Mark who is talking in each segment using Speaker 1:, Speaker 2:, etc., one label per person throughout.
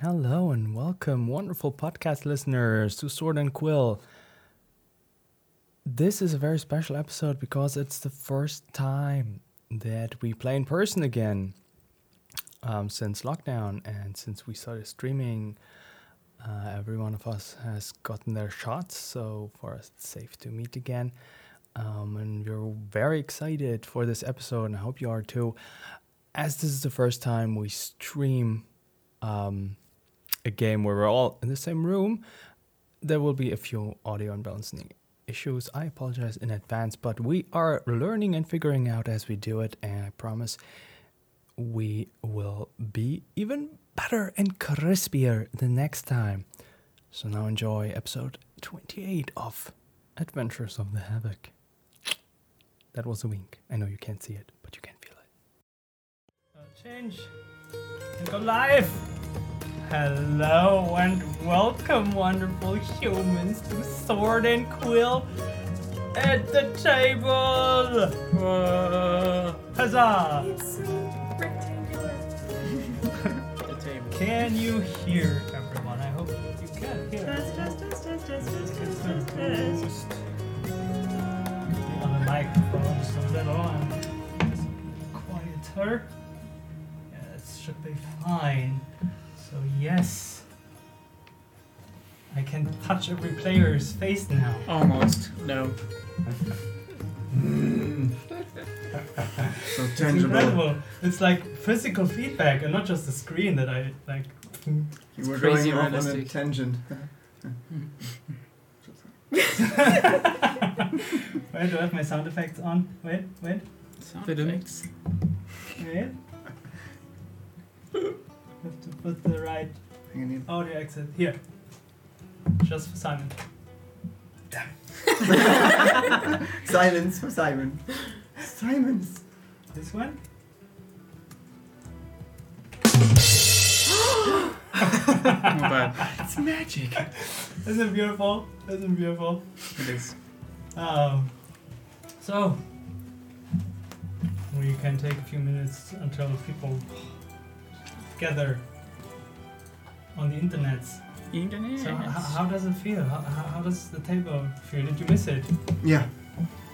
Speaker 1: Hello and welcome, wonderful podcast listeners, to Sword and Quill. This is a very special episode because it's the first time that we play in person again um, since lockdown and since we started streaming. Uh, every one of us has gotten their shots, so for us it's safe to meet again. Um, and we're very excited for this episode, and I hope you are too. As this is the first time we stream um, a game where we're all in the same room, there will be a few audio and balancing issues. I apologize in advance, but we are learning and figuring out as we do it, and I promise we will be even better and crispier the next time. So now enjoy episode 28 of Adventures of the Havoc. That was a wink. I know you can't see it, but you can feel it. change and go live. Hello and welcome, wonderful humans, to Sword and Quill at the table. Uh, huzzah!
Speaker 2: It's so rectangular.
Speaker 1: Can you hear everyone? I hope you can hear.
Speaker 2: Test, test, test, test, test, test, test, test, test.
Speaker 1: On the microphone just a little and just quieter. Yeah, it should be fine. So yes. I can touch every player's face now.
Speaker 3: Almost. No.
Speaker 4: So
Speaker 1: It's
Speaker 4: tangible.
Speaker 1: incredible. It's like physical feedback and not just the screen that I like
Speaker 4: You were
Speaker 3: crazy
Speaker 4: going off on a
Speaker 3: realistic.
Speaker 4: tangent.
Speaker 1: Wait, do I have my sound effects on? Wait, wait,
Speaker 3: Sound
Speaker 5: Didn't.
Speaker 3: effects.
Speaker 1: wait. have to put the right
Speaker 4: Hang on, Ian.
Speaker 1: audio exit here. Just for Simon.
Speaker 4: Silence for Simon. Silence.
Speaker 1: This one?
Speaker 3: Not bad.
Speaker 4: That's magic.
Speaker 1: Isn't it beautiful? Isn't it beautiful?
Speaker 3: It is.
Speaker 1: Um, so, we can take a few minutes until people gather on the internet.
Speaker 3: Internet.
Speaker 1: So, h-
Speaker 3: uh,
Speaker 1: how does it feel? How, how how does the table feel? Did you miss it?
Speaker 4: Yeah.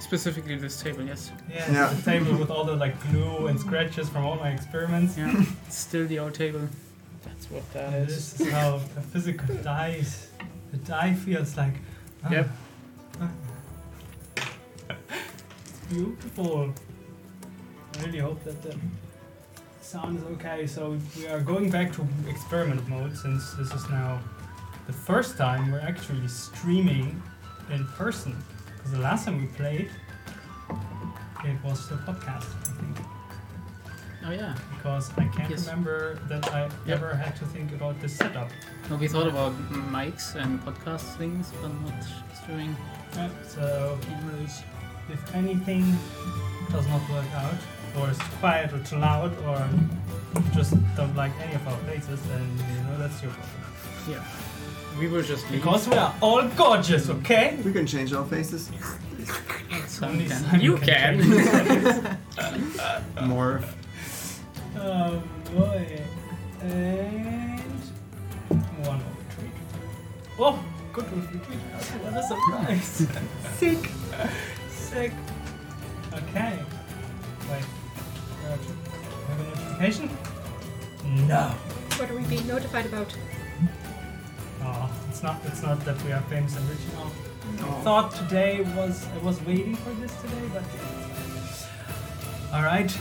Speaker 3: Specifically this table, yes.
Speaker 1: Yeah,
Speaker 4: Yeah.
Speaker 1: the table with all the like glue and scratches from all my experiments.
Speaker 3: Yeah. It's still the old table. That's what that
Speaker 1: Yeah,
Speaker 3: is.
Speaker 1: this is how the physical dies. The die feels like. ah,
Speaker 3: Yep.
Speaker 1: ah. It's beautiful. I really hope that the sound is okay. So we are going back to experiment mode since this is now the first time we're actually streaming in person. Because the last time we played, it was the podcast, I think
Speaker 3: Oh yeah.
Speaker 1: because I can't
Speaker 3: Yes.
Speaker 1: remember that I
Speaker 3: Yeah.
Speaker 1: ever had to think about this setup.
Speaker 3: No, we thought about mics and podcast things, but not streaming
Speaker 1: So
Speaker 3: cameras.
Speaker 1: if anything does not work out, or is quiet or too loud, or just don't like any of our places, then you know that's your problem.
Speaker 3: Yeah. We were just leaving.
Speaker 1: Because we are all gorgeous, okay?
Speaker 4: We can change our faces.
Speaker 3: Some
Speaker 1: Only
Speaker 3: can.
Speaker 1: Simon
Speaker 3: You
Speaker 1: can
Speaker 3: can.
Speaker 4: More.
Speaker 1: oh boy! And one more retreat. Oh, good with retreat. What a surprise!
Speaker 2: Sick.
Speaker 1: Sick. Okay. Wait. Uh, have a notification? No.
Speaker 2: What are we being notified about?
Speaker 1: Oh, it's not. It's not that we are famous and rich. No. I thought today was. I was waiting for this today, but. All right.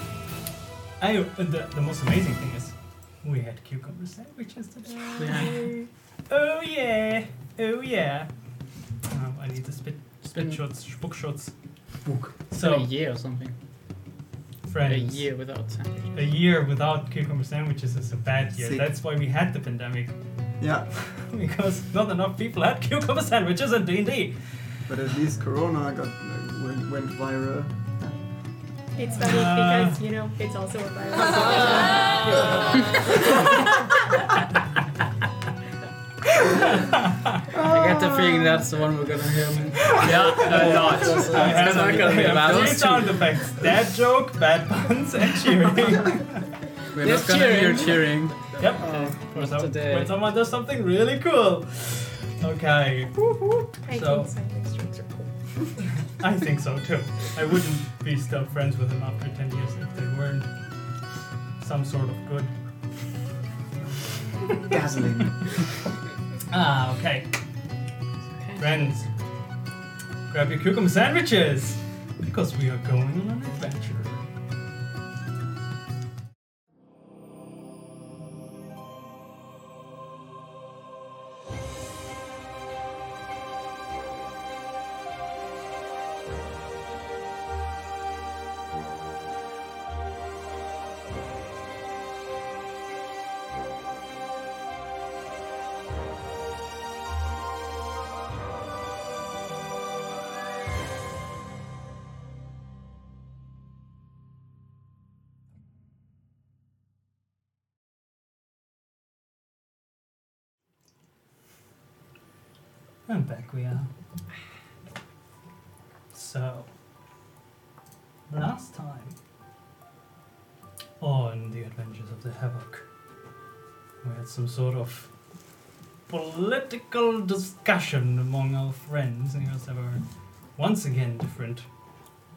Speaker 1: I. The, the most amazing thing is, we had cucumber sandwiches today.
Speaker 3: Yeah.
Speaker 1: Oh yeah. Oh yeah. Um, I need the spit. Spit
Speaker 3: Mm.
Speaker 1: shots. Spuck shots.
Speaker 4: Book.
Speaker 3: a
Speaker 1: So
Speaker 3: year or something.
Speaker 1: friends.
Speaker 3: A year without sandwich.
Speaker 1: A year without cucumber sandwiches is a bad year.
Speaker 4: Sick.
Speaker 1: That's why we had the pandemic
Speaker 4: Yeah,
Speaker 1: because not enough people had cucumber sandwiches in D and D.
Speaker 4: but at least Corona got uh, went, went viral.
Speaker 2: It's funny
Speaker 1: Uh.
Speaker 2: because, you know, it's also a virus.
Speaker 3: I get the feeling that's the one we're gonna hear. yeah, a lot. It's not gonna be a
Speaker 1: Three
Speaker 3: balance.
Speaker 1: sound effects: dad joke, bad puns, and cheering.
Speaker 3: We're not gonna hear cheering.
Speaker 1: Yep.
Speaker 3: Okay,
Speaker 1: For
Speaker 3: not
Speaker 1: some-
Speaker 3: today.
Speaker 1: When someone does something really cool. Okay. Whoop, whoop.
Speaker 2: I
Speaker 1: So-
Speaker 2: think science strings are cool.
Speaker 1: I think so too. I wouldn't be still friends with them after 10 years if they weren't some sort of good.
Speaker 6: Dazzling.
Speaker 1: Ah, okay. Friends, grab your cucumber sandwiches because we are going on an adventure. And back we are. So, last time on the adventures of the Havoc, we had some sort of political discussion among our friends, and here's our once again different,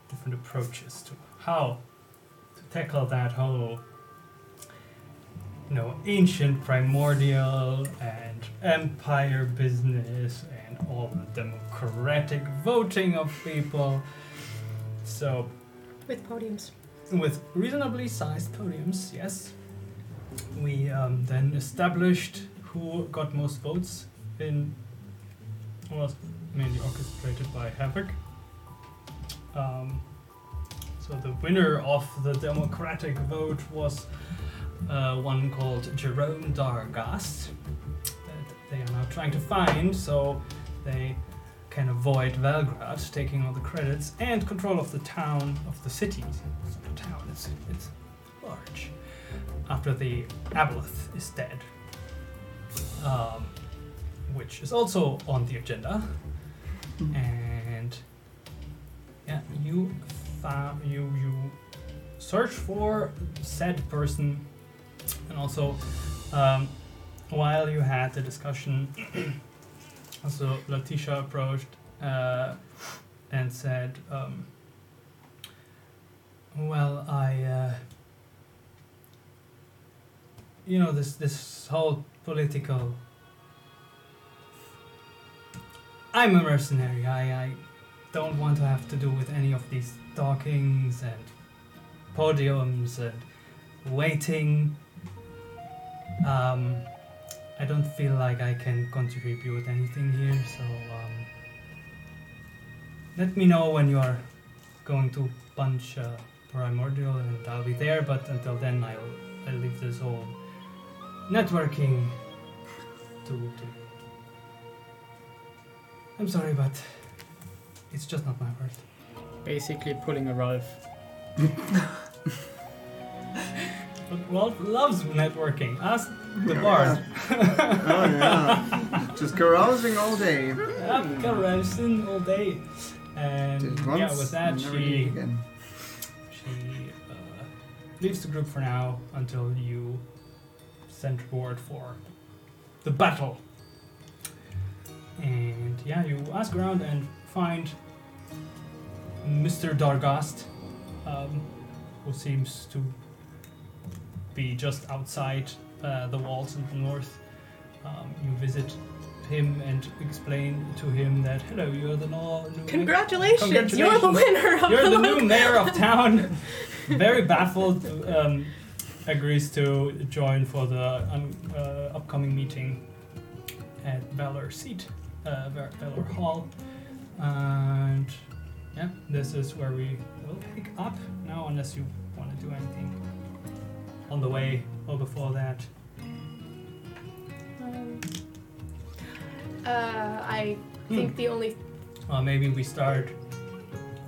Speaker 1: different approaches to how to tackle that whole you know, ancient, primordial, and empire business, and all the democratic voting of people. So,
Speaker 2: With podiums.
Speaker 1: with reasonably sized podiums, yes, we um, then established who got most votes in. was mainly orchestrated by Havoc. Um, so the winner of the democratic vote was uh, one called Jerome Dargast that they are now trying to find so they can avoid Valgrad taking all the credits and control of the town of the city. It's not a town, it's, it's large. After the Aboleth is dead, um, which is also on the agenda. And yeah, you found, you you search for said person, and also um, while you had the discussion, also Latisha approached uh, and said, um, "Well, I, uh, you know, this this whole political. I'm a mercenary. I I don't want to have to do with any of these talkings and podiums and waiting. Um, I don't feel like I can contribute anything here, so um, let me know when you're going to punch uh, Primordial and I'll be there, but until then I'll, I'll leave this whole networking to, to. I'm sorry, but it's just not my worth.
Speaker 3: Basically pulling a Ralph.
Speaker 1: But Rolf loves networking. Ask the
Speaker 6: Yeah.
Speaker 1: bard.
Speaker 6: Oh yeah. Just carousing all day.
Speaker 1: Ah, carousing all day. And
Speaker 6: Did it
Speaker 1: yeah,
Speaker 6: once,
Speaker 1: with that,
Speaker 6: and never did it
Speaker 1: she
Speaker 6: again.
Speaker 1: she uh, leaves the group for now until you send word for the battle. And yeah, you ask around and find Mr. Dargast, um, who seems to be just outside uh, the walls in the north. Um, you visit him and explain to him that hello, you're the no- new
Speaker 2: Congratulations, You're the winner of
Speaker 1: you're
Speaker 2: the,
Speaker 1: the new mayor of town. Very baffled, um, agrees to join for the um, uh, upcoming meeting at Valor Seat, uh, Val- Valor Hall. And yeah, this is where we will pick up now, unless you want to do anything on the way or before that.
Speaker 2: Um, uh, I think the only
Speaker 1: Well, maybe we start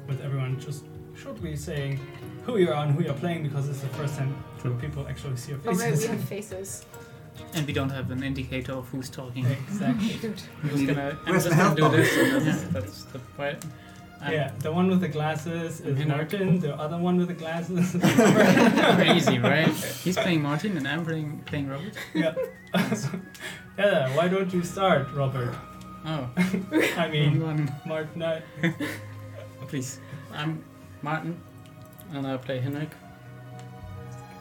Speaker 1: with everyone just shortly saying who you are and who you're playing because it's the first time
Speaker 3: True.
Speaker 1: people actually see your
Speaker 2: oh right, we
Speaker 1: faces.
Speaker 2: have faces.
Speaker 3: And we don't have an indicator of who's talking.
Speaker 1: exactly.
Speaker 3: I'm just gonna, I'm
Speaker 6: Where's
Speaker 3: just
Speaker 6: the
Speaker 3: gonna do
Speaker 6: help
Speaker 3: this. So that's, that's the point. Um, I'm
Speaker 1: yeah, the one with the glasses
Speaker 3: I'm
Speaker 1: is
Speaker 3: Henrik.
Speaker 1: Martin. The other one with the glasses.
Speaker 3: crazy, right? He's playing Martin and I'm playing, playing Robert.
Speaker 1: yeah, why don't you start, Robert?
Speaker 3: Oh,
Speaker 1: I
Speaker 3: wrong
Speaker 1: mean,
Speaker 3: one.
Speaker 1: Martin. I,
Speaker 3: Oh, Please. I'm Martin and I play Henrik.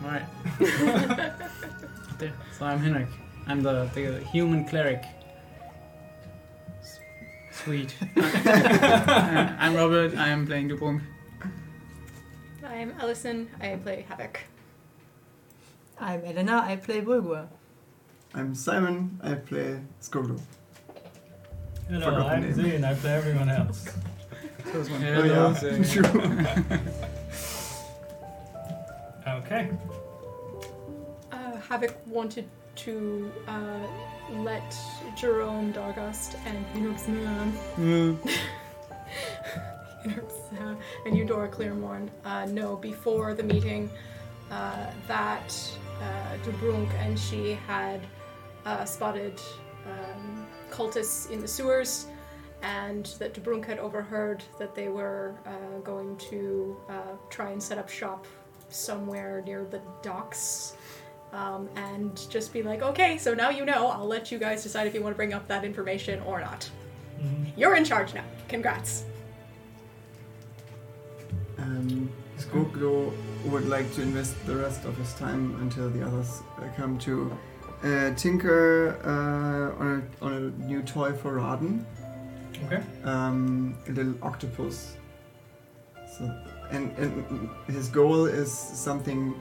Speaker 3: Alright. Okay, so I'm Henrik. I'm the, the human cleric. S- Sweet. Uh, I'm Robert. I am playing Dupont.
Speaker 2: I'm Ellison. I play Havoc.
Speaker 7: I'm Elena, I play Bulgur.
Speaker 6: I'm Simon. I play Skoldo.
Speaker 1: hello,
Speaker 6: Forgot the
Speaker 1: I'm
Speaker 6: name.
Speaker 1: Zane. I play everyone else.
Speaker 3: Close one.
Speaker 6: Oh, yeah. True.
Speaker 1: Okay.
Speaker 2: Uh, Havoc wanted to uh, let Jerome Dargast and Enox Milan Enox, uh, and Eudora Clearmorn uh, know before the meeting uh, that uh, Dubrunk and she had uh, spotted um, cultists in the sewers, and that Dubrunk had overheard that they were uh, going to uh, try and set up shop somewhere near the docks. Um, and just be like, okay, so now you know. I'll let you guys decide if you want to bring up that information or not.
Speaker 1: Mhm.
Speaker 2: You're in charge now. Congrats.
Speaker 6: Um, Skoglo would like to invest the rest of his time until the others uh, come to uh, tinker uh, on, a, on a new toy for Raden,
Speaker 1: Okay.
Speaker 6: um, a little octopus. So, and, and his goal is something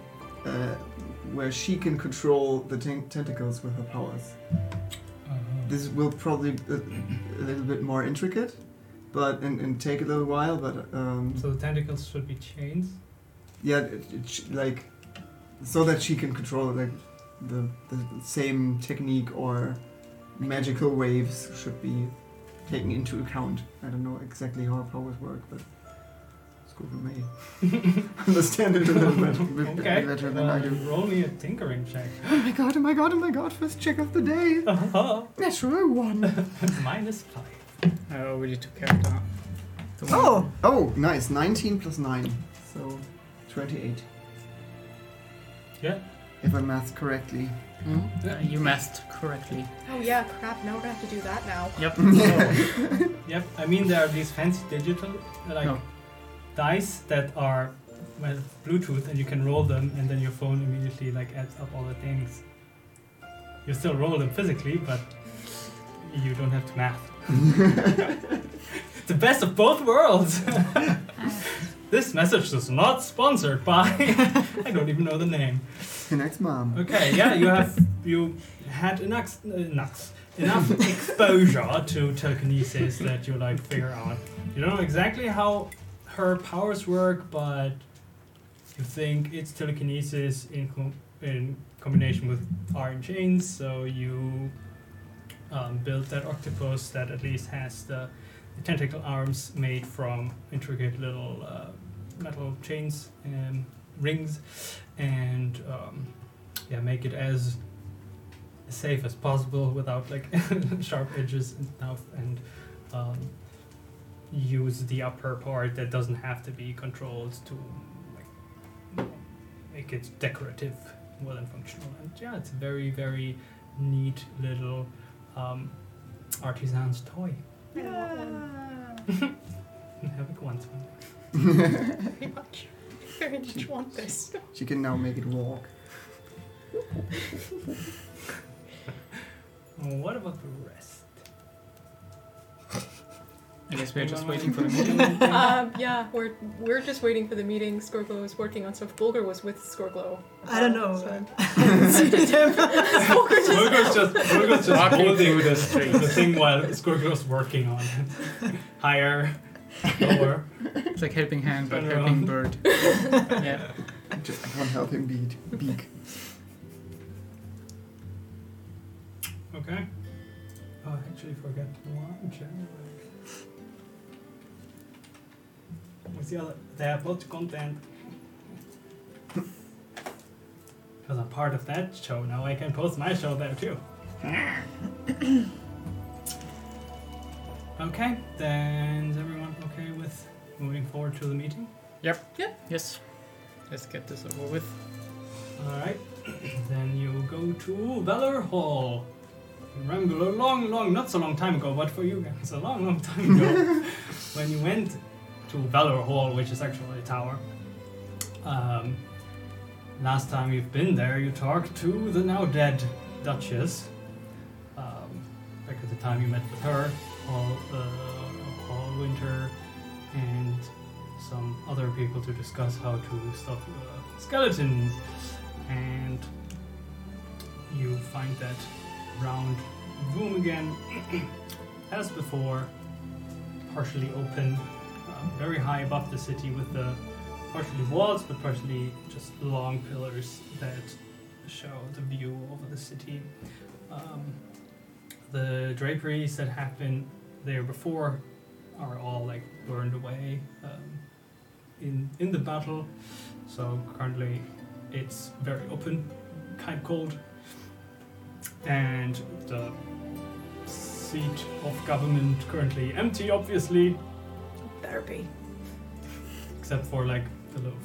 Speaker 6: uh, where she can control the ten- tentacles with her powers. Uh-huh. This will probably uh, a little bit more intricate, but and, and take a little while. But um,
Speaker 1: So the tentacles should be chains.
Speaker 6: yeah, it, it, sh- like so that she can control like the, the same technique or magical waves should be taken into account. I don't know exactly how powers work, but Scooby may understand it a little bit, bit
Speaker 1: Okay.
Speaker 6: better than I
Speaker 1: uh,
Speaker 6: do.
Speaker 1: roll me a tinkering check.
Speaker 6: Oh my god! Oh my god! Oh my god! First check of the day. Natural one.
Speaker 1: Minus five.
Speaker 3: I already took care of that. The one-
Speaker 7: Oh!
Speaker 6: Oh, nice. Nineteen plus nine, so twenty-eight.
Speaker 1: Yeah.
Speaker 6: If I math correctly.
Speaker 3: Hmm? Uh, you messed correctly.
Speaker 2: Oh yeah, crap. Now we're gonna have to do that now.
Speaker 3: Yep.
Speaker 1: Yep. I mean, there are these fancy digital like
Speaker 3: No.
Speaker 1: dice that are with Bluetooth, and you can roll them, and then your phone immediately like adds up all the things. You still roll them physically, but you don't have to math. the best of both worlds. this message is not sponsored by. I don't even know the name.
Speaker 6: Next mom.
Speaker 1: Okay, yeah, you have you had enough uh, enough, enough exposure to telekinesis that you like figure out. You don't know exactly how her powers work, but you think it's telekinesis in com- in combination with iron chains. So you um, built that octopus that at least has the, the tentacle arms made from intricate little uh, metal chains and rings, and um, yeah, make it as safe as possible without like sharp edges and stuff, and um, use the upper part that doesn't have to be controlled to like make it decorative more than functional. And yeah, it's a very very neat little um, artisan's toy.
Speaker 2: I want one
Speaker 1: Havoc wants one.
Speaker 2: very much. I very much want this.
Speaker 6: She can now make it walk.
Speaker 1: What about the rest?
Speaker 3: I guess we're just waiting for the meeting.
Speaker 2: um, yeah, we're we're just waiting for the meeting. Scorglow is working on stuff. Bulger was with Scorglow.
Speaker 7: I don't know.
Speaker 2: So-
Speaker 1: Scorgo's just, Scorgo's just
Speaker 3: Walking
Speaker 1: holding
Speaker 3: through the
Speaker 1: the,
Speaker 3: streets.
Speaker 1: the thing while Scorgo's working on it. Higher, lower.
Speaker 3: It's like helping hand, but
Speaker 1: Turn
Speaker 3: helping
Speaker 1: around.
Speaker 3: bird. yeah.
Speaker 6: Just, I can't help him beat. Beak.
Speaker 1: Okay. Oh, I actually forgot one check. What's the other? They have lots of content. Because I'm part of that show now, I can post my show there too. Okay, then is everyone okay with moving forward to the meeting?
Speaker 3: Yes. Let's get this over with.
Speaker 1: Alright, then you go to Valor Hall. You remember a long, long, not so long time ago, but for you guys, a long, long time ago, when you went to Valor Hall, which is actually a tower. Um, last time you've been there, you talked to the now dead Duchess. Um, back at the time you met with her, Hall, uh, Hall Winter, and some other people to discuss how to stop uh, skeletons and you find that round room again, as before, partially open, uh, very high above the city, with the partially walls but partially just long pillars that show the view over the city. Um, the draperies that have been there before are all like burned away um, in in the battle, so currently it's very open, kind of cold. And the seat of government currently empty, obviously,
Speaker 2: Therapy.
Speaker 1: except for like the little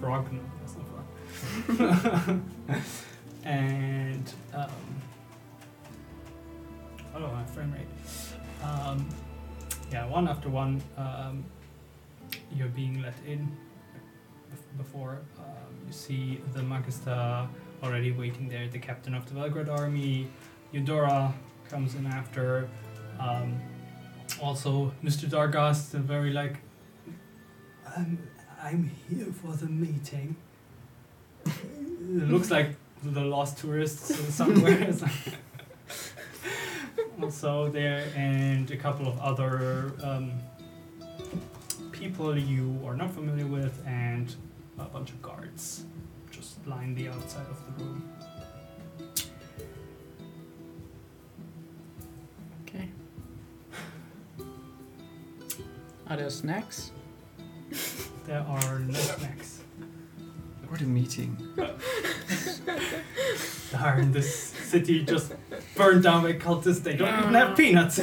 Speaker 1: frog. No, that's not frog. and um, oh, my frame rate. Um, yeah, one after one, um, you're being let in. Bef- Before um, you see the Magister already waiting there, the captain of the Belgrade army, Eudora comes in after. Um, also, Mr. Dargas, the very like I'm, Um, I'm here for the meeting. it looks like the lost tourists somewhere. also there and a couple of other um, people you are not familiar with and a bunch of guards just line the outside of the room.
Speaker 3: Okay. Are there snacks?
Speaker 1: There are no snacks.
Speaker 6: What a meeting.
Speaker 1: Darn, this city just burned down by cultists. They don't even have peanuts.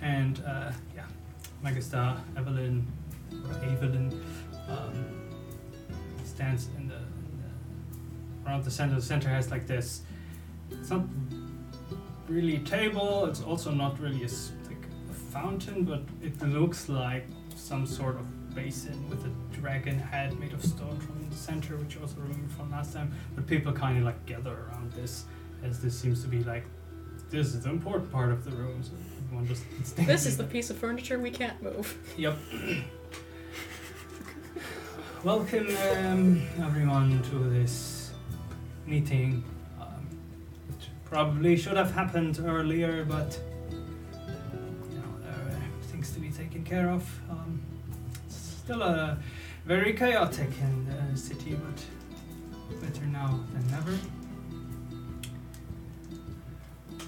Speaker 1: and uh, yeah, Megastar Evelyn, or Evelyn, um, stands in the, in the around the center. The center has like this. It's not really a table. It's also not really a s like a fountain, but it looks like some sort of basin with a dragon head made of stone from the center, which you also remember from last time. But people kind of like gather around this, as this seems to be like this is the important part of the room. So everyone just stands
Speaker 2: This is the piece of furniture we can't move.
Speaker 1: Yep. Welcome, um, everyone, to this meeting. Um, it probably should have happened earlier, but you know there are things to be taken care of. Um, it's still uh, very chaotic in the city, but better now than never.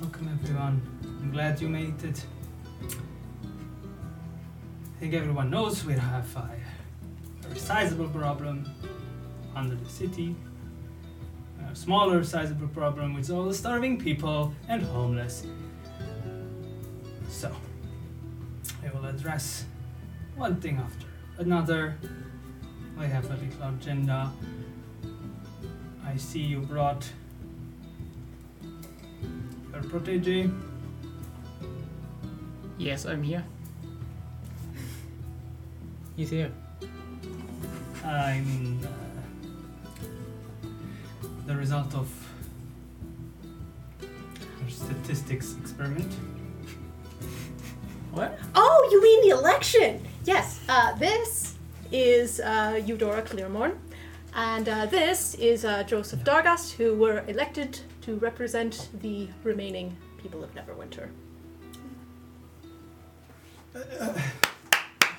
Speaker 1: Welcome, everyone. I'm glad you made it. I think everyone knows we have a very sizable problem under the city. A smaller sizable problem with all the starving people and homeless. So, we will address one thing after another. We have a little agenda. I see you brought your protege.
Speaker 3: Yes, I'm here. He's here.
Speaker 1: I mean, uh, the result of our statistics experiment.
Speaker 3: What?
Speaker 2: Oh, you mean the election? Yes. Uh, this is uh, Eudora Clearmorn, and uh, this is uh, Joseph Dargast, who were elected to represent the remaining people of Neverwinter.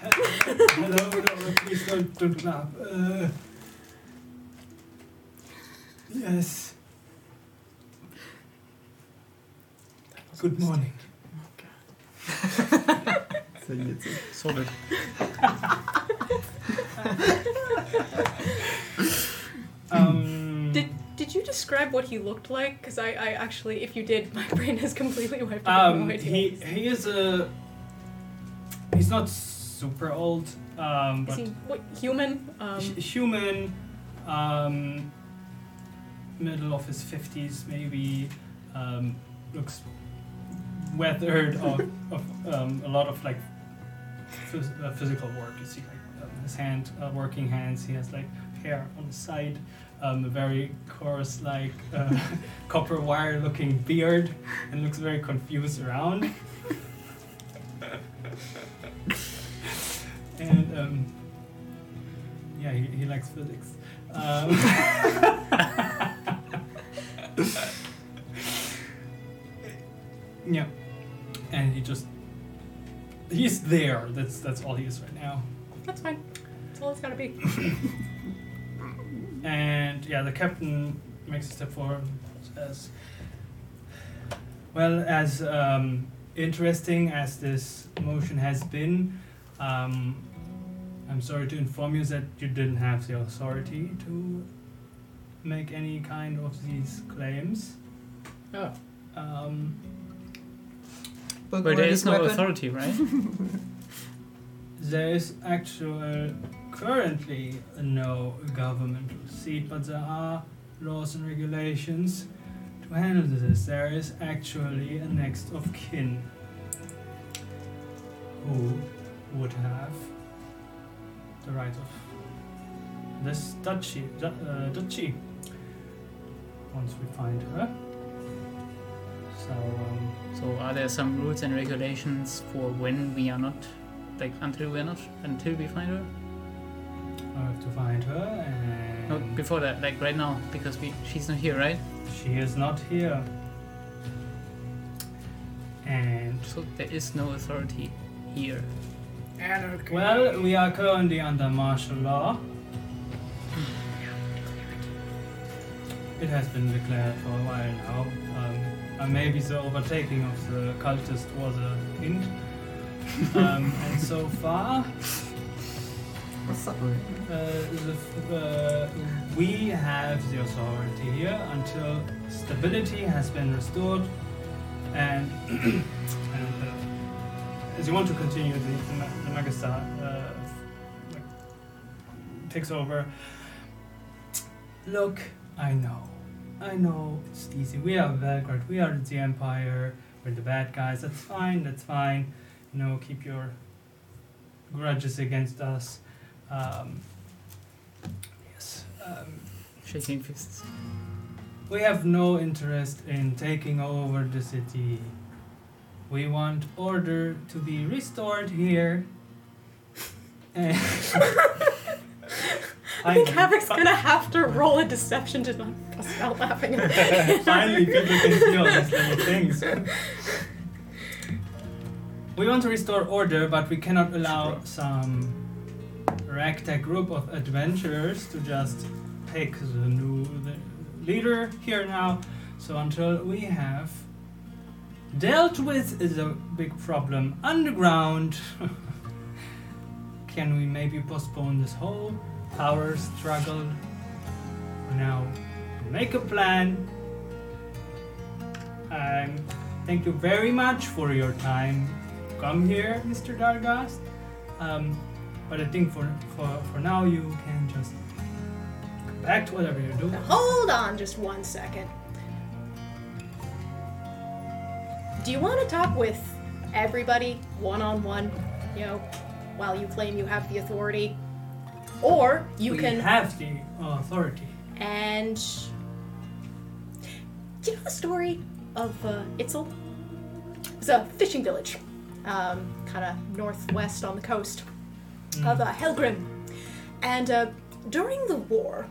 Speaker 1: Hello, Laura, please don't, don't clap. Uh, yes. Good morning.
Speaker 6: So it's a-
Speaker 3: Sorry.
Speaker 1: Um, Um,
Speaker 2: Did you describe what he looked like? Because I, I actually, if you did, my brain is completely wiped out.
Speaker 1: Um,
Speaker 2: no idea.
Speaker 1: he he is a. He's not super old, um,
Speaker 2: is
Speaker 1: but
Speaker 2: he what, human? Um,
Speaker 1: hu- human, um, middle of his fifties maybe, um, looks weathered of, of um, a lot of like phys- uh, physical work. You see, like um, his hand, uh, working hands. He has like hair on the side, um, a very coarse like uh, copper wire looking beard, and looks very confused around. and um, yeah, he, he likes physics. Um, yeah, and he just he's there. That's that's all he is right now.
Speaker 2: that's fine. That's all it's gotta be.
Speaker 1: And yeah, the captain makes a step forward and says, Well, as um, interesting as this motion has been, um, I'm sorry to inform you that you didn't have the authority to make any kind of these claims.
Speaker 3: Oh.
Speaker 1: Um,
Speaker 8: But
Speaker 3: But there is no
Speaker 8: weapon.
Speaker 3: authority, right?
Speaker 1: There is actual currently no governmental seat, but there are laws and regulations to handle this. There is actually a next of kin who would have the right of this duchy. du- uh, duchy once we find her. So um,
Speaker 3: So are there some rules and regulations for when we are not, like until we are not, until we find her?
Speaker 1: I have to find her, and
Speaker 3: No, before that, like right now, because we she's not here, right?
Speaker 1: She is not here. And
Speaker 3: So there is no authority here.
Speaker 1: anarchy. Well, we are currently under martial law. It has been declared for a while now. Um, and maybe the overtaking of the cultist was a hint. um, and so far,
Speaker 6: What's up, Ray?
Speaker 1: Uh, the, f- uh, we have the authority here until stability has been restored and, and uh, as you want to continue the, the, Ma- the Magistar uh, like, takes over look I know I know it's easy we are Belgrade we are the Empire we're the bad guys that's fine that's fine you know keep your grudges against us um, yes. Um,
Speaker 3: Shaking fists.
Speaker 1: we have no interest in taking over the city. We want order to be restored here. And-
Speaker 2: I think Havoc's gonna have to roll a deception to not bust out laughing.
Speaker 1: Finally, people can feel these little things. We want to restore order, but we cannot allow some ragtag group of adventurers to just pick the new the leader here now. So until we have dealt with the big problem underground, can we maybe postpone this whole power struggle for now? Make a plan um, thank you very much for your time. Come here, Mr. Dargast. Um, but I think for, for, for now, you can just go back to whatever you do.
Speaker 2: Hold on just one second. Do you want to talk with everybody one on one, you know, while you claim you have the authority? Or you
Speaker 1: we
Speaker 2: can.
Speaker 1: have the authority.
Speaker 2: and. Do you know the story of uh, Itzel? It's a fishing village, um, kind of northwest on the coast of uh, Helgrim. And uh, during the war,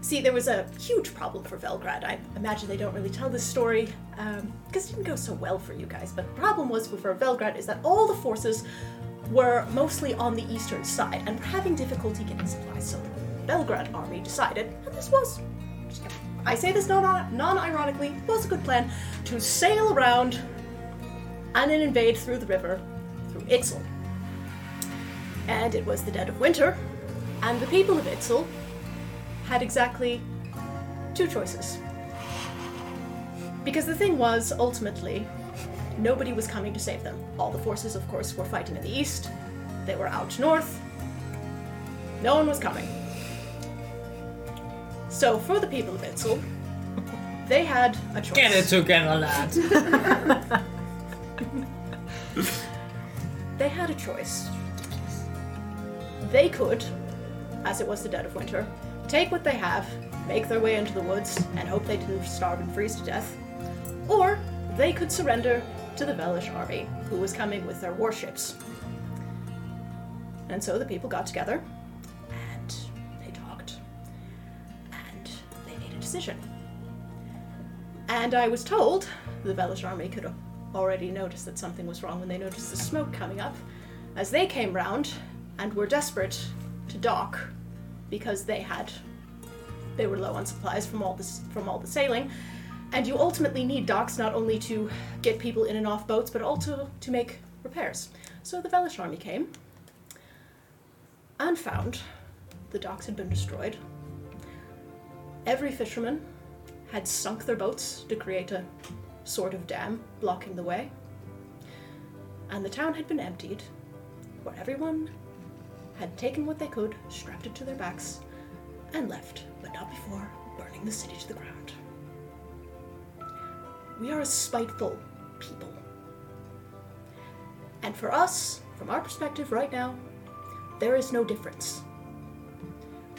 Speaker 2: see, there was a huge problem for Velgrad. I imagine they don't really tell this story because it didn't go so well for you guys. But the problem was for Velgrad is that all the forces were mostly on the eastern side and were having difficulty getting supplies. So the Belgrade army decided, and this was. I say this non ironically, was a good plan to sail around and then invade through the river through Itzel and it was the dead of winter, and the people of Itzel had exactly two choices. Because the thing was, ultimately, nobody was coming to save them. All the forces, of course, were fighting in the east, they were out north. No one was coming. So, for the people of Itzel, they had a choice.
Speaker 3: together, lad.
Speaker 2: They had a choice. They could, as it was the dead of winter, take what they have, make their way into the woods, and hope they didn't starve and freeze to death, or they could surrender to the Velish army, who was coming with their warships. And so the people got together, and they talked, and they made a decision. And I was told the Velish army could already noticed that something was wrong when they noticed the smoke coming up, as they came round and were desperate to dock because they had they were low on supplies from all this from all the sailing. And you ultimately need docks not only to get people in and off boats, but also to make repairs. So the Velish army came and found the docks had been destroyed. Every fisherman had sunk their boats to create a sort of dam blocking the way, and the town had been emptied, where everyone had taken what they could, strapped it to their backs, and left, but not before burning the city to the ground. We are a spiteful people. And for us, from our perspective right now, there is no difference.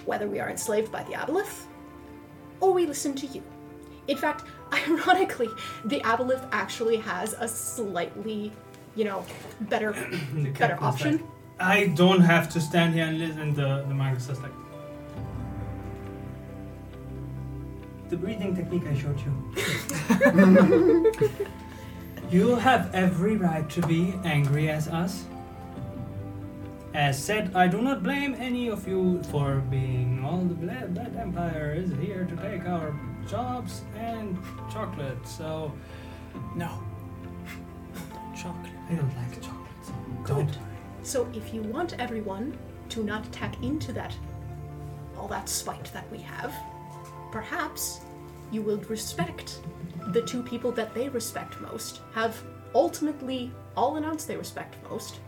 Speaker 2: Whether we are enslaved by the Aboleth, or we listen to you. In fact, ironically, the Aboleth actually has a slightly, you know, better
Speaker 1: The
Speaker 2: better
Speaker 1: captain's
Speaker 2: option.
Speaker 1: like, I don't have to stand here and listen. The the Magus is like. The breathing technique I showed you. you have every right to be angry as us. As said, I do not blame any of you for being all the blood that empire is here to take our jobs and chocolate. So
Speaker 3: No. Chocolate.
Speaker 1: I don't like chocolate. So don't.
Speaker 2: So if you want everyone to not tap into that all that spite that we have, perhaps you will respect the two people that they respect most, have ultimately all announced they respect most,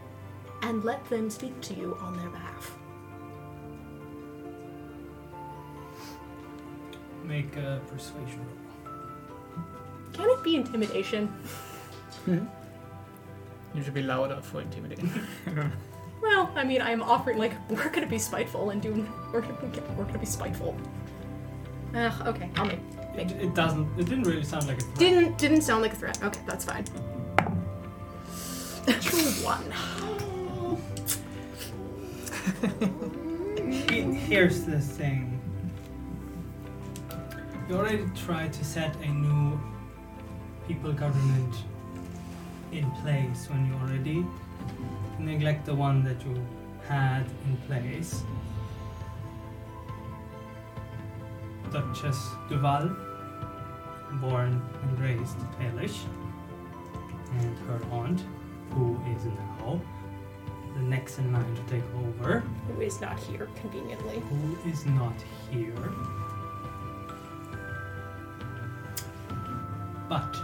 Speaker 2: and let them speak to you on their behalf.
Speaker 1: Make a persuasion roll.
Speaker 2: Can it be intimidation?
Speaker 3: You should be louder for intimidating.
Speaker 2: Well, I mean, I'm offering like we're gonna be spiteful and do we're gonna be, we're gonna be spiteful. Ugh, okay, I'll make.
Speaker 1: It, it doesn't. It didn't really sound like a threat.
Speaker 2: Didn't didn't sound like a threat. Okay, that's fine. Natural one.
Speaker 1: He- Here's the thing. You already tried to set a new people government in place when you already neglect the one that you had in place. Duchess Duval, born and raised Polish, and her aunt, who is now the next in line to take over
Speaker 2: Who is not here conveniently?
Speaker 1: who is not here. But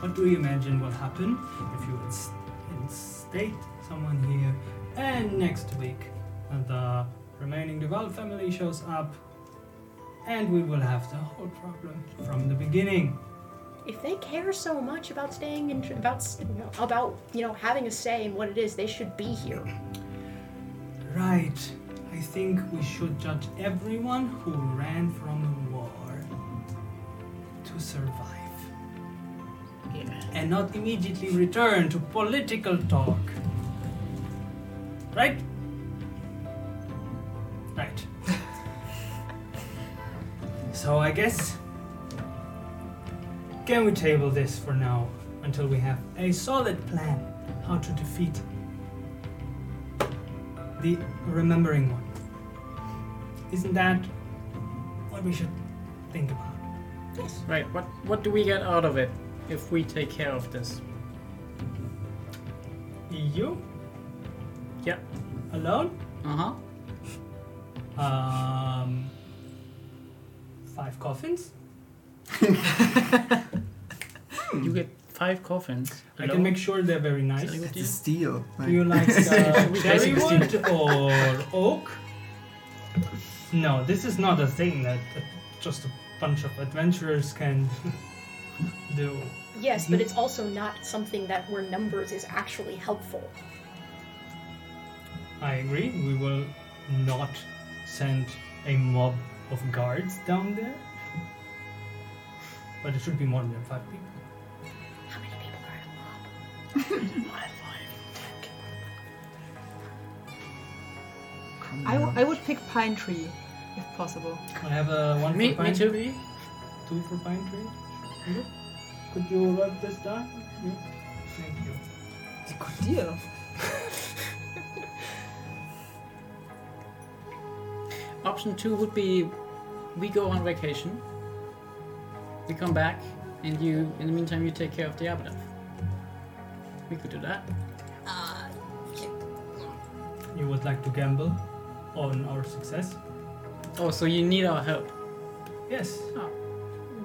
Speaker 1: what do you imagine will happen if you ins- instate someone here and next week the remaining Duval family shows up and we will have the whole problem from the beginning?
Speaker 2: If they care so much about staying in, about s- about you know having a say in what it is, they should be here.
Speaker 1: Right. I think we should judge everyone who ran from the war to survive. And not immediately return to political talk. Right? Right. so I guess. Can we table this for now until we have a solid plan how to defeat the remembering one. Isn't that what we should think about?
Speaker 2: Yes.
Speaker 3: Right. What What do we get out of it if we take care of this?
Speaker 1: You
Speaker 3: Yeah. Uh-huh.
Speaker 1: alone?
Speaker 3: Uh huh.
Speaker 1: Um, five coffins.
Speaker 3: You get five coffins.
Speaker 1: I can make sure they're very nice.
Speaker 3: Sorry, what
Speaker 6: It's a steal.
Speaker 1: Do you like the cherry
Speaker 3: Basically
Speaker 1: wood or oak? No, this is not a thing that uh, just a bunch of adventurers can do.
Speaker 2: Yes, but it's also not something that where numbers is actually helpful.
Speaker 1: I agree. We will not send a mob of guards down there. But it should be more than five people.
Speaker 2: How many people are
Speaker 9: I, w- I would pick pine tree, if possible.
Speaker 1: I have a one
Speaker 3: Me,
Speaker 1: for
Speaker 3: me
Speaker 1: pine
Speaker 3: too.
Speaker 1: tree, two for pine tree. Good. Could you write this down? Yes. Thank you.
Speaker 9: It's a good deal.
Speaker 3: Option two would be we go on vacation, we come back, and you, in the meantime, you take care of the Abaddon. We could do that.
Speaker 1: You would like to gamble on our success?
Speaker 3: Oh, so you need our help.
Speaker 1: Yes.
Speaker 3: Ah.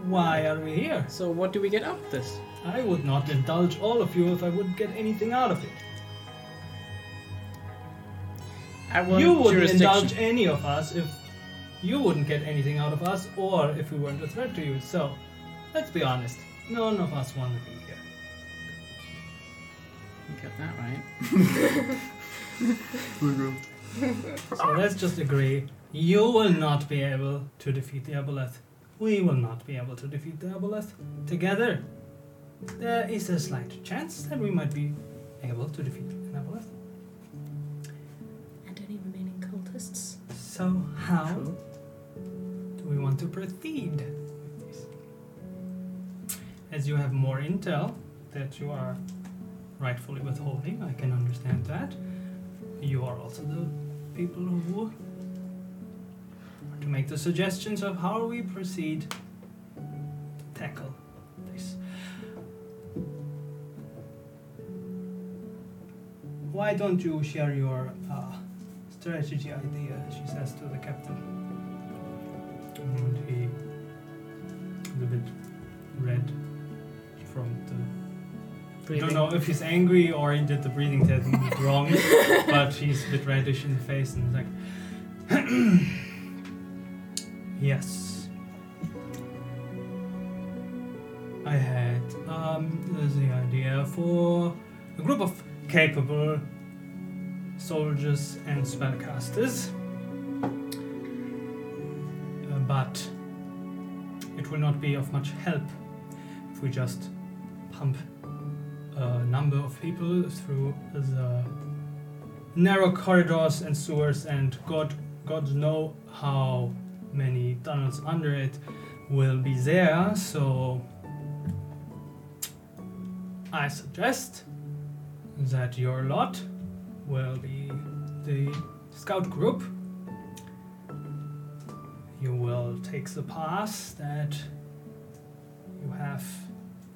Speaker 1: Why are we here?
Speaker 3: So what do we get out of this?
Speaker 1: I would not indulge all of you if I would get anything out of it.
Speaker 3: I want
Speaker 1: you wouldn't
Speaker 3: jurisdiction.
Speaker 1: indulge any of us if you wouldn't get anything out of us or if we weren't a threat to you. So, let's be honest. None of us want to be here.
Speaker 3: You got that right.
Speaker 1: So let's just agree you will not be able to defeat the Aboleth. We will not be able to defeat the Aboleth together. There is a slight chance that we might be able to defeat an Aboleth.
Speaker 2: And any remaining cultists?
Speaker 1: So, how do we want to proceed with this? As you have more intel that you are rightfully withholding, I can understand that. You are also the people who are to make the suggestions of how we proceed to tackle this. Why don't you share your uh, strategy idea, she says to the captain. And he is a bit red from the. I don't know if he's angry or he did the breathing test and it's wrong, but he's a bit reddish in the face and is like. yes. I had um, the idea for a group of capable soldiers and spellcasters. Uh, but it will not be of much help if we just pump a number of people through the narrow corridors and sewers, and God, God know how many tunnels under it will be there. So I suggest that your lot will be the scout group. You will take the path that you have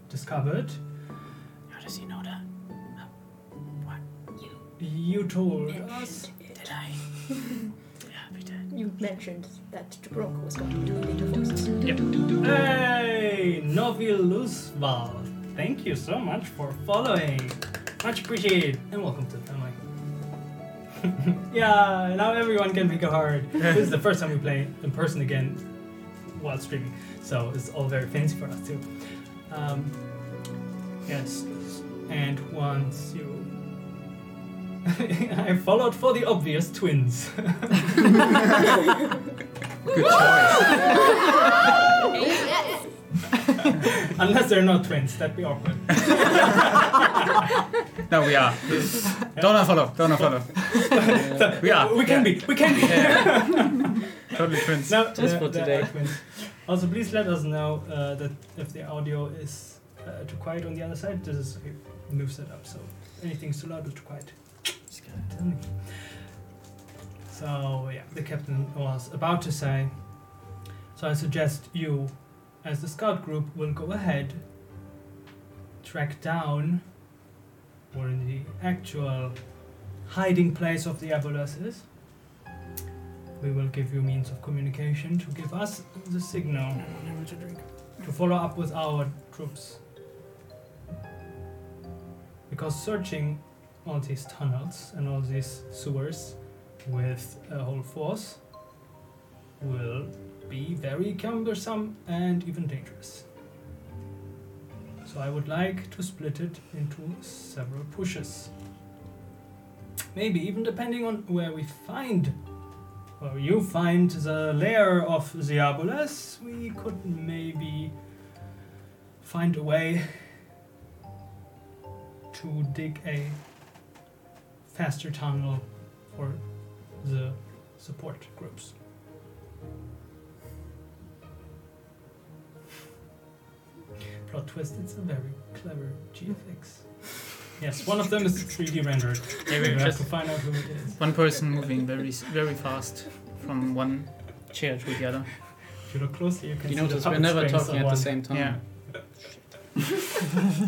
Speaker 1: discovered.
Speaker 3: How does he know that?
Speaker 1: You told us.
Speaker 2: Did
Speaker 3: Did I? yeah, we did.
Speaker 2: You mentioned that Jabrok was going to be leading the forces.
Speaker 1: Hey, Novi Luzval. Thank you so much for following. Much appreciated. And welcome to the family. yeah, now everyone can make a hard. this is the first time we play in person again while streaming. So it's all very fancy for us too. Um, yes. And once you I followed for the obvious twins. Unless they're not twins, that'd be awkward.
Speaker 3: No, we are. don't follow. Don't follow. we are.
Speaker 1: We can be. We can be.
Speaker 3: Totally twins.
Speaker 1: No,
Speaker 3: Just
Speaker 1: uh,
Speaker 3: for
Speaker 1: there
Speaker 3: today.
Speaker 1: are twins. Also, please let us know uh, that if the audio is uh, too quiet on the other side. This is a new setup, so anything's too loud or too quiet. Tell me. So yeah, the captain was about to say. So I suggest you, as the scout group, will go ahead, track down, or in the actual hiding place of the Abolus is, we will give you means of communication to give us the signal to follow up with our troops. Because searching all these tunnels and all these sewers with a whole force will be very cumbersome and even dangerous. So I would like to split it into several pushes. Maybe even depending on where we find or you find the lair of Diabolus, we could maybe find a way to dig a faster tunnel for the support groups. Plot twist, it's a very clever GFX. Yes, one of them is 3D rendered.
Speaker 3: Yeah,
Speaker 1: we
Speaker 3: we're
Speaker 1: have
Speaker 3: just
Speaker 1: to find out who it is.
Speaker 3: one person moving very s- very fast from one chair to the other.
Speaker 1: If you look closely, you can
Speaker 3: You
Speaker 1: see
Speaker 3: notice
Speaker 1: the
Speaker 3: we're
Speaker 1: puppet
Speaker 3: never
Speaker 1: strings on
Speaker 3: talking at the
Speaker 1: one
Speaker 3: same time.
Speaker 1: Yeah.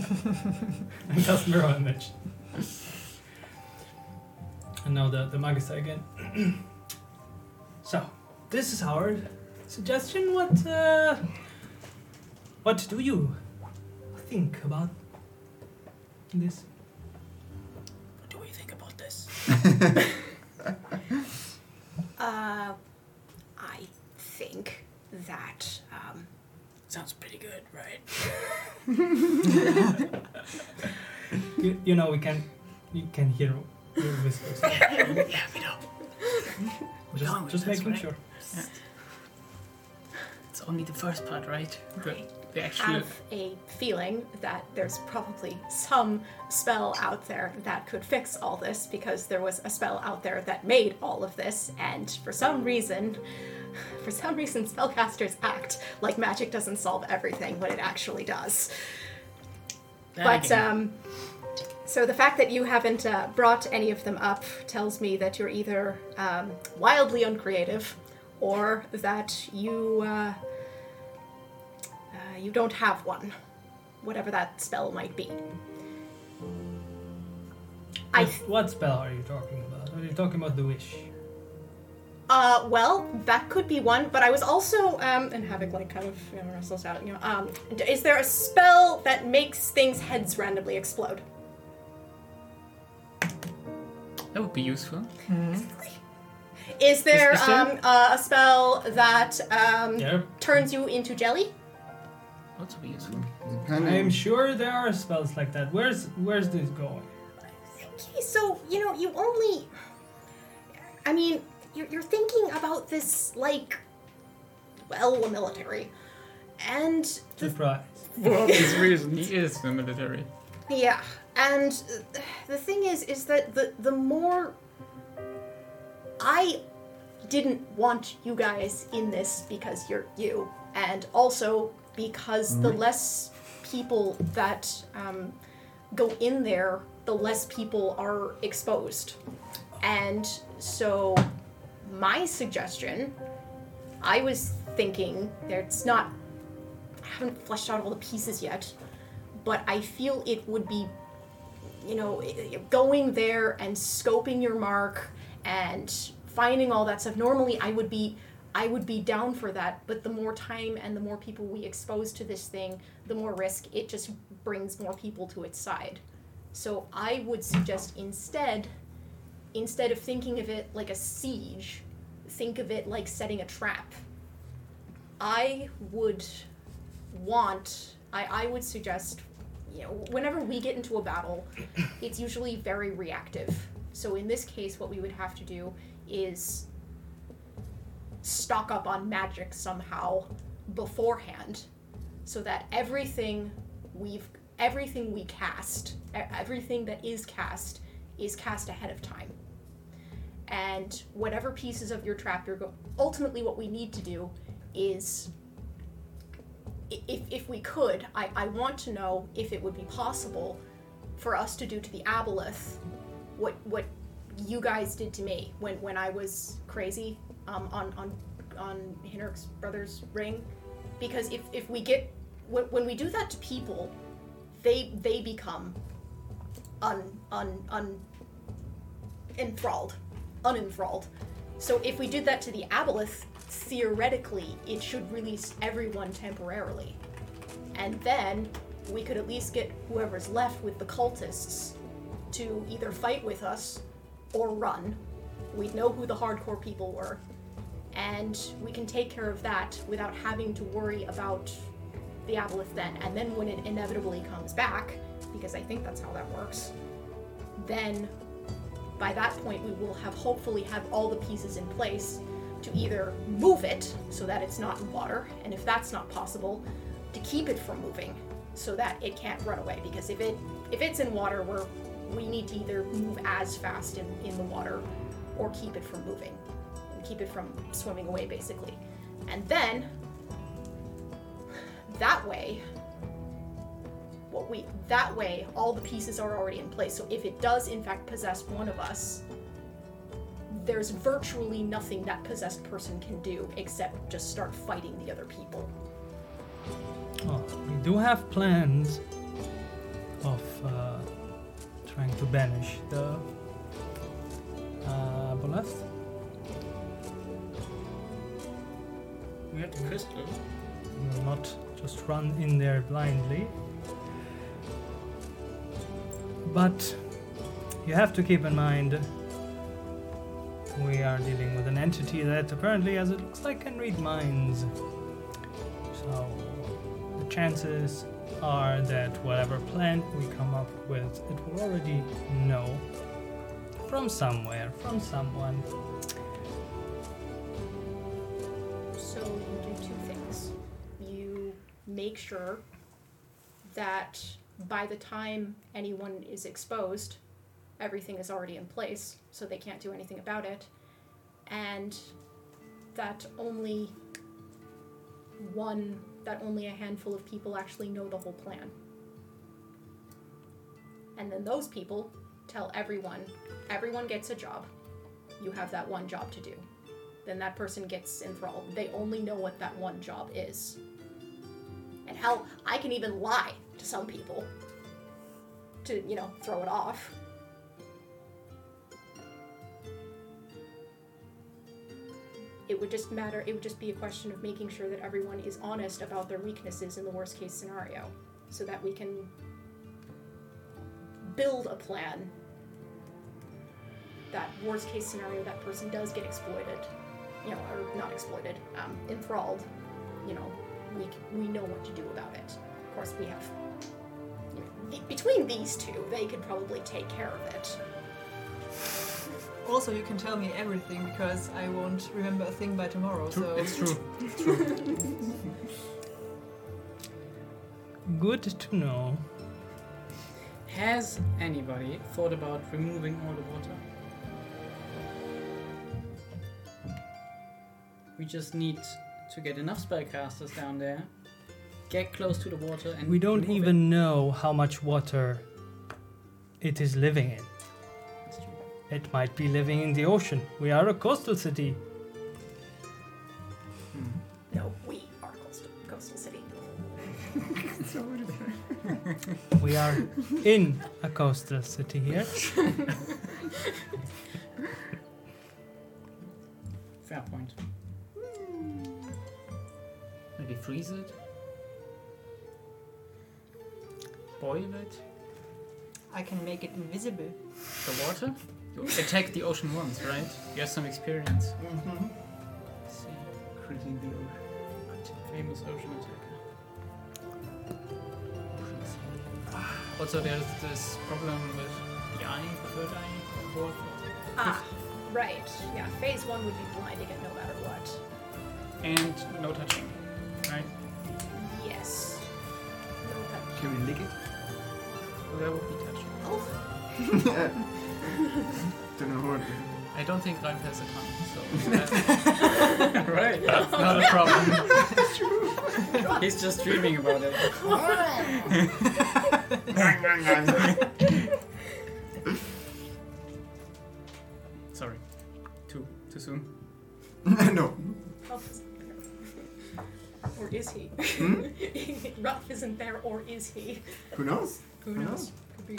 Speaker 1: and does mirror image. And now the, the Magisa again. so, this is our suggestion. What uh, what do you think about this?
Speaker 3: What do we think about this?
Speaker 2: Uh, I think that um,
Speaker 3: Sounds pretty good, right?
Speaker 1: You, you know, we can you can hear your whispers.
Speaker 3: Yeah, we know. We're
Speaker 1: just
Speaker 3: going with
Speaker 1: just
Speaker 3: this,
Speaker 1: making
Speaker 3: right?
Speaker 1: sure.
Speaker 3: It's only the first part, right? Um, The, the actual.
Speaker 2: have a feeling that there's probably some spell out there that could fix all this because there was a spell out there that made all of this, and for some reason, for some reason, spellcasters act like magic doesn't solve everything when it actually does. But um, so the fact that you haven't uh, brought any of them up tells me that you're either um, wildly uncreative, or that you uh, uh, you don't have one, whatever that spell might be. I th-
Speaker 1: What spell are you talking about? Are you talking about the wish?
Speaker 2: Uh, well, that could be one, but I was also, um, and Havoc, like, kind of, you know, wrestles out, you know, um, d- is there a spell that makes things heads randomly explode?
Speaker 3: that would be useful.
Speaker 2: Is there,
Speaker 3: Is- is there?
Speaker 2: Um, uh, a spell that, um,
Speaker 1: Yeah.
Speaker 2: turns you into jelly?
Speaker 3: What would be useful?
Speaker 1: I am
Speaker 10: Depending.
Speaker 1: sure there are spells like that. Where's where's this going?
Speaker 2: Okay, so, you know, you only, I mean, you're, you're thinking about this, like, well, the military. And
Speaker 1: Surprise.
Speaker 3: For obvious reasons. He is the military.
Speaker 2: Yeah, and uh, the thing is, is that the the more I didn't want you guys in this because you're you, and also because the less people that um, go in there, the less people are exposed, and so my suggestion, I was thinking, there's not, I haven't fleshed out all the pieces yet but I feel it would be, you know, i- i- going there and scoping your mark and finding all that stuff. Normally, I would be, I would be down for that. But the more time and the more people we expose to this thing, the more risk it just brings more people to its side. So I would suggest instead, instead of thinking of it like a siege, think of it like setting a trap. I would want I, I would suggest you know whenever we get into a battle it's usually very reactive so in this case what we would have to do is stock up on magic somehow beforehand so that everything we've everything we cast e- everything that is cast is cast ahead of time and whatever pieces of your trap you're go- ultimately what we need to do is i- if, if we could, I, I want to know if it would be possible for us to do to the aboleth what what you guys did to me when, when I was crazy um, on on on Hinrich's brother's ring, because if, if we get when, when we do that to people, they they become un un un enthralled, unenthralled, So if we did that to the aboleth, theoretically, it should release everyone temporarily. And then we could at least get whoever's left with the cultists to either fight with us or run. We'd know who the hardcore people were. And we can take care of that without having to worry about the aboleth then. And then when it inevitably comes back, because I think that's how that works, then by that point we will have hopefully have all the pieces in place to either move it so that it's not in water, and if that's not possible, to keep it from moving so that it can't run away. Because if it if it's in water, we're we need to either move as fast in, in the water or keep it from moving. And keep it from swimming away basically. And then that way what we that way all the pieces are already in place so if it does in fact possess one of us there's virtually nothing that possessed person can do except just start fighting the other people
Speaker 1: Oh, we do have plans of uh, trying to banish the uh, Boleth.
Speaker 3: We have the crystal.
Speaker 1: We will not just run in there blindly. But you have to keep in mind we are dealing with an entity that apparently, as it looks like, can read minds. So the chances are that whatever plan we come up with, it will already know from somewhere, from someone.
Speaker 2: So you do two things. You make sure that by the time anyone is exposed, everything is already in place, so they can't do anything about it, and that only one, that only a handful of people actually know the whole plan. And then those people tell everyone, everyone gets a job. You have that one job to do then that person gets enthralled. They only know what that one job is. And hell, I can even lie to some people to, you know, throw it off. It would just matter, it would just be a question of making sure that everyone is honest about their weaknesses in the worst case scenario so that we can build a plan that worst case scenario that person does get exploited you know or not exploited um, enthralled you know we, c- we know what to do about it of course we have you know, be- between these two they could probably take care of it
Speaker 9: Also, you can tell me everything because I won't remember a thing by tomorrow.
Speaker 3: True.
Speaker 9: So
Speaker 3: It's true.
Speaker 1: Good to know.
Speaker 3: Has anybody thought about removing all the water? We just need to get enough spellcasters down there, get close to the water, and
Speaker 1: We don't
Speaker 3: remove
Speaker 1: even know how much water it is living in.
Speaker 3: It. It's true.
Speaker 1: It might be living in the ocean. We are a coastal city.
Speaker 3: Hmm,
Speaker 2: no we are coastal, coastal city
Speaker 1: We are in a coastal city here.
Speaker 3: Fair point. Maybe freeze it. Boil it.
Speaker 9: I can make it invisible.
Speaker 3: The water. You attack the ocean once, right? You have some experience.
Speaker 6: Mm-hmm.
Speaker 3: Let's see.
Speaker 6: Critting the ocean.
Speaker 3: Famous ocean attacker. Also, there's this problem with the eye, the third eye, fourth.
Speaker 2: ah right yeah phase one would be blind again no matter what
Speaker 3: and no touching. Right?
Speaker 2: yes No touch.
Speaker 6: Can we lick it?
Speaker 3: Well, that would be touching.
Speaker 2: Oh,
Speaker 6: Don't know what.
Speaker 3: I don't think Ralph has a tongue, so. right, that's not a problem. He's just dreaming about it. Sorry. Too too soon.
Speaker 6: no.
Speaker 2: Ralph is or is he? Ralph isn't there, or is he?
Speaker 6: Who knows?
Speaker 2: Who
Speaker 6: Who
Speaker 2: knows?
Speaker 6: knows?
Speaker 2: Could be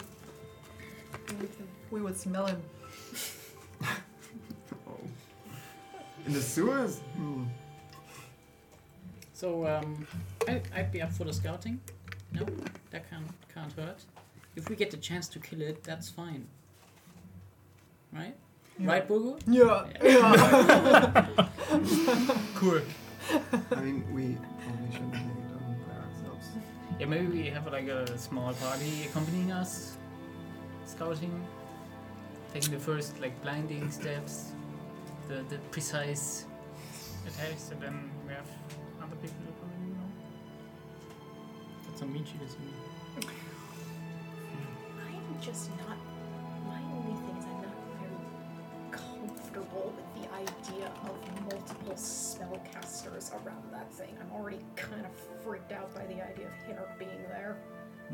Speaker 9: We would smell him.
Speaker 6: Oh. In the sewers? Hmm.
Speaker 11: So um, I, I'd be up for the scouting. No, that can't can't hurt. If we get the chance to kill it, that's fine. Right? Right, Bogo?
Speaker 12: Yeah.
Speaker 13: Cool.
Speaker 6: I mean, we probably shouldn't take it on by ourselves.
Speaker 3: Yeah, maybe we have like a small party accompanying us, scouting, taking the first like blinding steps, the, the precise attacks, and then we have other people who probably you know.
Speaker 11: That's a mean she doesn't mean.
Speaker 2: I'm just not. My only thing is I'm not very comfortable with the idea of multiple spellcasters around that thing. I'm already kind of freaked out by the idea of Hinner being there.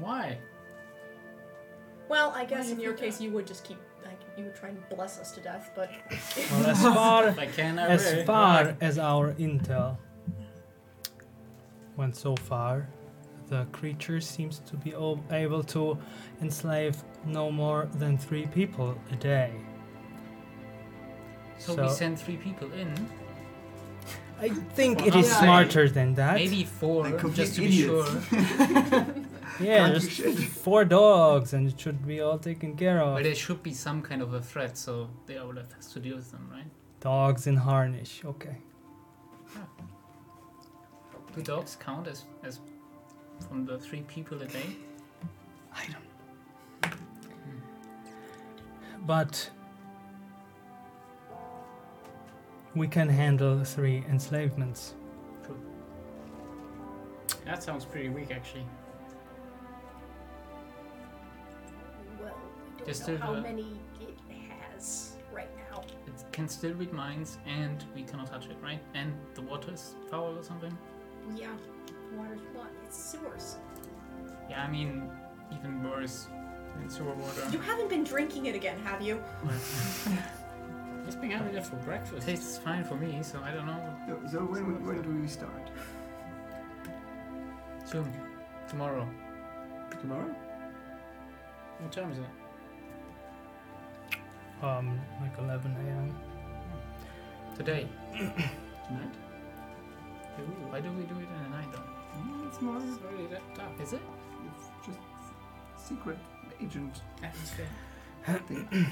Speaker 11: Why?
Speaker 2: Well, I guess
Speaker 9: Well,
Speaker 2: in
Speaker 9: you
Speaker 2: your
Speaker 9: could-
Speaker 2: case, you would just keep like you would try and bless us to death, but
Speaker 1: Well, as far
Speaker 11: If I can, I
Speaker 1: as
Speaker 11: will.
Speaker 1: far as our intel went so far, the creature seems to be o- able to enslave no more than three people a day.
Speaker 3: So, we send three people in,
Speaker 1: I think
Speaker 3: Well,
Speaker 1: it is
Speaker 12: yeah, I-
Speaker 1: smarter than that.
Speaker 3: maybe four,
Speaker 6: Like complete
Speaker 3: just to be
Speaker 6: idiots.
Speaker 3: sure.
Speaker 1: Yeah,
Speaker 6: Can't
Speaker 1: just
Speaker 6: you shit?
Speaker 1: four dogs, and it should be all taken care
Speaker 3: But
Speaker 1: of.
Speaker 3: there should be some kind of a threat, so the Olaf has to deal with them, right?
Speaker 1: Dogs in harness. Okay.
Speaker 3: Do dogs count as, as from the three people a day?
Speaker 1: I don't. But we can handle three enslavements.
Speaker 11: That sounds pretty weak, actually.
Speaker 2: well, we don't
Speaker 3: Just
Speaker 2: know
Speaker 3: do
Speaker 2: how
Speaker 3: the-
Speaker 2: many it has right now.
Speaker 3: It can still read minds, and we cannot touch it, right? And the water is foul or something?
Speaker 2: Yeah, water's blood. It's sewers.
Speaker 3: Yeah, I mean, even worse than sewer water.
Speaker 2: You haven't been drinking it again, have you?
Speaker 11: Just being having that for breakfast.
Speaker 3: tastes fine for me, so I don't know.
Speaker 6: So, so when, when, when do we start?
Speaker 3: Soon. Tomorrow.
Speaker 6: Tomorrow?
Speaker 11: What time is it?
Speaker 1: Um, like 11 a.m.
Speaker 3: Today.
Speaker 6: Tonight?
Speaker 3: Why do we do it in the night, though?
Speaker 6: Mm, It's more
Speaker 11: It's already that dark.
Speaker 3: Is it?
Speaker 6: it's just secret agent
Speaker 11: Atmosphere.
Speaker 6: thing.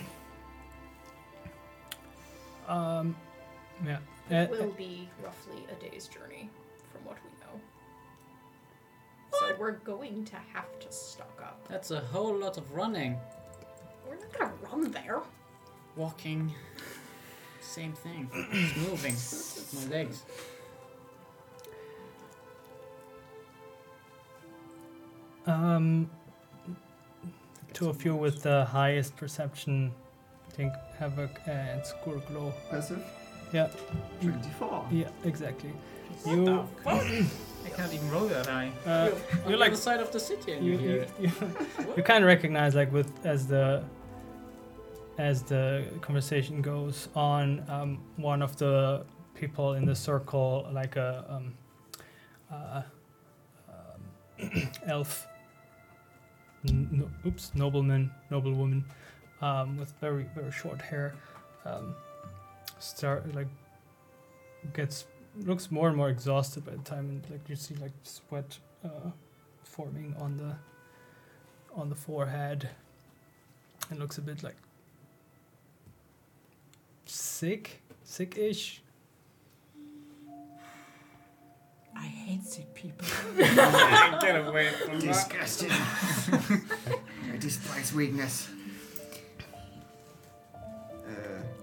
Speaker 1: Um, yeah.
Speaker 2: It
Speaker 1: Uh,
Speaker 2: will be roughly a day's journey from what we know. So we're going to have to stock up.
Speaker 11: That's a whole lot of running.
Speaker 2: We're not gonna run there.
Speaker 11: Walking. Same thing. It's moving. It's my legs.
Speaker 1: um, two of you with the highest perception, think Havoc and Skurglow.
Speaker 6: Passive?
Speaker 1: Yeah.
Speaker 6: 24.
Speaker 1: Yeah, exactly. You,
Speaker 3: I cannot even roll that high.
Speaker 1: uh,
Speaker 11: On
Speaker 1: you
Speaker 11: the
Speaker 1: like
Speaker 11: other side of the city and you,
Speaker 1: you,
Speaker 11: hear
Speaker 1: you,
Speaker 11: it.
Speaker 1: you,
Speaker 11: What?
Speaker 1: you kind of recognize like with as the as the conversation goes on um, one of the people in the circle like a um, uh, um, elf n- no, oops nobleman noblewoman um, with very very short hair um, start like gets looks more and more exhausted by the time and like you see like sweat uh, forming on the on the forehead and looks a bit like sick, sick ish.
Speaker 12: I hate sick people.
Speaker 11: Get away from that.
Speaker 6: Disgusting. I despise weakness. Uh,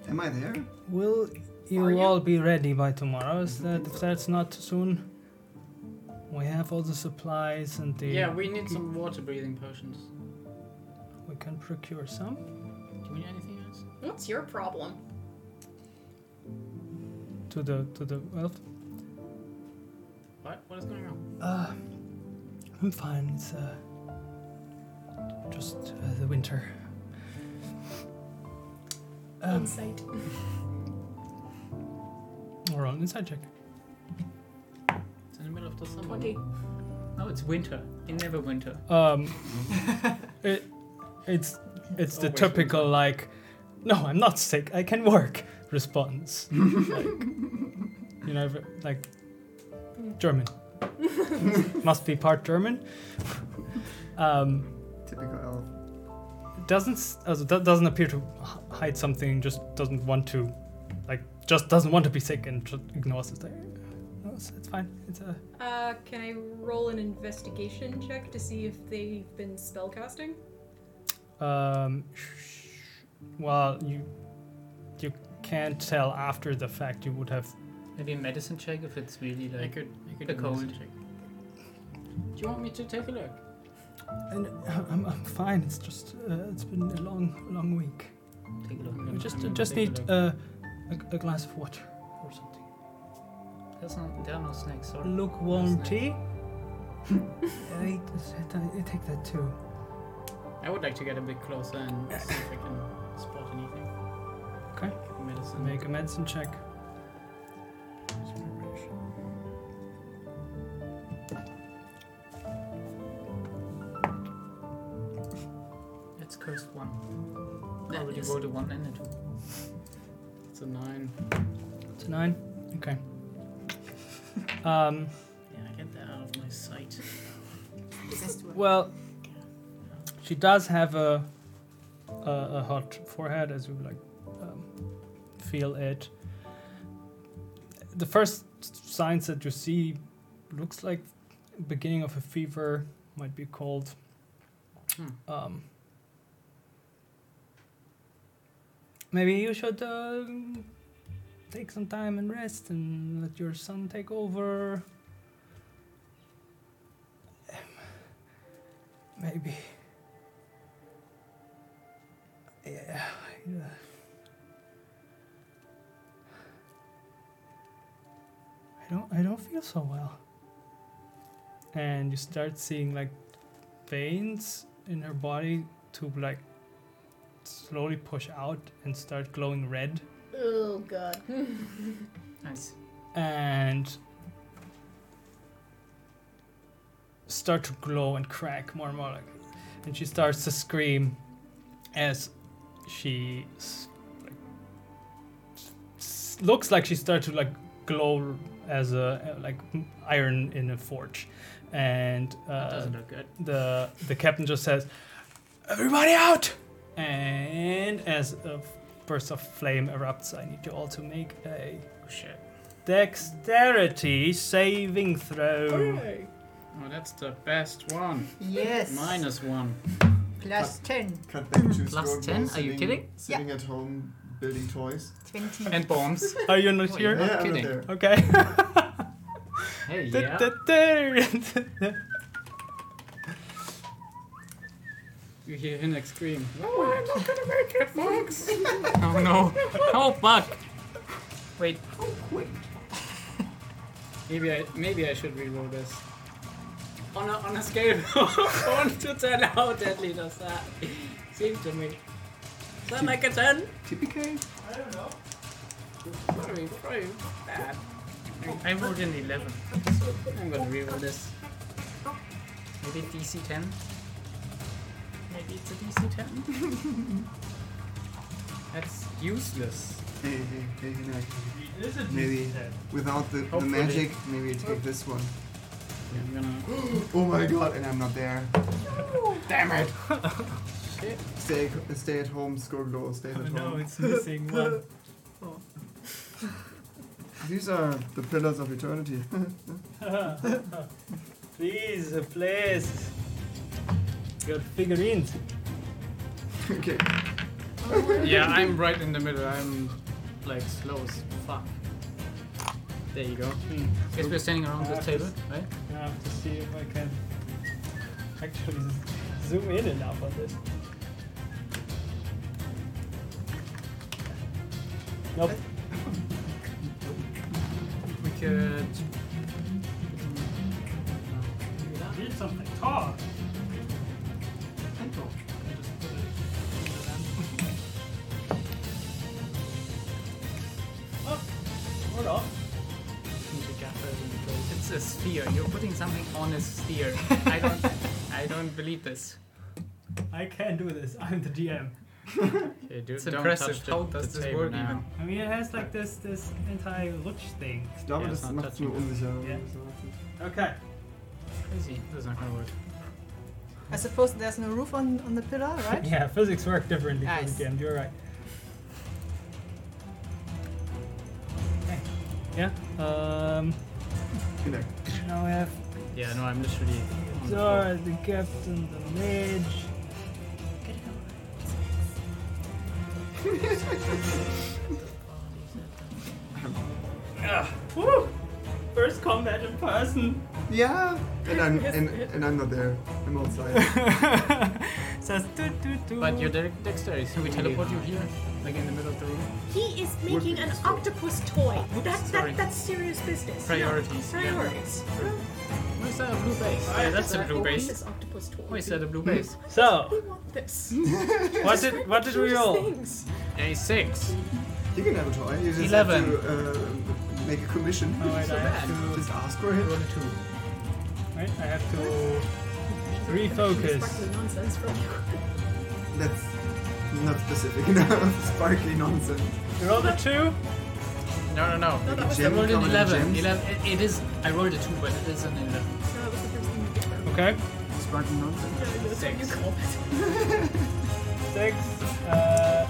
Speaker 6: am I there?
Speaker 1: Will you,
Speaker 2: Are you-
Speaker 1: all be ready by tomorrow? Is that if that's not too soon? We have all the supplies and the
Speaker 11: Yeah, we need some water breathing potions.
Speaker 1: we can procure some
Speaker 11: Do we need anything else?
Speaker 2: What's your problem?
Speaker 1: to the to the elf.
Speaker 11: What? What is going on?
Speaker 1: Uh, I'm fine. It's uh, just uh, the winter. Um,
Speaker 2: Insight.
Speaker 1: we're on inside check.
Speaker 11: It's in the middle of the summer. Oh,
Speaker 2: Twenty.
Speaker 3: No, it's winter. In never winter.
Speaker 1: Um, it, it's it's the
Speaker 11: Always
Speaker 1: typical like, no, I'm not sick. I can work response. like, you know, v- like German. Must be part German. Um,
Speaker 6: Typical elf.
Speaker 1: doesn't s- also, that doesn't appear to h- hide something. Just doesn't want to, like, just doesn't want to be sick and just ignores it. Like, no, it's, it's fine. It's a
Speaker 2: Uh, can I roll an investigation check to see if they've been spellcasting?
Speaker 1: Um, sh- well, you you can't tell after the fact. You would have.
Speaker 14: Maybe a medicine check if it's really
Speaker 3: I
Speaker 14: like.
Speaker 3: could, I could
Speaker 14: The
Speaker 3: do a medicine
Speaker 14: cold.
Speaker 3: check. Do you want me to take a look?
Speaker 1: And I'm, I'm fine. It's just uh, it's been a long long week.
Speaker 14: Take a look.
Speaker 1: We just
Speaker 14: I mean,
Speaker 1: just
Speaker 14: take a
Speaker 1: need
Speaker 14: look.
Speaker 1: uh, a, a glass of water or something.
Speaker 14: There's no, there are no snacks. Sorry.
Speaker 1: Lukewarm
Speaker 14: Nice.
Speaker 1: tea. I, I take that too.
Speaker 3: I would like to get a bit closer and see if I can spot anything.
Speaker 1: Okay.
Speaker 3: Medicine.
Speaker 1: Make a medicine check.
Speaker 14: It's cursed one.
Speaker 3: That
Speaker 14: I already
Speaker 3: is-
Speaker 14: rolled a one and a two.
Speaker 3: It's a nine.
Speaker 1: It's a nine. Okay. Um.
Speaker 3: Yeah, I get that out of my sight.
Speaker 1: Well, she does have a a, a hot forehead, as you like um, feel it. The first signs that you see looks like beginning of a fever, might be cold.
Speaker 3: Hmm.
Speaker 1: Um, maybe you should uh, take some time and rest and let your son take over. Maybe. Yeah. yeah. I don't. I don't feel so well. And you start seeing like veins in her body to like slowly push out and start glowing red.
Speaker 15: Oh god.
Speaker 14: Nice.
Speaker 1: and start to glow and crack more and more like and she starts to scream as she s- like, s- looks like she starts to like glow as a like iron in a forge and
Speaker 3: That
Speaker 1: uh,
Speaker 3: doesn't look good.
Speaker 1: the the captain just says, "Everybody out!" And as a f- burst of flame erupts, I need you all to make a
Speaker 3: Oh shit.
Speaker 1: dexterity saving throw.
Speaker 3: Oh, that's the best one.
Speaker 9: Yes.
Speaker 3: Minus one.
Speaker 9: Plus 10.
Speaker 6: Cut back to
Speaker 14: Plus
Speaker 6: Scorpio
Speaker 14: 10? Are you
Speaker 6: sitting-
Speaker 14: kidding?
Speaker 6: Sitting at home building toys.
Speaker 9: 20.
Speaker 14: And bombs.
Speaker 1: Are you not
Speaker 14: Oh,
Speaker 1: here?
Speaker 6: yeah, I'm
Speaker 14: kidding.
Speaker 6: not there.
Speaker 1: Okay.
Speaker 3: Hey, yeah.
Speaker 1: Du-du-du.
Speaker 3: You hear Hinek scream.
Speaker 14: oh no. Oh fuck. Wait.
Speaker 3: Maybe I maybe I should reroll this. On a on a scale of one to ten, how deadly does that seem to me? Is that like a ten?
Speaker 6: Typical?
Speaker 3: Very, very bad.
Speaker 14: I rolled an 11.
Speaker 3: I'm gonna reroll this.
Speaker 14: Maybe DC 10. Maybe it's a DC 10.
Speaker 3: That's useless.
Speaker 6: Hey, hey, hey, hey, no.
Speaker 1: Is it
Speaker 6: Maybe.
Speaker 1: decent?
Speaker 6: Without the, the
Speaker 3: Hopefully.
Speaker 6: magic, maybe I take this one.
Speaker 3: Yeah, I'm gonna
Speaker 6: Oh my god, and I'm not there. Damn it!
Speaker 3: Shit.
Speaker 6: Stay, stay at home, Scorglow, stay at
Speaker 1: Oh,
Speaker 6: home.
Speaker 1: no, it's missing one.
Speaker 6: These are the pillars of eternity.
Speaker 1: Please, please. Your figurines.
Speaker 6: okay.
Speaker 3: Yeah, I'm right in the middle. I'm like slow as fuck. There you go.
Speaker 14: Guess we're standing around this table, right?
Speaker 1: Hmm. I have to see if I can actually zoom in enough on this. Nope.
Speaker 14: We could.
Speaker 1: Need something tall. Oh, hold on.
Speaker 14: It's a sphere. You're putting something on a sphere. I don't. I don't believe this.
Speaker 1: I can do this. I'm the GM.
Speaker 3: Okay, do,
Speaker 4: It's
Speaker 3: don't
Speaker 4: impressive.
Speaker 3: touch the-
Speaker 4: How does
Speaker 3: the
Speaker 4: this
Speaker 3: table
Speaker 4: work
Speaker 3: now.
Speaker 4: even?
Speaker 1: I mean, it has like this this entire rutsch thing.
Speaker 6: Ich glaube,
Speaker 3: Ja,
Speaker 6: das
Speaker 3: not
Speaker 6: macht nur
Speaker 3: touching.
Speaker 6: unsicher.
Speaker 1: Ja.
Speaker 16: Okay.
Speaker 3: Crazy. That's not gonna work.
Speaker 9: I suppose there's no roof on, on the pillar, right?
Speaker 1: Yeah, physics work differently
Speaker 9: Nice.
Speaker 1: for the game. You're right. Okay. Yeah. Um.
Speaker 6: Genau.
Speaker 1: Now we have
Speaker 3: Yeah, no, I'm literally. on the floor.
Speaker 1: Zora, the captain, the mage.
Speaker 16: Woo! First combat in person.
Speaker 6: Yeah, and I'm and, and I'm not there. I'm outside.
Speaker 1: Says do do do.
Speaker 3: But your de- dexterity, can we teleport you here? Like in the middle of the room?
Speaker 2: He is
Speaker 6: Would
Speaker 2: making
Speaker 6: be
Speaker 2: an
Speaker 6: useful.
Speaker 2: octopus toy. That's
Speaker 3: sorry.
Speaker 2: that, that's serious business.
Speaker 3: Priorities. yeah.
Speaker 2: Priorities.
Speaker 3: Where's that a blue base? Yeah, that's a
Speaker 2: I
Speaker 3: blue
Speaker 2: want
Speaker 3: base.
Speaker 2: This octopus toy.
Speaker 3: Why is that a blue base?
Speaker 2: We
Speaker 1: So
Speaker 2: want this.
Speaker 1: what did what did we
Speaker 2: Cutest
Speaker 1: roll?
Speaker 2: Things.
Speaker 3: A six.
Speaker 6: You can have a toy. You just
Speaker 3: Eleven.
Speaker 6: have to uh, make a commission.
Speaker 1: Oh, wait, I have
Speaker 6: Just
Speaker 1: to
Speaker 6: ask for it.
Speaker 3: Roll a two.
Speaker 1: wait, I have to
Speaker 2: Sparkly
Speaker 1: refocus.
Speaker 2: nonsense from you.
Speaker 6: That's not specific enough. Sparkly nonsense.
Speaker 1: You rolled a two.
Speaker 3: No, no, no.
Speaker 2: that was
Speaker 3: I
Speaker 6: Gem,
Speaker 3: rolled an
Speaker 6: common
Speaker 3: eleven.
Speaker 6: gems.
Speaker 3: Eleven. It, it is. I rolled a two, but it is an eleven.
Speaker 2: No, that was the first thing you did.
Speaker 1: Okay.
Speaker 6: Sparkly nonsense.
Speaker 2: No, that's what you
Speaker 3: Six.
Speaker 2: call it.
Speaker 1: Oh, Six. Uh.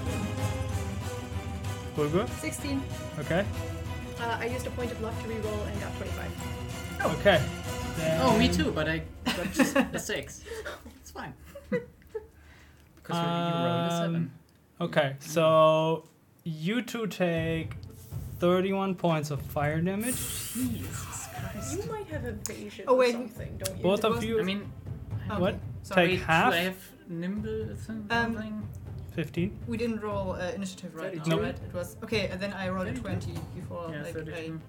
Speaker 1: Bulgur.
Speaker 9: 16.
Speaker 1: Okay.
Speaker 2: Uh, I used a point of luck to reroll and got 25.
Speaker 1: Okay. Then-
Speaker 3: Oh, me too. But I got just a six. It's fine. Because you rolled a seven.
Speaker 1: Um, Okay, so you two take 31 points of fire damage.
Speaker 3: Jesus Christ.
Speaker 2: You might have evasion
Speaker 9: Oh,
Speaker 2: or
Speaker 9: wait.
Speaker 2: something, don't you?
Speaker 1: Both of
Speaker 9: was-
Speaker 1: you.
Speaker 3: I mean,
Speaker 9: Um,
Speaker 1: what?
Speaker 9: sorry,
Speaker 1: take
Speaker 3: wait,
Speaker 1: half?
Speaker 3: Should I have nimble thing-
Speaker 9: Um,
Speaker 3: something?
Speaker 1: 15.
Speaker 9: We didn't roll uh, initiative right now,
Speaker 1: Nope.
Speaker 9: right? It was okay, and then I rolled a 20 before
Speaker 3: yeah,
Speaker 9: like I,
Speaker 3: 32.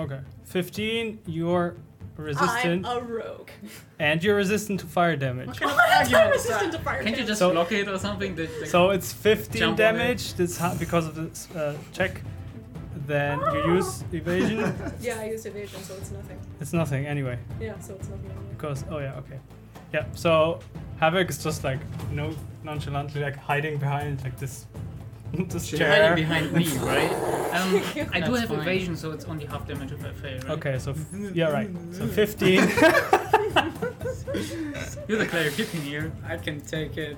Speaker 1: Okay. 15, you're resistant.
Speaker 2: I'm a rogue.
Speaker 1: and you're resistant to fire damage.
Speaker 3: What kind of
Speaker 2: I'm
Speaker 3: argument is
Speaker 2: resistant
Speaker 3: that?
Speaker 2: to fire
Speaker 3: Can't you
Speaker 2: damage.
Speaker 3: just
Speaker 1: So-
Speaker 3: block it or something? That, like,
Speaker 1: So it's 15
Speaker 3: Jump on it.
Speaker 1: damage That's ha- because of this uh, check. Then you use evasion.
Speaker 17: Yeah, I used evasion, so it's nothing.
Speaker 1: it's nothing anyway.
Speaker 17: Yeah, so it's nothing.
Speaker 1: Because, oh yeah, okay. Yeah, so Havoc is just like, no, nonchalantly, like hiding behind like this, this
Speaker 6: She's
Speaker 1: chair.
Speaker 3: hiding behind me, right? Um, I do
Speaker 4: That's
Speaker 3: have
Speaker 4: fine.
Speaker 3: evasion, so it's only half damage if I fail, right?
Speaker 1: Okay, so f- yeah, right. So 15.
Speaker 3: You're the cleric, you can heal. I can take it.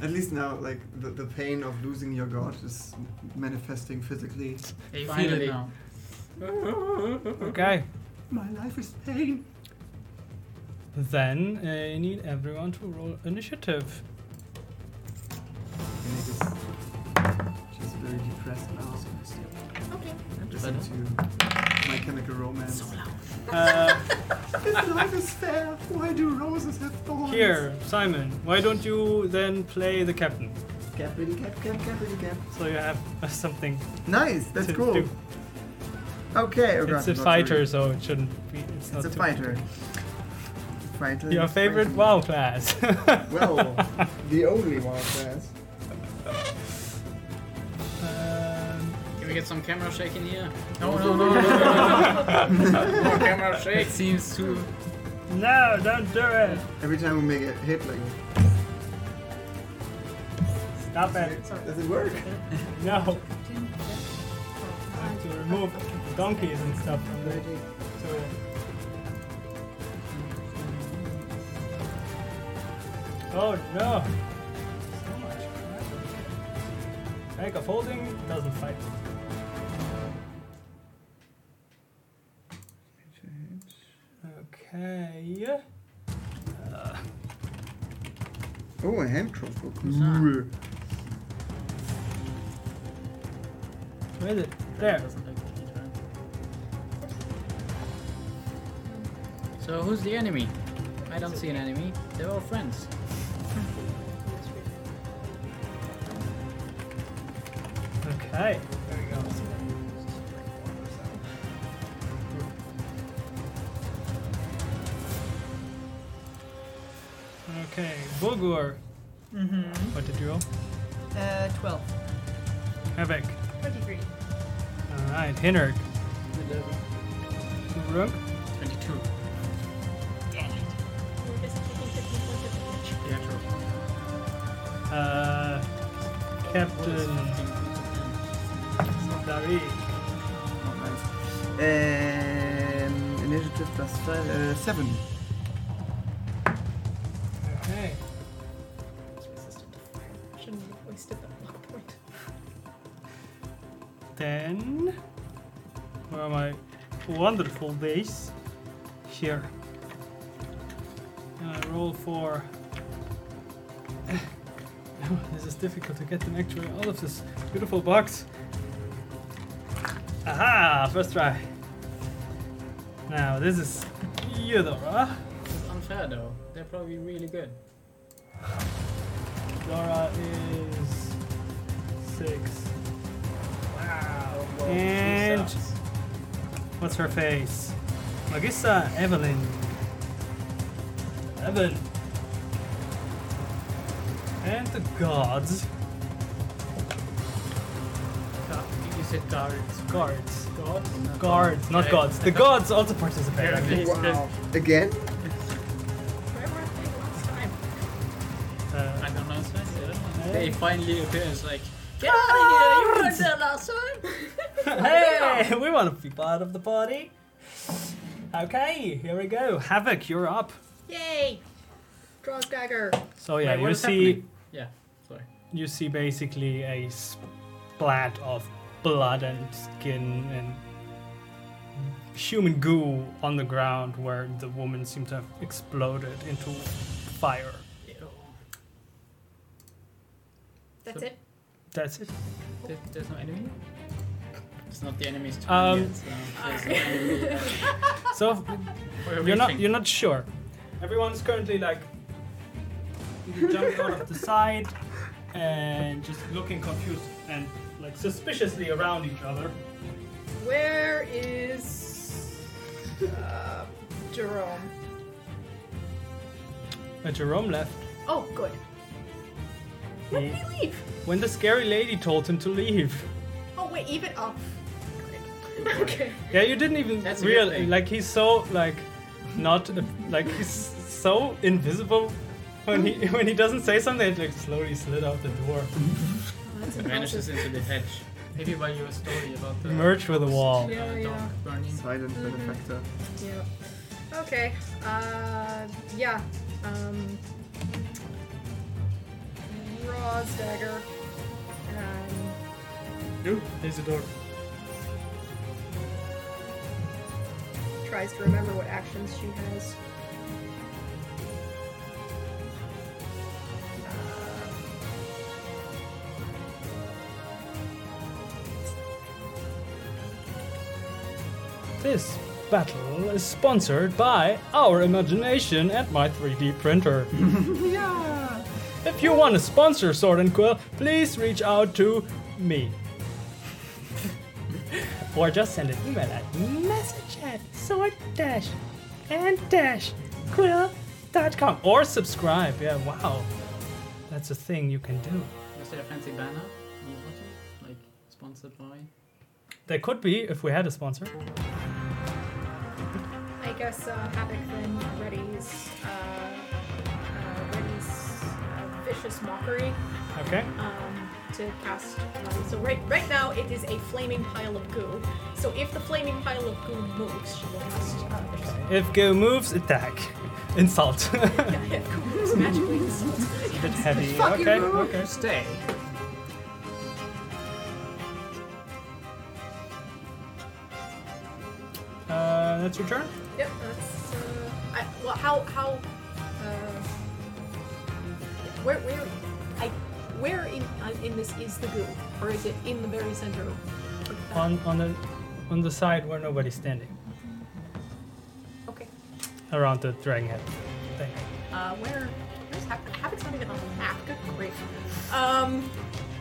Speaker 6: At least now, like the, the pain of losing your god is manifesting physically.
Speaker 3: Hey, you feel
Speaker 4: Finally.
Speaker 3: it now.
Speaker 1: okay,
Speaker 6: My life is pain.
Speaker 1: then I need everyone to roll initiative.
Speaker 6: And it is just very depressed now.
Speaker 2: Okay.
Speaker 6: Listen to my chemical romance.
Speaker 1: Uh,
Speaker 6: This life is fair. Why do roses have thorns?
Speaker 1: here, Simon, why don't you then play the captain?
Speaker 6: Capity cap, cap, capity cap.
Speaker 1: So you have something.
Speaker 6: Nice. That's
Speaker 1: to
Speaker 6: cool.
Speaker 1: do.
Speaker 6: Okay. Oh God,
Speaker 1: It's a
Speaker 6: not
Speaker 1: fighter,
Speaker 6: really.
Speaker 1: so it shouldn't be. It's, not
Speaker 6: It's a
Speaker 1: too-
Speaker 6: fighter. Fighter.
Speaker 1: Your favorite
Speaker 6: fighter.
Speaker 1: WoW class.
Speaker 6: Well, the only one class.
Speaker 1: Um,
Speaker 3: Can we get some camera shake in here? No, no, no, no, no, no. More camera shake. It seems too.
Speaker 1: no, don't do it.
Speaker 6: Every time we make a hit, like
Speaker 1: Stop it.
Speaker 6: does it work?
Speaker 1: No. I have to remove donkeys and stuff from the. So, Oh no! So much crap. Bank of holding doesn't fight. Okay. Uh,
Speaker 6: Oh, a hand crossbow.
Speaker 3: that?
Speaker 1: where is it? There.
Speaker 3: Doesn't like the heat, right? So who's the enemy? I don't see an enemy. They're all friends.
Speaker 1: Okay. There we go. Okay, Bulgur.
Speaker 9: Mhm.
Speaker 1: What did you roll?
Speaker 9: uh, 12.
Speaker 1: Havoc.
Speaker 2: 23.
Speaker 1: Alright, Hinnerk. Rook.
Speaker 3: 22.
Speaker 2: We're just taking 15 points of damage.
Speaker 3: Yeah, true.
Speaker 1: Uh, Captain Dari.
Speaker 6: Not nice. Um, initiative plus five, uh, seven.
Speaker 1: Okay.
Speaker 2: Shouldn't have wasted that luck point.
Speaker 1: Then, where are my wonderful dice? Here. And I roll for. No, this is difficult to get them actually out of this beautiful box. Aha! First try. Now, this is Eudora.
Speaker 3: It's unfair though. They're probably really good.
Speaker 1: Dora is six. Wow. And
Speaker 3: Who sucks?
Speaker 1: what's her face? Magissa Evelyn. Evan. And the gods.
Speaker 3: Ca- you said guards.
Speaker 1: Guards.
Speaker 3: Gods? Not
Speaker 1: Guards, not
Speaker 3: I-
Speaker 1: gods.
Speaker 3: I
Speaker 1: The
Speaker 3: thought-
Speaker 1: gods also participate.
Speaker 3: Yeah,
Speaker 1: Okay.
Speaker 3: It's
Speaker 6: Wow. Again?
Speaker 2: Where were they last time?
Speaker 3: I
Speaker 1: Uh,
Speaker 3: don't know. Sven, I don't
Speaker 1: Hey.
Speaker 3: know. They finally appear. It's like, get
Speaker 2: Ah,
Speaker 3: out of here! You weren't there last time.
Speaker 1: Ah! hey, we want to be part of the party. Okay, here we go. Havoc, you're up.
Speaker 2: Yay! Draws dagger.
Speaker 1: So Oh, yeah,
Speaker 3: Wait, what
Speaker 1: you
Speaker 3: is
Speaker 1: see.
Speaker 3: happening? Yeah. Sorry.
Speaker 1: you see basically a splat of blood and skin and human goo on the ground where the woman seemed to have exploded into fire.
Speaker 18: That's
Speaker 3: So-
Speaker 18: it.
Speaker 1: That's it.
Speaker 3: There, there's no enemy. It's not the enemy's turn
Speaker 1: Um,
Speaker 3: yet. So there's no enemy.
Speaker 1: So
Speaker 3: We're
Speaker 1: you're not
Speaker 3: reaching.
Speaker 1: you're not sure. Everyone's currently like jumping out of the side and just looking confused and like suspiciously around each other.
Speaker 2: Where is uh, Jerome?
Speaker 1: But Jerome left.
Speaker 2: Oh, good. When
Speaker 1: He-
Speaker 2: did he leave?
Speaker 1: when the scary lady told him to leave.
Speaker 2: Oh wait, even oh. great. Okay.
Speaker 1: Yeah, you didn't even
Speaker 3: That's a good
Speaker 1: realize.
Speaker 3: thing.
Speaker 1: Like he's so like not like he's so invisible when he when he doesn't say something. It like slowly slid out the door,
Speaker 3: vanishes into the hedge. Maybe by your story about the
Speaker 1: merged with the wall.
Speaker 2: Yeah,
Speaker 3: uh,
Speaker 2: yeah.
Speaker 3: dog burning.
Speaker 6: Silent benefactor.
Speaker 2: Yeah. Okay. Uh, yeah. Um, Raw's dagger. Um,
Speaker 1: Ooh, there's a door.
Speaker 2: tries to remember what actions she has.
Speaker 1: This battle is sponsored by our imagination and my 3D printer.
Speaker 6: Yeah!
Speaker 1: if you want to sponsor Sword and Quill, please reach out to me. or just send an email at message at sword dash and dash quill.com or subscribe. Yeah, wow. That's a thing you can do.
Speaker 3: Is there a fancy banner? You want it? Like sponsored by?
Speaker 1: There could be if we had a sponsor.
Speaker 2: I guess uh, Havoc then readies, uh, uh, readies uh, vicious mockery
Speaker 1: Okay.
Speaker 2: um, to cast. Um, so right right now it is a flaming pile of goo. So if the flaming pile of goo moves, she will cast uh, vicious
Speaker 1: If Go moves, attack. Insult.
Speaker 2: Yeah, yeah, goo moves magically insults.
Speaker 1: bit heavy. Okay, okay.
Speaker 3: Stay.
Speaker 1: Uh, that's your turn?
Speaker 2: Yep, that's. Uh, I, well, how how. Uh, where where I where in uh, in this is the goo, or is it in the very center? of that?
Speaker 1: On, on, the, on the side where nobody's standing.
Speaker 2: Okay.
Speaker 1: around the dragon head thing.
Speaker 2: Uh, where? Where's Havoc? Havoc's not even on the map. Good grief. Um,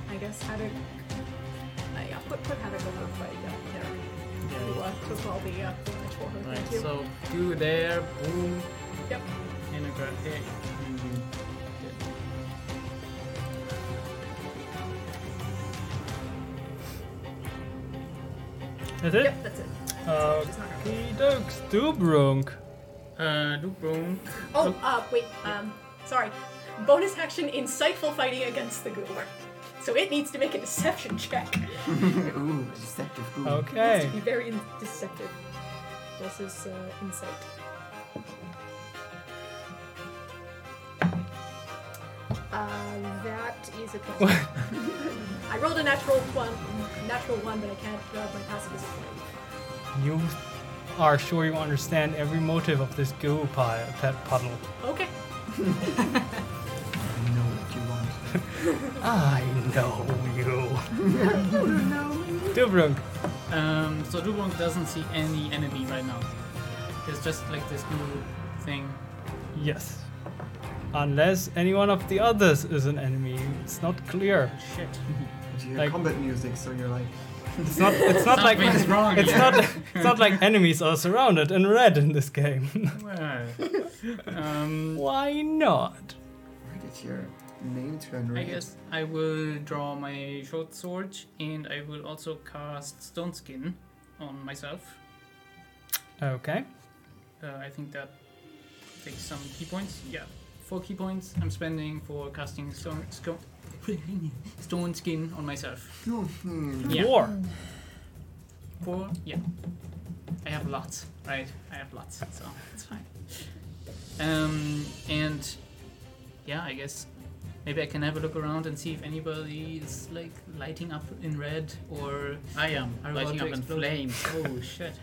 Speaker 2: I guess Havoc. Uh, yeah, put, put Havoc over by yeah, there. To, uh, to solve the uh, damage for her.
Speaker 3: Right.
Speaker 2: Thank you.
Speaker 3: So do there. Boom.
Speaker 2: Yep.
Speaker 3: And a grab here. And you get-
Speaker 1: That's it?
Speaker 2: Yep, that's it.
Speaker 1: Uh,
Speaker 2: She's not gonna-
Speaker 1: Okie dokes, Dubrunk.
Speaker 3: Uh, do boom.
Speaker 2: Oh, uh, wait. Um, sorry. Bonus action: insightful fighting against the goo.
Speaker 18: so it needs to make a deception check. It
Speaker 6: Ooh, deceptive. Ooh.
Speaker 1: Oh.
Speaker 18: needs to
Speaker 1: Okay.
Speaker 18: be very in- deceptive. This is uh, insight. Uh, that is a twenty. I rolled a natural one, natural one, but I can't. Uh, my passive is twenty.
Speaker 1: You are sure you understand every motive of this goo pie, pet puddle.
Speaker 18: Okay.
Speaker 6: I know what you want.
Speaker 1: I know you. Dubrunk.
Speaker 3: Um, so Dubong doesn't see any enemy right now. There's just like this new thing.
Speaker 1: Yes. Unless any one of the others is an enemy. It's not clear.
Speaker 3: Shit.
Speaker 6: And you hear
Speaker 1: Like-
Speaker 6: combat music, so you're like,
Speaker 1: It's not it's not like
Speaker 3: Something's wrong
Speaker 1: it's
Speaker 3: here.
Speaker 1: not it's not like enemies are surrounded and red in this game.
Speaker 3: Well, um,
Speaker 1: Why not?
Speaker 6: where did your name turn
Speaker 3: I
Speaker 6: red?
Speaker 3: guess I will draw my short sword and I will also cast Stone Skin on myself.
Speaker 1: Okay.
Speaker 3: Uh, I think that takes some key points. Yeah, four key points I'm spending for casting stone, sco- stone skin on myself.
Speaker 6: Mhm.
Speaker 3: Yeah.
Speaker 1: War.
Speaker 3: Four? Yeah. I have lots, right? I have lots, so it's fine. Um, and yeah, I guess maybe I can have a look around and see if anybody is like lighting up in red or
Speaker 19: I am
Speaker 3: Are we
Speaker 19: lighting
Speaker 3: about
Speaker 19: up
Speaker 3: to
Speaker 19: in
Speaker 3: explode?
Speaker 19: flames. Oh shit!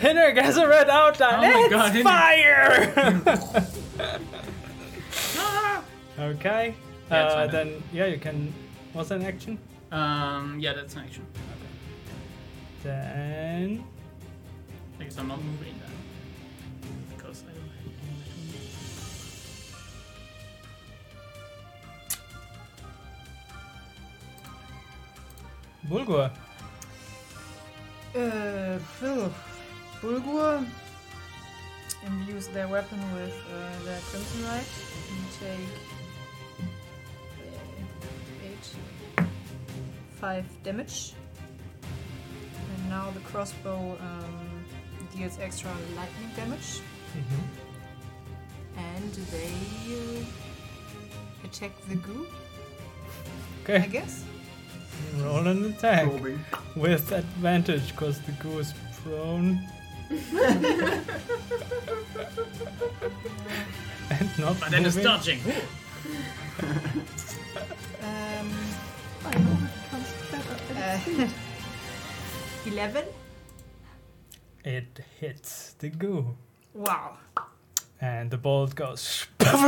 Speaker 1: Hinnerg has a red outline.
Speaker 3: Oh my
Speaker 1: it's
Speaker 3: God, Hinnerg.
Speaker 1: fire. okay.
Speaker 3: Yeah, it's
Speaker 1: uh,
Speaker 3: fine.
Speaker 1: then yeah, you can. What's that an action?
Speaker 3: um yeah, that's an action.
Speaker 1: Then
Speaker 3: I guess I'm not moving then because I don't have any weapon.
Speaker 1: Bulgur.
Speaker 9: Uh, phew. Bulgur imbues their weapon with uh, their crimson light and take uh, eight, five damage. And now the crossbow um, deals extra lightning damage,
Speaker 3: Mm-hmm.
Speaker 9: and they uh, attack the goo, I
Speaker 1: Okay.
Speaker 9: guess.
Speaker 1: Roll an attack
Speaker 6: Probing.
Speaker 1: with advantage because the goo is prone. and not
Speaker 19: But then it's
Speaker 1: moving.
Speaker 19: dodging.
Speaker 9: Um,
Speaker 18: I know it comes back up.
Speaker 9: uh, Eleven.
Speaker 1: It hits the goo,
Speaker 9: Wow.
Speaker 1: and the bolt goes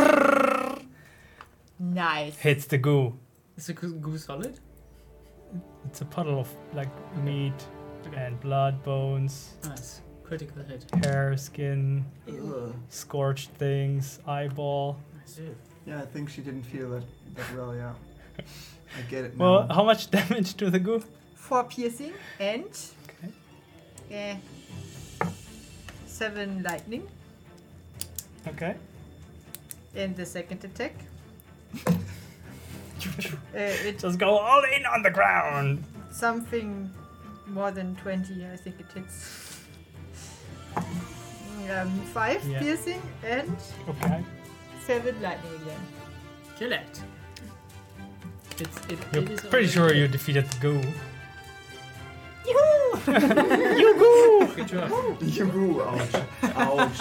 Speaker 9: Nice.
Speaker 1: hits the goo.
Speaker 3: Is the goo goo solid?
Speaker 1: It's a puddle of like meat
Speaker 3: Okay.
Speaker 1: and blood, bones,
Speaker 3: Nice. Critical hit.
Speaker 1: hair, skin,
Speaker 6: Ugh.
Speaker 1: scorched things, eyeball.
Speaker 3: Nice.
Speaker 6: Yeah, I think she didn't feel that, that well, yeah. I get it now.
Speaker 1: Well, how much damage to the goo?
Speaker 9: Four piercing and
Speaker 1: Okay.
Speaker 9: uh, seven lightning.
Speaker 1: Okay.
Speaker 9: And the second attack. uh, it
Speaker 1: Just go all in on the ground.
Speaker 9: something more than twenty. I think it hits. Um, five
Speaker 1: Yeah.
Speaker 9: piercing and
Speaker 1: Okay.
Speaker 9: seven lightning again.
Speaker 3: Kill it. It's it, it
Speaker 1: You're
Speaker 3: is
Speaker 1: pretty
Speaker 3: already
Speaker 1: sure you
Speaker 3: dead.
Speaker 1: defeated the goo.
Speaker 3: Good job.
Speaker 6: Yoo-hoo, ouch. Ouch.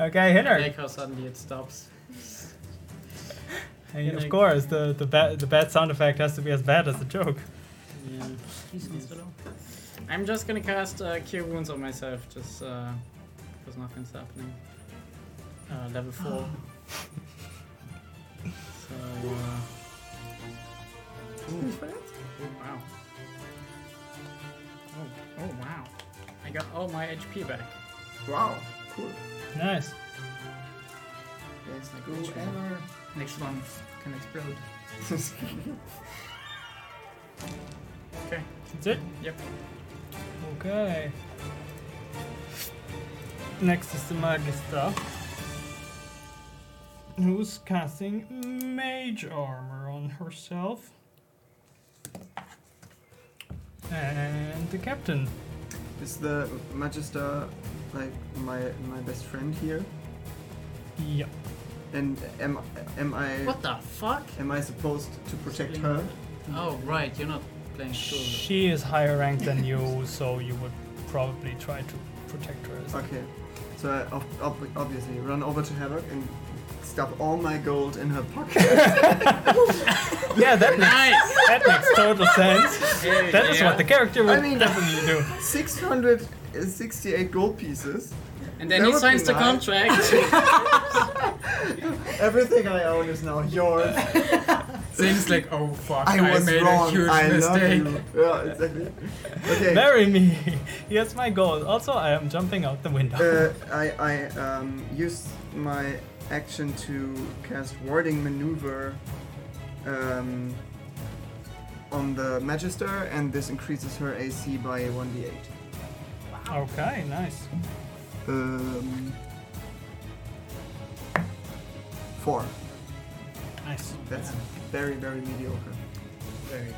Speaker 1: Okay,
Speaker 3: I
Speaker 1: Hinner.
Speaker 3: like how suddenly it stops.
Speaker 1: And of
Speaker 3: Like-
Speaker 1: course, the the bad the bad sound effect has to be as bad as the joke.
Speaker 3: Yeah. I'm just gonna cast uh, Cure Wounds on myself, just uh, because nothing's happening. Uh, level 4. Ah. so, uh. Ooh. Wow. Oh, oh, wow. I got all my HP back.
Speaker 6: Wow, cool.
Speaker 1: Nice.
Speaker 6: Best go ever.
Speaker 3: Next one can explode. Okay.
Speaker 1: That's it.
Speaker 3: Yep.
Speaker 1: Okay. Next is the Magister. Who's casting mage armor on herself? And the captain.
Speaker 6: Is the Magister like my my best friend here?
Speaker 1: Yep.
Speaker 6: And am am I
Speaker 3: What the fuck?
Speaker 6: am I supposed to protect her?
Speaker 3: Oh, right, you're not playing solo.
Speaker 1: She is higher ranked than you, so you would probably try to protect her. As
Speaker 6: Okay. So I ob- ob- obviously run over to Havoc and stuff all my gold in her pocket.
Speaker 1: yeah, that makes,
Speaker 3: Nice!
Speaker 1: that makes total sense.
Speaker 3: Yeah,
Speaker 1: That is
Speaker 3: yeah.
Speaker 1: what the character would
Speaker 6: I mean-
Speaker 1: definitely do.
Speaker 6: 668 gold pieces.
Speaker 19: And then
Speaker 6: That
Speaker 19: he
Speaker 6: would
Speaker 19: signs
Speaker 6: be
Speaker 19: the
Speaker 6: nice.
Speaker 19: contract.
Speaker 6: Everything I own is now yours.
Speaker 3: Seems like, oh fuck,
Speaker 6: I was
Speaker 3: made
Speaker 6: wrong.
Speaker 3: a huge
Speaker 6: I
Speaker 3: mistake.
Speaker 6: love you. Yeah, exactly. Okay.
Speaker 1: Marry me. Here's my goal. Also, I am jumping out the window.
Speaker 6: Uh, I, I um, use my action to cast warding maneuver um, on the magister, and this increases her AC by 1d8.
Speaker 1: okay, nice.
Speaker 6: Um, four.
Speaker 1: Nice.
Speaker 6: That's very, very mediocre. Very.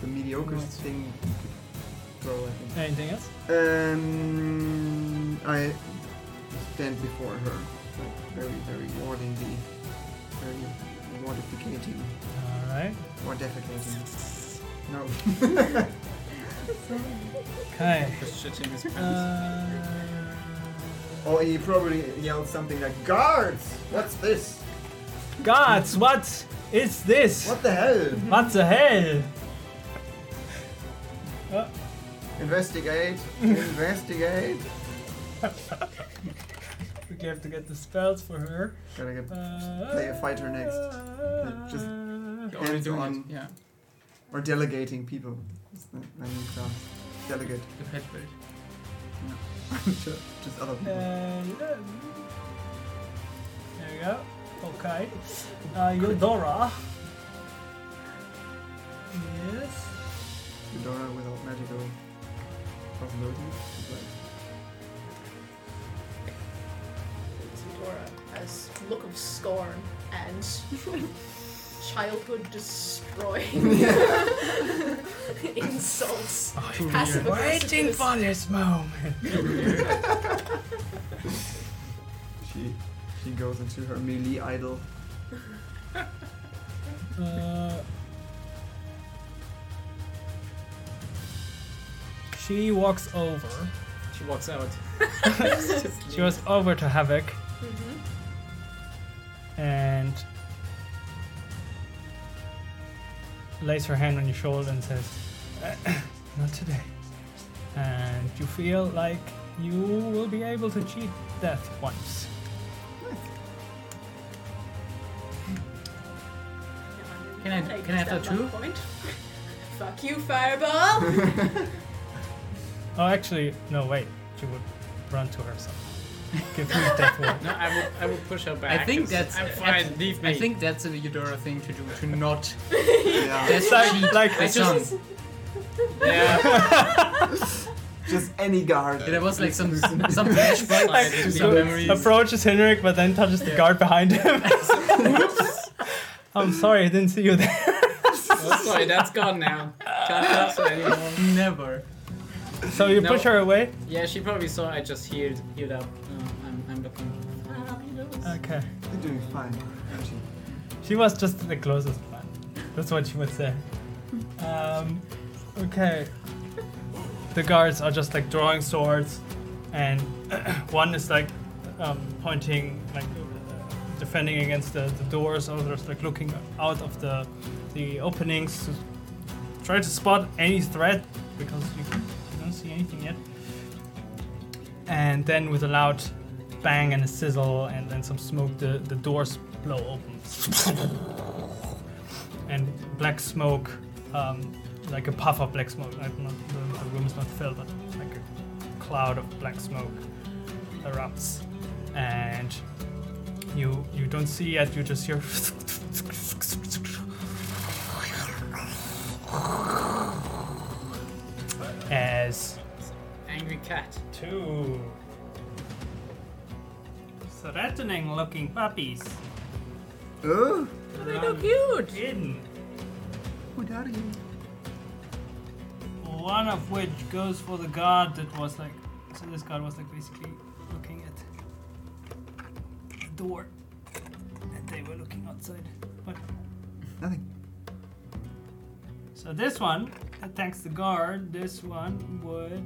Speaker 6: The mediocre thing you could throw, I think.
Speaker 1: Anything else?
Speaker 6: Um, I stand before her, like very, very wardingly, very mortificating,
Speaker 1: All right.
Speaker 6: mortificating. No.
Speaker 1: Okay.
Speaker 3: Just shit in his pants.
Speaker 1: Uh,
Speaker 6: Or he probably yelled something like, "Guards! What's this?
Speaker 1: gods, what is this?
Speaker 6: What the hell?
Speaker 1: What the hell?
Speaker 6: Investigate! Investigate!"
Speaker 1: We have to get the spells for her.
Speaker 6: Gotta get
Speaker 1: Uh,
Speaker 6: play a fighter next, Just-
Speaker 3: You're already doing
Speaker 6: hands-on.
Speaker 3: it, Yeah,
Speaker 6: or delegating people. That's the- I mean, uh, Delegate.
Speaker 3: the pet bird.
Speaker 6: Just just other
Speaker 1: Uh,
Speaker 6: people.
Speaker 1: yeah. there we go. Okay. Uh, Eudora. Yes.
Speaker 6: Fedora without magical possibilities. is like-
Speaker 18: Zendora as look of scorn and childhood destroying insults. Passive aggressive.
Speaker 1: this moment.
Speaker 6: She she goes into her melee idol.
Speaker 1: Uh, she walks over.
Speaker 3: She walks out.
Speaker 1: She goes over to Havoc
Speaker 18: Mhm.
Speaker 1: and lays her hand on your shoulder and says, "Not today." And you feel like you will be able to cheat death once.
Speaker 3: Can I-
Speaker 18: Take
Speaker 19: can I have
Speaker 18: that
Speaker 19: that too?
Speaker 18: luck Point. Fuck you, fireball. Uh,
Speaker 1: Oh, actually, no. Wait, she would run to herself. Give me a death ward.
Speaker 3: No, I would, I would push her back.
Speaker 19: I think that's.
Speaker 3: I'm fine.
Speaker 19: leave
Speaker 3: I think that's a Eudora thing to do, to not.
Speaker 6: Yeah.
Speaker 3: That's
Speaker 1: Like-
Speaker 3: cheat.
Speaker 1: like-
Speaker 3: I just. Yeah,
Speaker 6: Just any guard.
Speaker 3: there was like some some flashback
Speaker 1: Like,
Speaker 3: in
Speaker 1: just
Speaker 3: some memories.
Speaker 1: approaches Henrik, but then touches the guard behind him. I'm sorry, I didn't see you there.
Speaker 19: Oh, sorry, that's gone now. Can't touch her anymore.
Speaker 3: Never.
Speaker 1: So you
Speaker 19: No.
Speaker 1: push her away.
Speaker 19: Yeah, she probably saw I just healed, healed up. No, I'm, I'm looking.
Speaker 1: Okay.
Speaker 6: You're doing fine, aren't you?
Speaker 1: She was just the closest one. That's what she would say. Um, okay. The guards are just like drawing swords, and one is like um, pointing, like uh, defending against the, the doors, others like looking out of the the openings to try to spot any threat because you, you don't see anything yet. And then with a loud bang and a sizzle and then some smoke, the, the doors blow open. and black smoke, um, like a puff of black smoke. I'm not, the, the room is not filled, but like a cloud of black smoke erupts. And you you don't see yet, you just hear. As
Speaker 19: Angry cat.
Speaker 1: Two. Threatening looking puppies.
Speaker 6: Oh,
Speaker 1: Run
Speaker 9: Cute!
Speaker 1: In.
Speaker 6: who are you?
Speaker 1: One of which goes for the guard that was like. So this guard was like basically looking at the door. they were looking outside.
Speaker 6: Nothing.
Speaker 1: So this one attacks the guard. This one would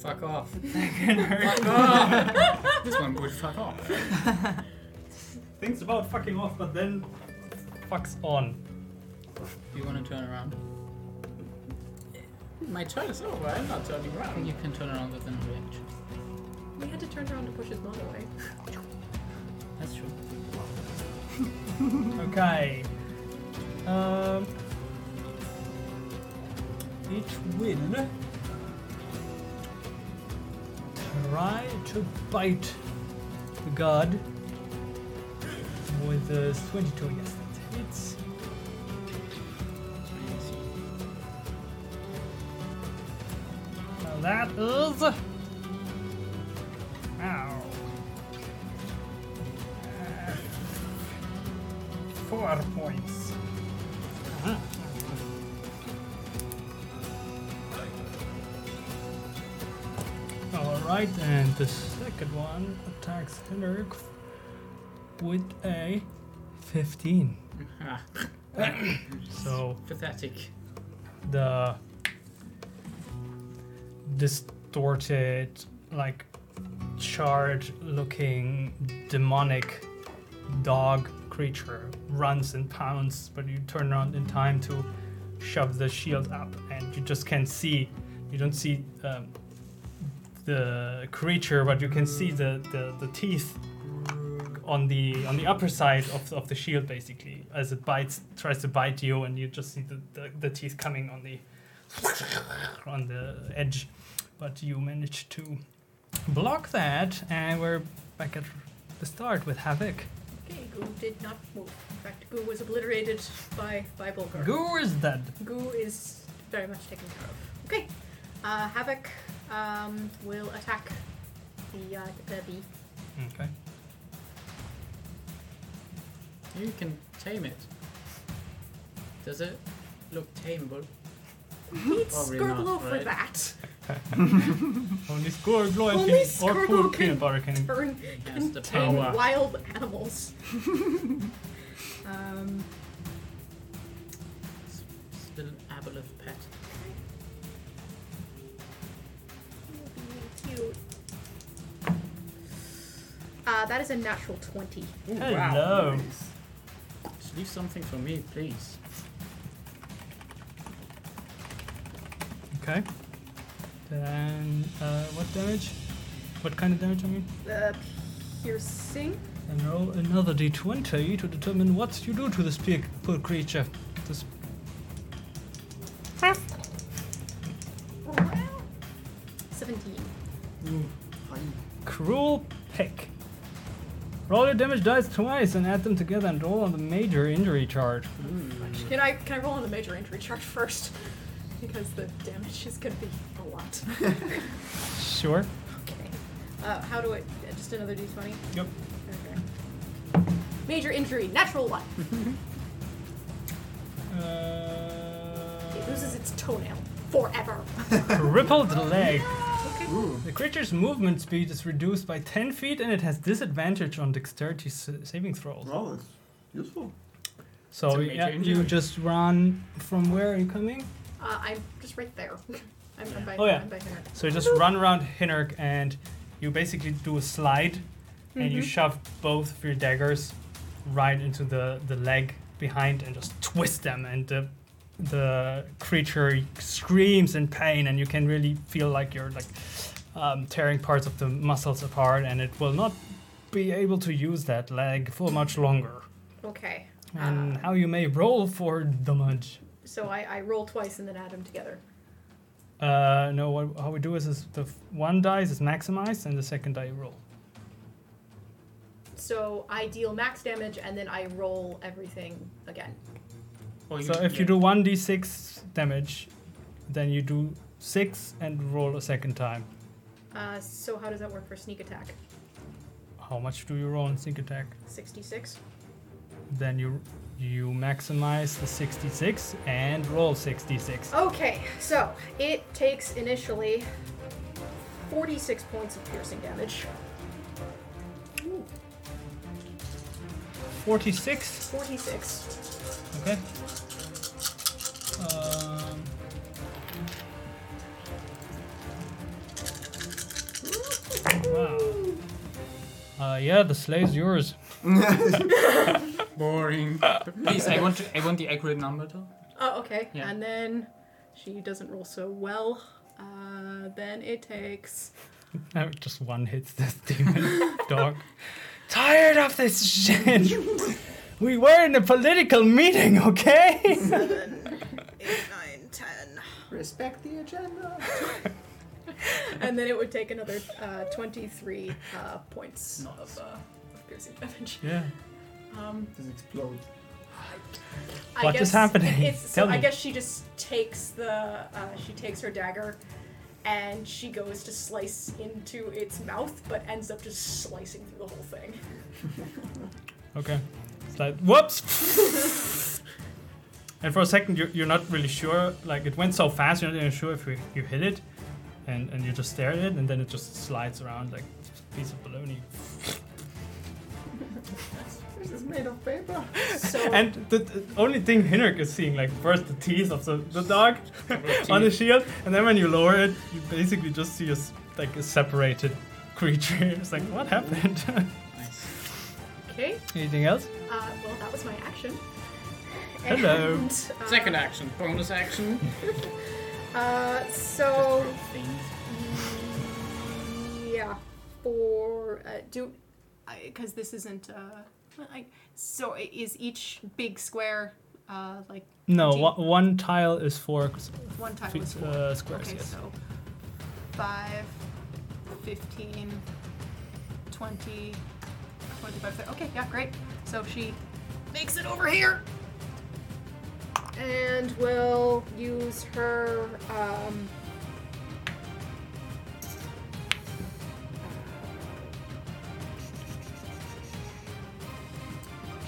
Speaker 19: Fuck off.
Speaker 1: attack her.
Speaker 19: Fuck off! this one would fuck off.
Speaker 1: Thinks about fucking off, but then fucks on.
Speaker 19: You want to turn around? My turn is over. I'm not turning around. You can turn around within range.
Speaker 2: We had to turn around to push his mom away.
Speaker 19: That's true.
Speaker 1: Okay. Um, it will try to bite the guard with a 22. Yes, that hits. Now that is. Ow. Uh, Four points. Uh-huh. Alright, and the second one attacks Henrik with a 15.
Speaker 19: Ah,
Speaker 1: So
Speaker 19: pathetic.
Speaker 1: the distorted, like charred looking demonic dog creature runs and pounds, but you turn around in time to shove the shield up, and you just can't see. You don't see um, the creature, but you can see the, the, the teeth on the on the upper side of, of the shield basically as it bites tries to bite you and you just see the, the, the teeth coming on the on the edge but you manage to block that and we're back at the start with havoc
Speaker 2: Okay, Goo did not move. In fact, Goo was obliterated by by Bulgar.
Speaker 1: goo is dead
Speaker 2: Goo is very much taken care of. Okay, uh, Havoc um, will attack the uh, the bee.
Speaker 1: okay
Speaker 19: You can tame it. Does it look tameable?
Speaker 2: Need
Speaker 19: Probably
Speaker 2: Skurglo
Speaker 19: not,
Speaker 2: for
Speaker 19: right?
Speaker 2: that.
Speaker 1: only Scorglo
Speaker 2: Only
Speaker 1: can- or
Speaker 2: Scorglo
Speaker 1: poor
Speaker 2: can-
Speaker 1: peanut butter can
Speaker 2: Burn
Speaker 19: Yes, the
Speaker 2: tame
Speaker 19: power.
Speaker 2: wild animals. um,
Speaker 19: Still an apple of pet.
Speaker 2: you'll be cute. Uh, that is a natural 20.
Speaker 1: hello
Speaker 19: Just leave something for me, please.
Speaker 1: okay then uh, what damage what kind of damage i mean
Speaker 2: Uh, piercing.
Speaker 1: And roll another d20 to determine what you do to this pe- poor creature. This
Speaker 2: Wow. 17.
Speaker 1: cruel pick. Roll your damage dice twice and add them together and roll on the major injury charge.
Speaker 19: Mm.
Speaker 2: Can I can I roll on the major injury chart first? Because the damage is gonna be a lot.
Speaker 1: Sure.
Speaker 2: okay. Uh, how do I? Just another d20.
Speaker 1: Yep.
Speaker 2: Okay. Major injury, natural one.
Speaker 1: Uh,
Speaker 2: It
Speaker 1: Uh,
Speaker 2: loses its toenail forever.
Speaker 1: crippled leg.
Speaker 2: Okay.
Speaker 1: The creature's movement speed is reduced by 10 feet and it has disadvantage on dexterity s- saving throws.
Speaker 6: Well, it's useful.
Speaker 1: So
Speaker 19: It's a major
Speaker 1: yeah, you
Speaker 19: injury.
Speaker 1: just run from where are you coming?
Speaker 2: Uh, I'm just right there. I'm, I'm by.
Speaker 1: Oh, yeah.
Speaker 2: I'm by here.
Speaker 1: So you just run around Hinnerk and you basically do a slide and
Speaker 2: Mm-hmm.
Speaker 1: you shove both of your daggers right into the, the leg behind and just twist them and the the creature screams in pain and you can really feel like you're like um, tearing parts of the muscles apart and it will not be able to use that leg for much longer.
Speaker 2: Okay. Ah. Uh,
Speaker 1: And how you may roll for damage.
Speaker 2: So I, I roll twice and then add them together.
Speaker 1: Uh, no, what, how we do is, is the f- one dice is maximized and the second die you roll.
Speaker 2: So I deal max damage and then I roll everything again.
Speaker 19: Or
Speaker 1: So if you do one d6 damage, then you do six and roll a second time.
Speaker 2: Uh, so how does that work for sneak attack?
Speaker 1: How much do you roll in sneak attack?
Speaker 2: 66.
Speaker 1: Then you you maximize the 66 and roll 66.
Speaker 2: Okay, so it takes initially 46 points of piercing damage.
Speaker 1: 46.
Speaker 2: 46.
Speaker 1: Okay. Um, wow. Uh, yeah, the slay's yours.
Speaker 3: Boring.
Speaker 19: Uh,
Speaker 3: Please, I want to, I want the accurate number though.
Speaker 2: Oh, okay.
Speaker 3: Yeah.
Speaker 2: And then she doesn't roll so well. Uh, then it takes.
Speaker 1: Uh, Just one hits this demon dog. Tired of this shit. we were in a political meeting, okay?
Speaker 6: Respect the agenda.
Speaker 2: And then it would take another uh, 23 uh, points of, uh, of piercing damage.
Speaker 1: yeah.
Speaker 2: Um,
Speaker 6: This explodes.
Speaker 2: I
Speaker 1: What is
Speaker 2: guess
Speaker 1: happening?
Speaker 2: It's, so
Speaker 1: Tell
Speaker 2: I
Speaker 1: me.
Speaker 2: guess she just takes the uh, she takes her dagger, and she goes to slice into its mouth, but ends up just slicing through the whole thing.
Speaker 1: Okay. It's like, whoops! and for a second, you're, you're not really sure. Like, it went so fast, you're not even sure if you, you hit it. And, and you just stare at it, and then it just slides around like a piece of bologna.
Speaker 6: This is made of paper.
Speaker 2: So
Speaker 1: And the, the only thing Hinrik is seeing, like, first the teeth of the, the dog on the shield, and then when you lower it, you basically just see a, s- like, a separated creature. it's like, what happened?
Speaker 2: okay,
Speaker 1: Anything else?
Speaker 2: uh, well that was my action.
Speaker 1: Hello.
Speaker 2: And, uh,
Speaker 19: Second action, bonus action.
Speaker 2: Uh,
Speaker 19: Oh.
Speaker 2: so
Speaker 3: Things.
Speaker 2: yeah, for uh, do because this isn't uh, well, I, so i- is each big square uh, like
Speaker 1: No,
Speaker 2: Do you-
Speaker 1: one, one tile is four s-
Speaker 2: one time
Speaker 1: feet,
Speaker 2: was four.
Speaker 1: uh, squares,
Speaker 2: Okay,
Speaker 1: yes.
Speaker 2: so 5, 15, 20, 25, 30. Okay, yeah, great. So she makes it over here and will use her. Um,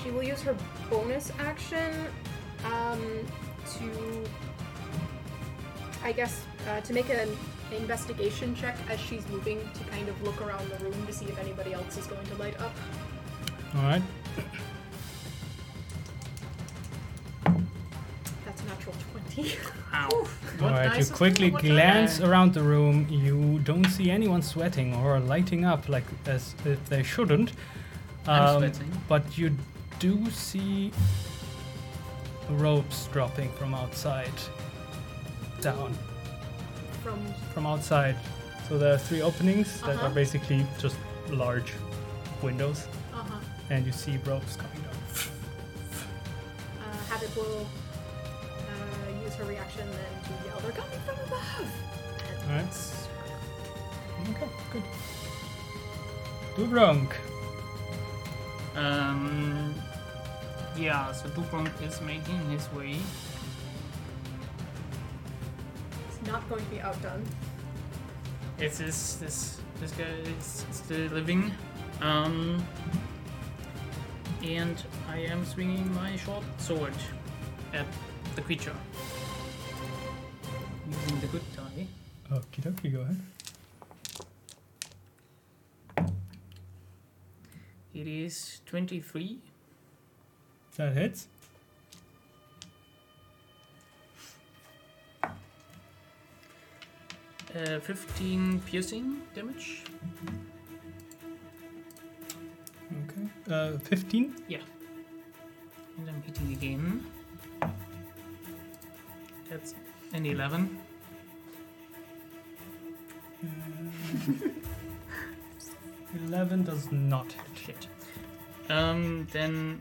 Speaker 2: She will use her bonus action um, to I guess uh, to make an investigation check as she's moving to kind of look around the room to see if anybody else is going to light up.
Speaker 1: Alright.
Speaker 2: That's a natural 20.
Speaker 1: All right, you quickly glance around the room. You don't see anyone sweating or lighting up like as if they shouldn't.
Speaker 19: I'm
Speaker 1: Um,
Speaker 19: sweating.
Speaker 1: But you do see ropes dropping from outside down
Speaker 2: From
Speaker 1: from outside. So there are three openings that
Speaker 2: Uh-huh.
Speaker 1: are basically just large windows,
Speaker 2: uh-huh,
Speaker 1: and you see ropes coming down.
Speaker 2: uh, Habit will uh, use her reaction then to yell, "They're coming from above!" And
Speaker 1: All right.
Speaker 2: that's-
Speaker 1: Okay, good. Dubrunk.
Speaker 3: Um, yeah, so Dupont is making his way.
Speaker 2: It's not going to be outdone.
Speaker 3: It's this this this guy is still living. Um, and I am swinging my short sword at the creature. Using the good die.
Speaker 1: Okie dokie, go ahead.
Speaker 3: It is 23
Speaker 1: That hits.
Speaker 3: Uh, 15 piercing damage.
Speaker 1: Okay. Uh, 15.
Speaker 3: And I'm hitting again. That's an 11.
Speaker 1: Eleven does not hit.
Speaker 3: Shit. Um, then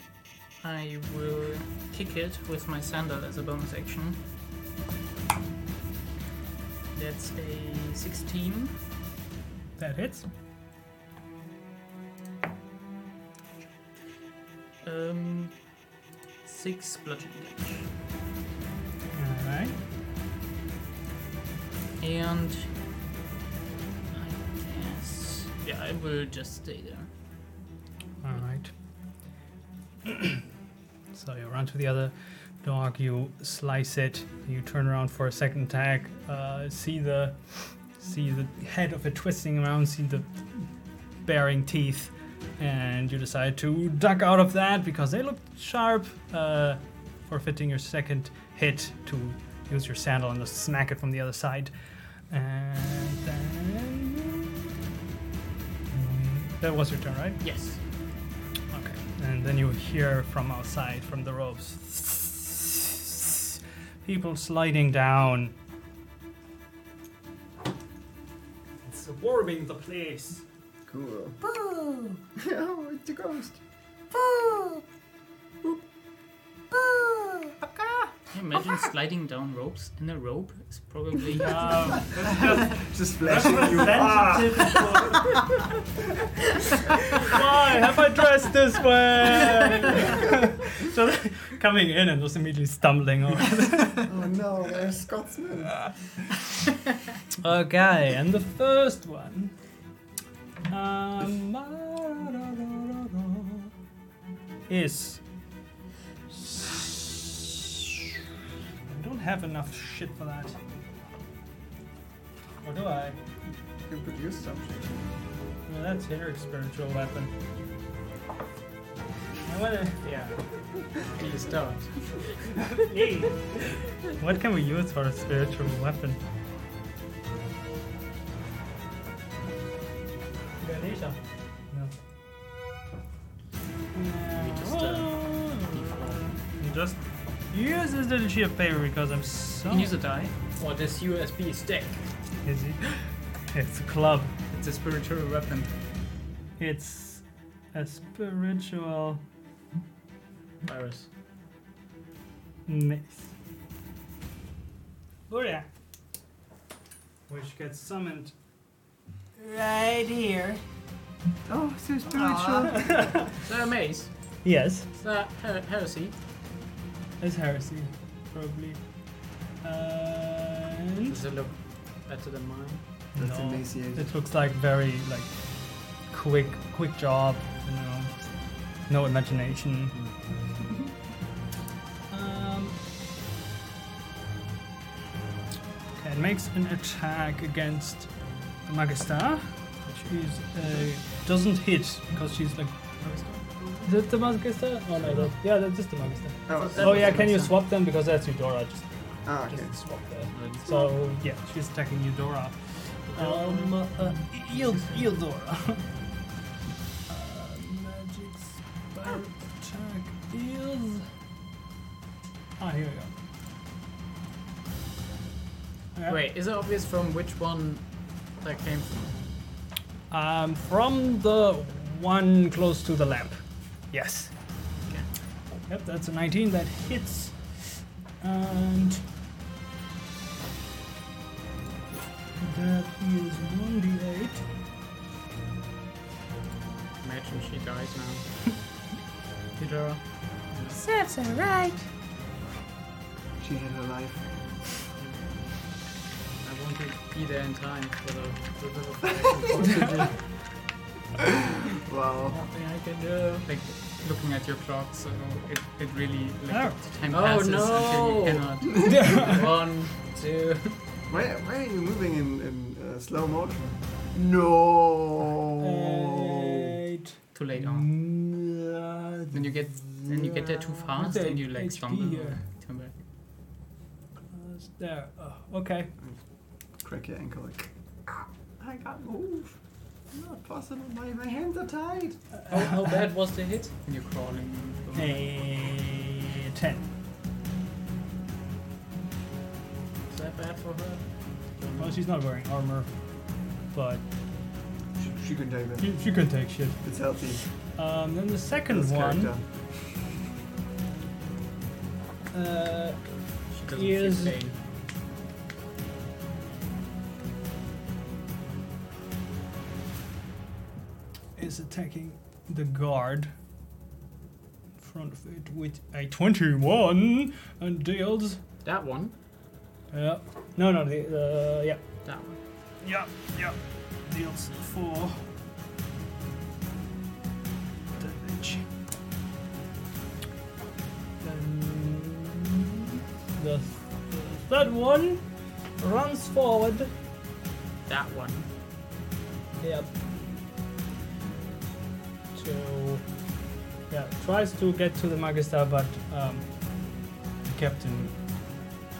Speaker 3: I will kick it with my sandal as a bonus action. That's a 16.
Speaker 1: That hits.
Speaker 3: Um, 6 bludgeoning damage.
Speaker 1: Alright.
Speaker 3: And I guess. Yeah, I will just stay there.
Speaker 1: Alright. so you run to the other dog, you slice it, you turn around for a second attack, uh, see the see the head of it twisting around, see the bearing teeth, and you decide to duck out of that because they looked sharp, uh, forfeiting your second hit to use your sandal and just smack it from the other side. And then. That was your turn, right?
Speaker 3: Yes.
Speaker 1: Okay. And then you hear from outside, from the ropes, people sliding down. It's warming the place.
Speaker 6: Cool. oh, it's a ghost.
Speaker 3: Can you imagine sliding down ropes? And a rope is probably.
Speaker 1: Um,
Speaker 6: Just flashing you.
Speaker 1: sensitive for- Why have I dressed this way? just coming in and just immediately stumbling over.
Speaker 6: Oh no, they're Scotsmen.
Speaker 1: okay, and the first one. Um, is. I don't have enough shit for that. Or do I?
Speaker 6: You produce something.
Speaker 1: Well, that's her spiritual weapon. I wanna, yeah.
Speaker 3: you start.
Speaker 1: What can we use for a spiritual weapon? Ganesha. No.
Speaker 3: just, uh,
Speaker 1: You just use this little sheet of paper because I'm so.
Speaker 3: Can you use a die? Or this USB stick.
Speaker 1: busy. It's a club.
Speaker 3: It's a spiritual weapon.
Speaker 1: It's a spiritual
Speaker 3: Virus.
Speaker 1: Nice. Oh yeah. Which gets summoned right here.
Speaker 6: Oh, so spiritual.
Speaker 3: Is that a maze?
Speaker 1: Yes,
Speaker 3: Is that her- heresy?
Speaker 1: it's heresy, probably. And Hmm?
Speaker 3: Does it look better than mine?
Speaker 6: That's
Speaker 1: no,
Speaker 6: emaciated.
Speaker 1: it looks like very like quick, quick job. You know, no imagination. um, okay, it makes an attack against the Magistar, which is uh, doesn't hit because she's like. Is it the Magistar? Oh no, that, yeah, that's just the Magistar.
Speaker 6: Oh,
Speaker 3: That
Speaker 1: Oh
Speaker 3: was
Speaker 1: yeah,
Speaker 3: the
Speaker 1: can you
Speaker 3: Magistar.
Speaker 1: swap them because that's Eudora? Just,
Speaker 6: ah, okay.
Speaker 1: just swap that.
Speaker 3: No, it's
Speaker 1: So
Speaker 3: not.
Speaker 1: yeah, she's attacking Eudora. Um, uh, Eud- Eudora. uh, magic spell attack is. Ah, here we go. Okay.
Speaker 3: Wait, is it obvious from which one that came from?
Speaker 1: Um, from the one close to the lamp. Yes.
Speaker 3: Okay.
Speaker 1: Yep, that's a 19 that hits. And that is 1d8.
Speaker 3: Imagine she dies now. Eudora.
Speaker 9: Serves her right.
Speaker 6: She had her life.
Speaker 3: I want to be there in time for the, for the resurrection.
Speaker 6: Wow.
Speaker 3: Nothing I can do. Like looking at your clock, so it, it really like
Speaker 1: Oh.
Speaker 3: time
Speaker 19: Oh,
Speaker 3: passes
Speaker 19: no.
Speaker 3: until you cannot. One, two.
Speaker 6: Why, why are you moving in, in uh, slow motion? No.
Speaker 3: Uh,
Speaker 1: Eight.
Speaker 3: Too late on.
Speaker 6: Then
Speaker 3: Then you get then you get there too fast,
Speaker 1: Okay,
Speaker 3: and you like
Speaker 1: HP
Speaker 3: stumble.
Speaker 1: here.
Speaker 3: Turn back.
Speaker 1: Plus There. Oh, okay.
Speaker 6: Crack your ankle. Like, "Ah, I can't move. Not possible. My, my hands are tied.
Speaker 3: How, how bad was the hit? And you're crawling.
Speaker 1: A 10.
Speaker 3: Is that bad for her?
Speaker 1: Well, she's not wearing armor, but
Speaker 6: She, she can take that.
Speaker 1: she, she could take shit.
Speaker 6: It's healthy.
Speaker 1: Um, then the second
Speaker 6: This
Speaker 1: one.
Speaker 6: character.
Speaker 1: Uh,
Speaker 3: She doesn't
Speaker 1: Yes.
Speaker 3: feel pain.
Speaker 1: is attacking the guard in front of it with a 21 and deals.
Speaker 3: That one.
Speaker 1: Yeah. No, no, the, uh, yeah.
Speaker 3: That one.
Speaker 1: Yeah, yeah. Deals 4 damage. Then the, th- the third one runs forward.
Speaker 3: That one.
Speaker 1: Yep. to yeah tries to get to the Magister, but um, the captain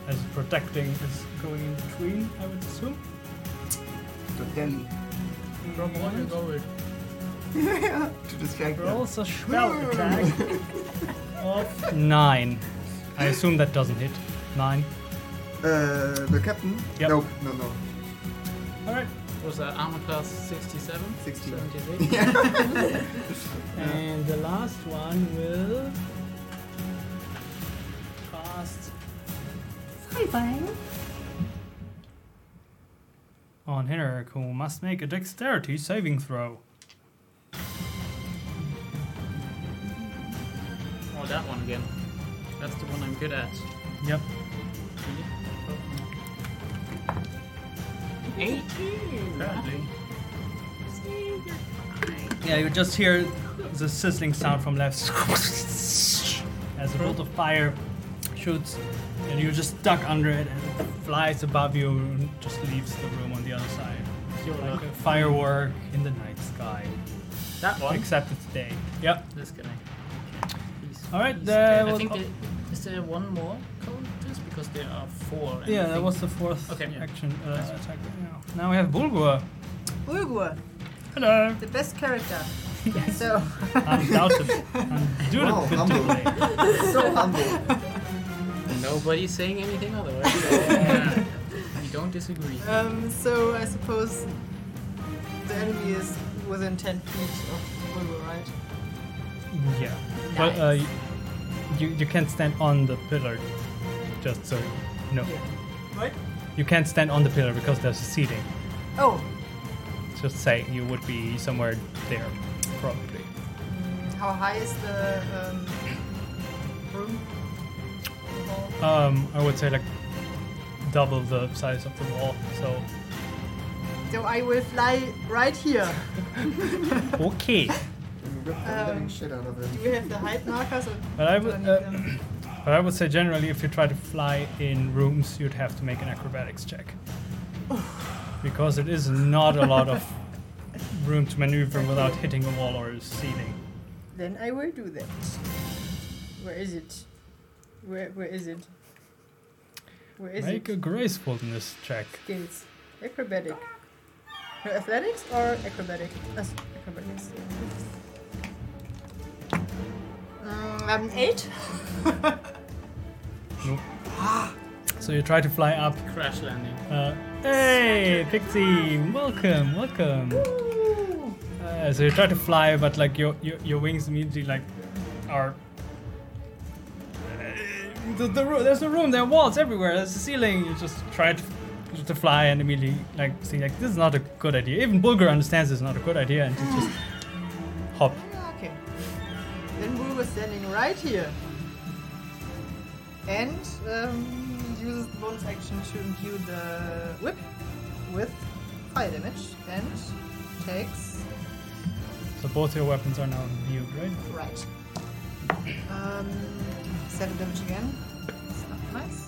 Speaker 1: is protecting is going in between. I would assume.
Speaker 6: To them,
Speaker 1: From one is over.
Speaker 6: to distract them.
Speaker 1: Rolls a spell attack of nine. I assume that doesn't hit. Nine.
Speaker 6: Uh, the captain?
Speaker 1: Yep.
Speaker 6: No, no, no.
Speaker 1: All right.
Speaker 3: Was that armor class 67?
Speaker 6: 16.
Speaker 3: 78?
Speaker 1: And the last one will cast on Henrik, who must make a dexterity saving throw.
Speaker 3: Oh, that one again. That's the one I'm good at.
Speaker 1: Yep.
Speaker 3: Eight? Apparently.
Speaker 1: Yeah, you just hear the sizzling sound from left as a bolt of fire shoots, and you're just stuck under it, and it flies above you and just leaves the room on the other side. Like a firework in the night sky.
Speaker 3: That one?
Speaker 1: Except it's day. Yep.
Speaker 3: Disconnect. Please,
Speaker 1: All right,
Speaker 3: please.
Speaker 1: there
Speaker 3: I
Speaker 1: was-
Speaker 3: think there, is there one more countess? Because there are four. and I
Speaker 1: Yeah, that
Speaker 3: think-
Speaker 1: was the fourth
Speaker 3: Okay. Yeah.
Speaker 1: action uh, attack. Yeah. Now we have Bulgur.
Speaker 9: Ulgur,
Speaker 1: Hello.
Speaker 9: the best character. So,
Speaker 1: Undoubtedly. Undoubtedly.
Speaker 6: so humble.
Speaker 3: Nobody's saying anything otherwise. yeah. We don't disagree.
Speaker 9: um, so I suppose the enemy is within 10 feet of Ulgur, right?
Speaker 1: Yeah. Well, uh, y- you you can't stand on the pillar, just so you know.
Speaker 9: Right?
Speaker 1: You can't stand on the pillar because there's seating.
Speaker 9: Oh,
Speaker 1: Just say you would be somewhere there, probably.
Speaker 9: mm, how high is the um, room? The hall?
Speaker 1: Um, I would say like double the size of the wall. So
Speaker 9: So I will fly right here.
Speaker 1: okay.
Speaker 6: And Rip the living shit out of
Speaker 9: Do
Speaker 6: it.
Speaker 9: we have the height markers? Or
Speaker 1: But I
Speaker 9: do
Speaker 1: would.
Speaker 9: need
Speaker 1: Uh,
Speaker 9: them?
Speaker 1: But I would say generally, if you try to fly in rooms, you'd have to make an acrobatics check. Because it is not a lot of room to maneuver without hitting a wall or a ceiling.
Speaker 9: Then I will do that. Where is it? Where where is it? Where is
Speaker 1: Make
Speaker 9: it?
Speaker 1: a gracefulness check.
Speaker 9: Skills. Acrobatic. Uh, Athletics or acrobatic? Uh, acrobatics. Mm, I'm eight.
Speaker 1: So you try to fly up.
Speaker 3: Crash landing.
Speaker 1: Uh, hey, Pixie! Welcome, welcome. Uh, so you try to fly, but like your your, your wings immediately like are. uh, The, the, roo- there's a room, there are walls everywhere, there's a ceiling. You just try to, to fly and immediately like see like this is not a good idea. Even Bulgar understands this is not a good idea and you just hop.
Speaker 9: Okay. Then we were standing right here. And um, uses the bonus action to imbue the whip with fire damage and takes
Speaker 1: So both your weapons are now viewed, right?
Speaker 9: right. Um, seven damage again. It's not nice.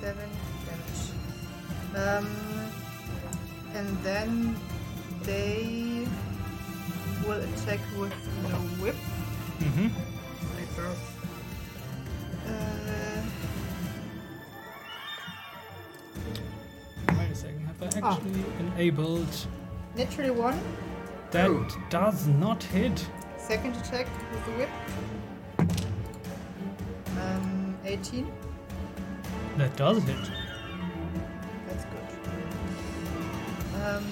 Speaker 9: Seven damage. Um, and then they will attack with the whip.
Speaker 1: Mm-hmm.
Speaker 9: Uh,
Speaker 1: Wait a second, have I
Speaker 9: Ah.
Speaker 1: actually enabled?
Speaker 9: Naturally one,
Speaker 1: That
Speaker 6: Oh.
Speaker 1: does not hit.
Speaker 9: second attack with the whip. Um, 18.
Speaker 1: That does hit.
Speaker 9: That's good. Um,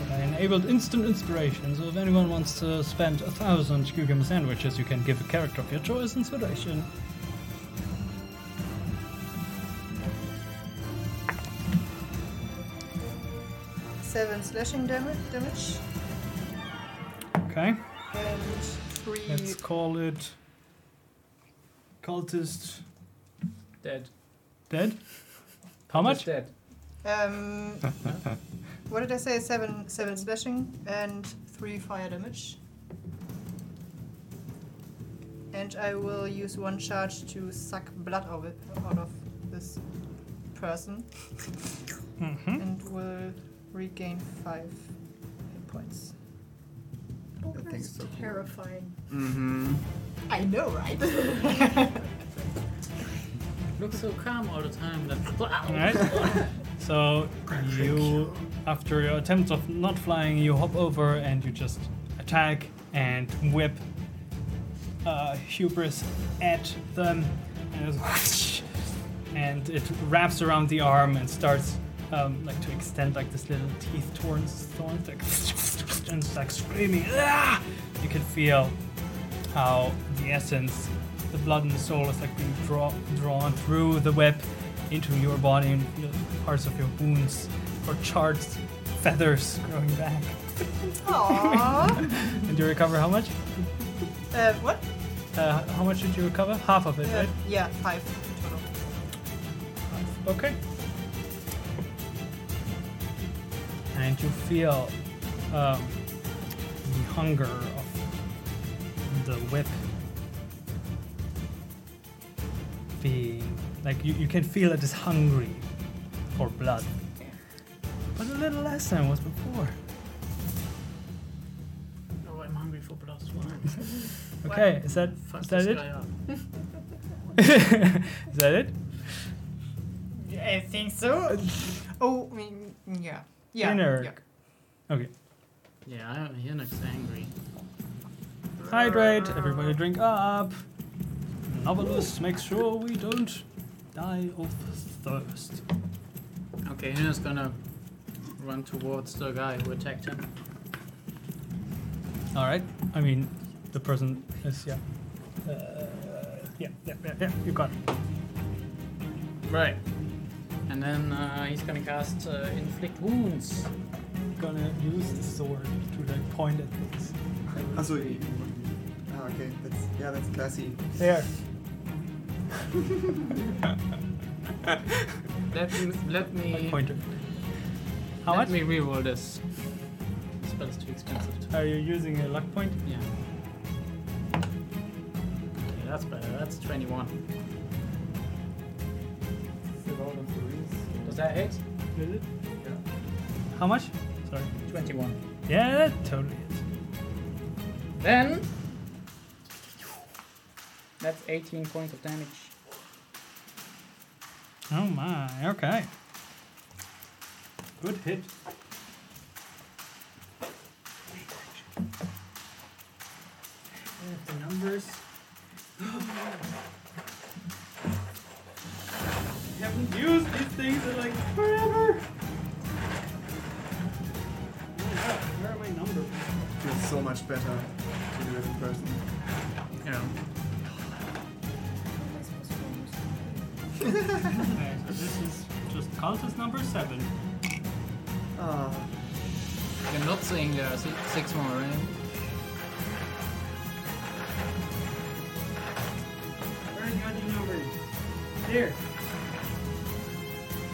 Speaker 1: But I enabled instant inspiration, so if anyone wants to spend a thousand cucumber sandwiches, you can give a character of your choice inspiration.
Speaker 9: seven slashing damage, damage
Speaker 1: Okay,
Speaker 9: and three.
Speaker 1: let's call it cultist
Speaker 3: Dead.
Speaker 1: dead. How much?
Speaker 3: Dead.
Speaker 9: Um, what did I say? Seven, seven slashing and three fire damage. And I will use one charge to suck blood out of, it, out of this person.
Speaker 1: Mm-hmm.
Speaker 9: and will regain five hit points.
Speaker 6: That thing is so cool.
Speaker 18: Terrifying.
Speaker 6: Mm-hmm.
Speaker 18: I know, right?
Speaker 19: Looks so calm all the time. That Oh, wow.
Speaker 1: Alright. so you, after your attempts of not flying, you hop over and you just attack and whip uh, hubris at them, and, it's and it wraps around the arm and starts um, like to extend like this little teeth towards thorns, like, and it's like screaming. "Ah!" You can feel how the essence, the blood and the soul is like being draw, drawn through the web into your body and feel parts of your wounds or charred feathers growing back.
Speaker 9: Aww.
Speaker 1: And you recover how much?
Speaker 9: uh, what?
Speaker 1: Uh, how much did you recover? Half of it,
Speaker 9: Uh,
Speaker 1: right?
Speaker 9: yeah, five total.
Speaker 1: Okay. And you feel um, the hunger of the whip being like you, you can feel it is hungry for blood. But a little less than it was before.
Speaker 19: Oh, I'm hungry for blood.
Speaker 1: Okay, is that
Speaker 19: Fuck
Speaker 1: is that
Speaker 19: this
Speaker 1: it?
Speaker 19: guy up.
Speaker 1: is that it?
Speaker 9: I think so. Oh, I mean, yeah. Yeah.
Speaker 1: Inner.
Speaker 9: yeah.
Speaker 1: Okay.
Speaker 19: Yeah, I don't, Yannick's angry.
Speaker 1: Hydrate, everybody drink up. Novelist, make sure we don't die of thirst.
Speaker 19: Okay, Yannick's gonna run towards the guy who attacked him.
Speaker 1: Alright. I mean, the person is, yeah. Uh, yeah, yeah, yeah, yeah, you got it.
Speaker 19: Right. And then uh, he's gonna cast uh, inflict wounds.
Speaker 1: Gonna use the sword to like point at things.
Speaker 6: Also, you- ah, okay. That's yeah. That's classy.
Speaker 1: There.
Speaker 19: Let me let
Speaker 1: Like
Speaker 19: me
Speaker 1: pointer. How
Speaker 19: let
Speaker 1: much?
Speaker 19: me reroll this. Spell's too expensive. To,
Speaker 1: Are you using a luck point?
Speaker 19: yeah. Yeah, that's better. That's 21. Does that hit?
Speaker 1: Is it? How much? Sorry.
Speaker 19: 21.
Speaker 1: Yeah, that totally is.
Speaker 19: Then that's 18 points of damage.
Speaker 1: Oh my, okay. Good hit.
Speaker 19: The numbers.
Speaker 1: haven't used these things in like forever. Where are my numbers?
Speaker 6: Feels so much better to do it in person.
Speaker 19: Yeah.
Speaker 1: Okay, so this is just cultist number seven.
Speaker 6: Ah,
Speaker 19: You're not saying there are si- six more, right?
Speaker 1: Where are the other numbers? There.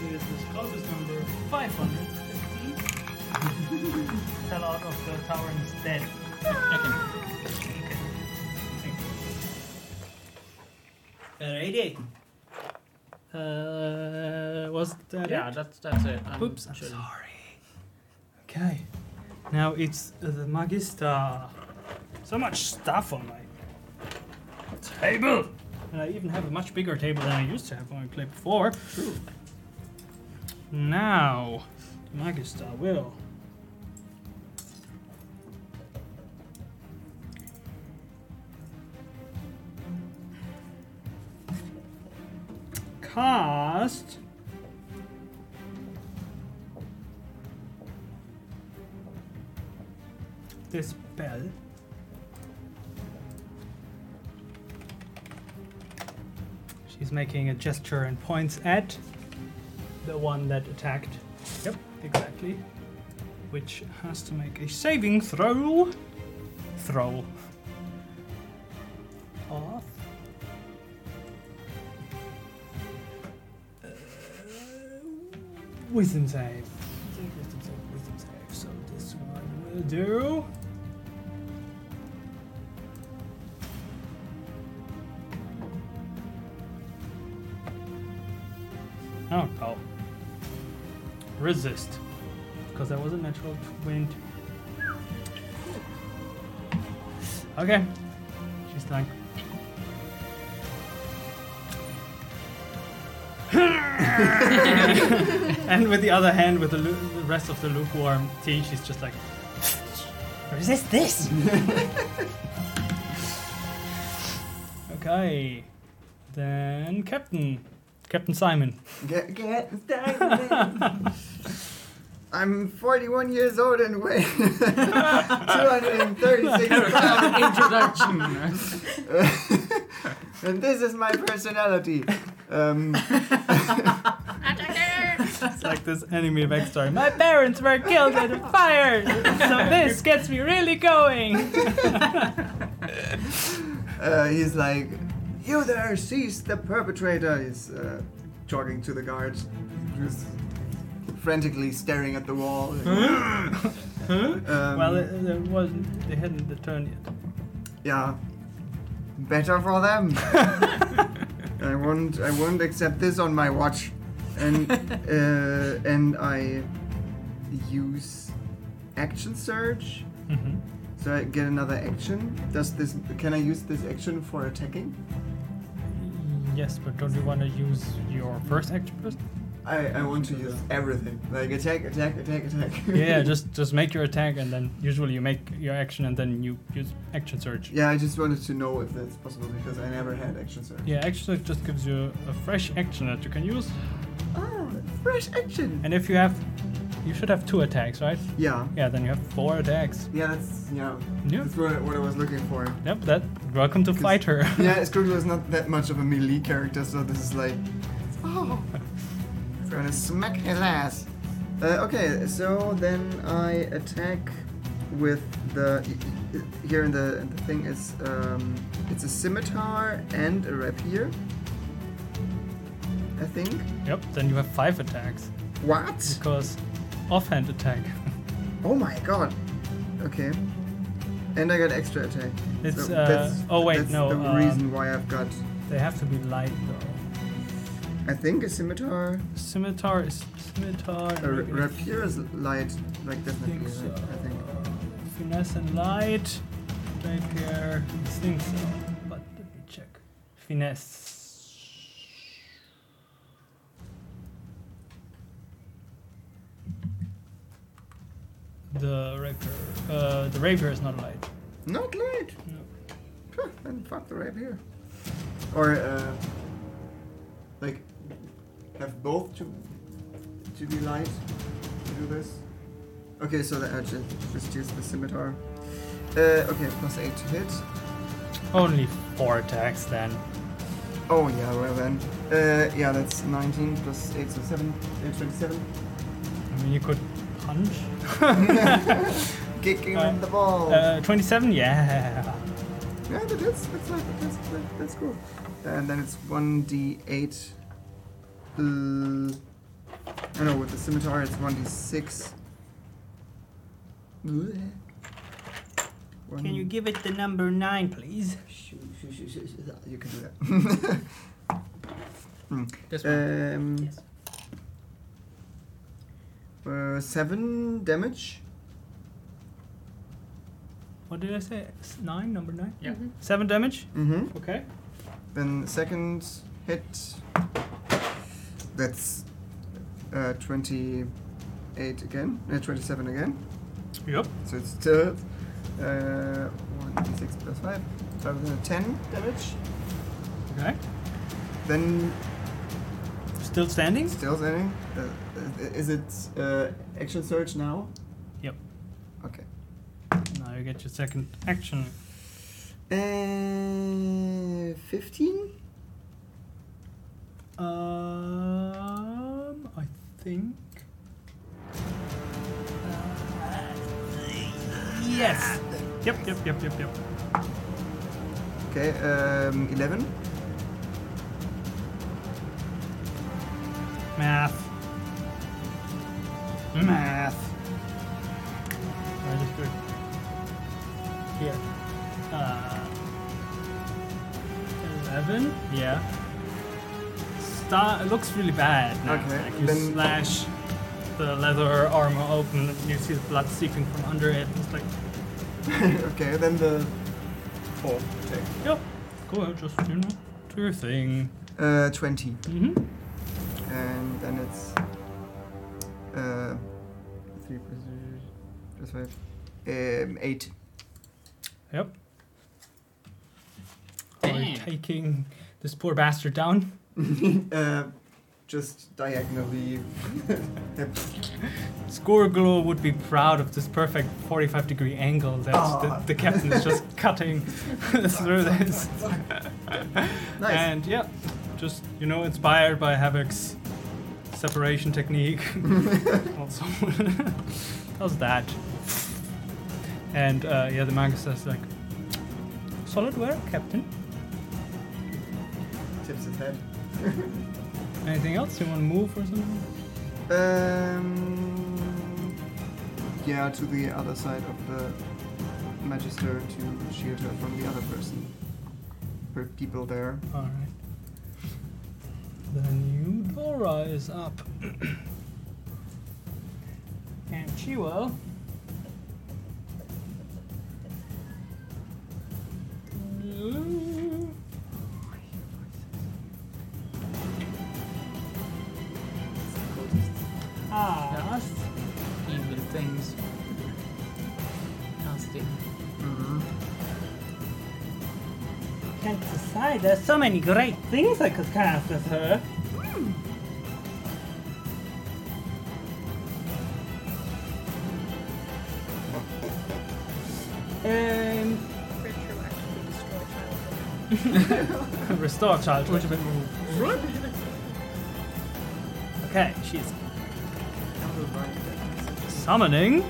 Speaker 1: This is cultist number 515. Fell out of the tower and is dead. Okay. Uh, was that
Speaker 19: Yeah, that's that's it. I'm
Speaker 1: Oops, I'm
Speaker 19: chill.
Speaker 1: sorry. Okay. Now it's uh, the Magista. So much stuff on my table! And I even have a much bigger table than I used to have when I played before. True. Now, the uh, Magista will. Cast. this bell. She's making a gesture and points at the one that attacked. Yep, exactly. Which has to make a saving throw. Throw. Off. Uh, Wisdom save. Wisdom save, wisdom save. So this one will do. Oh, no. Resist. Because that was a natural 20. Okay. She's like. and with the other hand, with the, lu- the rest of the lukewarm tea, she's just like, resist this. okay, then Captain, Captain Simon.
Speaker 6: Get, get down. I'm 41 years old and weigh 236 pounds.
Speaker 19: introduction.
Speaker 6: and this is my personality. Um,
Speaker 1: It's like this enemy backstory. My parents were killed in a fire, so this gets me really going.
Speaker 6: uh, he's like, You there, seize the perpetrator. He's uh, talking to the guard, who's frantically staring at the wall. Um,
Speaker 1: Well, it, it wasn't. They hadn't returned yet.
Speaker 6: Yeah. Better for them. I won't. I won't accept this on my watch. And uh, and I use action surge,
Speaker 1: Mm-hmm.
Speaker 6: so I get another action. Does this? Can I use this action for attacking?
Speaker 1: Yes, but don't you want to use your first action first?
Speaker 6: I, I want to use everything. Like attack, attack, attack, attack.
Speaker 1: yeah, just just make your attack, and then usually you make your action, and then you use action surge.
Speaker 6: yeah. I just wanted to know if that's possible because I never had action surge.
Speaker 1: Yeah, action surge just gives you a fresh action that you can use,
Speaker 6: Oh, fresh action.
Speaker 1: and if you have, you should have two attacks, right?
Speaker 6: Yeah.
Speaker 1: Yeah, then you have four attacks.
Speaker 6: Yeah. That's yeah.
Speaker 1: Yeah.
Speaker 6: That's what, I- what I was looking for.
Speaker 1: Yep, that. Welcome to
Speaker 6: 'Cause-
Speaker 1: fight her.
Speaker 6: Yeah, Skruggle is not that much of a melee character, so this is like, oh, we're gonna smack his ass. Uh, okay, so then I attack with the here in the, the thing is um, it's a scimitar and a rapier. I think.
Speaker 1: yep, then you have five attacks
Speaker 6: What?
Speaker 1: because offhand attack.
Speaker 6: Oh my god. Okay. And I got extra attack.
Speaker 1: It's, uh, oh wait,
Speaker 6: that's
Speaker 1: no,
Speaker 6: The
Speaker 1: um,
Speaker 6: reason why I've got,
Speaker 1: They have to be light though.
Speaker 6: I think, a scimitar.
Speaker 1: Scimitar is scimitar.
Speaker 6: A r-
Speaker 1: maybe-
Speaker 6: Uh, rapier is light, like definitely,
Speaker 1: think
Speaker 6: right?
Speaker 1: so.
Speaker 6: I think.
Speaker 1: Finesse and light. Rapier. I think so. uh, But let me check. Finesse. The rapier. Uh, the rapier is not light.
Speaker 6: Not light.
Speaker 1: No.
Speaker 6: Huh, then fuck the rapier. Or uh, like have both to to be light to do this. Okay, so the edge just use the scimitar. Uh, okay, plus eight to hit.
Speaker 1: Only four attacks then.
Speaker 6: Oh yeah, well then. Uh, yeah, that's 19 plus eight, so seven. Uh,
Speaker 1: I
Speaker 6: 27.
Speaker 1: mean, you could punch.
Speaker 6: Kicking
Speaker 1: Uh,
Speaker 6: in the balls.
Speaker 1: Uh, 27? Yeah.
Speaker 6: Yeah, that is. That's right. That's, that, that's cool. And then it's 1d8. Uh, I know, with the scimitar, it's 1d6. Bleh. One-
Speaker 1: give it the number 9, please?
Speaker 6: Shoo, shoo, shoo, shoo, shoo. You can do that.
Speaker 19: This one.
Speaker 6: um,
Speaker 19: Yes.
Speaker 6: uh, 7 damage.
Speaker 1: What did I say? S- 9? Number 9?
Speaker 19: Yeah.
Speaker 1: 7 damage?
Speaker 6: Mm-hmm.
Speaker 1: Okay.
Speaker 6: Then second hit. That's uh, 28 again. Uh, 27 again.
Speaker 1: Yep.
Speaker 6: So it's two, uh, one d six plus five, so that's a ten damage.
Speaker 1: Okay.
Speaker 6: Then
Speaker 1: Still standing?
Speaker 6: still standing. Uh, is it uh, action surge now?
Speaker 1: Yep.
Speaker 6: Okay.
Speaker 1: Now you get your second action.
Speaker 6: Uh, fifteen.
Speaker 1: Um, I think. uh, yes. Yep, yep, yep, yep, yep.
Speaker 6: Okay. Um, eleven.
Speaker 1: Math. Math. I just do it. Here. Uh, 11? Yeah. Star- it looks really bad now.
Speaker 6: Okay,
Speaker 1: Like you
Speaker 6: then-
Speaker 1: slash the leather armor open and you see the blood seeping from under it. It's like,
Speaker 6: okay. Then the four attack.
Speaker 1: Cool, just, you know, do your thing.
Speaker 6: Uh, 20.
Speaker 1: Mm-hmm.
Speaker 6: And then it's. Uh, 3 plus 5. Um, 8.
Speaker 1: Are taking this poor bastard down?
Speaker 6: uh, just diagonally.
Speaker 1: Scorglow would be proud of this perfect 45 degree angle that
Speaker 6: Ah.
Speaker 1: the, the captain is just cutting through this.
Speaker 6: Nice.
Speaker 1: And yeah, just, you know, inspired by Havoc's separation technique. also, how's that? And uh, yeah, the magus says, like, solid work, Captain.
Speaker 6: Tips his head.
Speaker 1: Anything else? You want to move or something?
Speaker 6: Um, yeah, to the other side of the Magister to shield her from the other person. Her people there.
Speaker 1: Alright. Then Eudora is up. and she will. Ah,
Speaker 3: Evil things. Nasty.
Speaker 1: can't decide. There's so many great things I could cast as her. Hmm. Um,
Speaker 2: Retroactively destroy childhood.
Speaker 1: Restore childhood. Okay, she's summoning.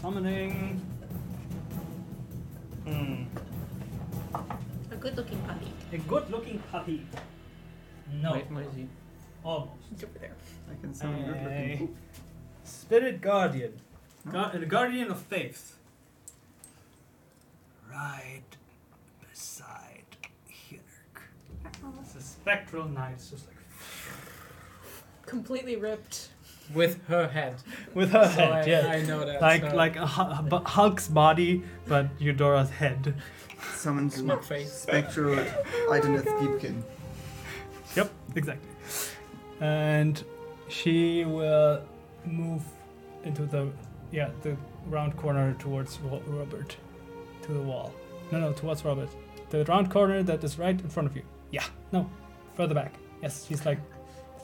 Speaker 1: Summoning. Hmm.
Speaker 18: A good looking puppy.
Speaker 1: A good looking puppy. No,
Speaker 3: Wait, where is he?
Speaker 1: almost.
Speaker 2: It's over there.
Speaker 6: I can summon good
Speaker 1: Hey.
Speaker 6: looking.
Speaker 1: Spirit Guardian. Gu- the Guardian of Faith. Right beside Hinnerk. It's a spectral knight. It's just like.
Speaker 2: Completely ripped.
Speaker 3: With her head.
Speaker 1: With her
Speaker 3: So I,
Speaker 1: head, yeah.
Speaker 3: I know that.
Speaker 1: Like,
Speaker 3: so-
Speaker 1: like a Hu- bu- Hulk's body, but Eudora's head.
Speaker 6: Summons
Speaker 3: Smug face.
Speaker 6: spectral Ideneth Deepkin.
Speaker 1: Yep, exactly. And she will move into the yeah the round corner towards Ro- Robert, to the wall. No, no, towards Robert. The round corner that is right in front of you. Yeah, no, further back. Yes, she's like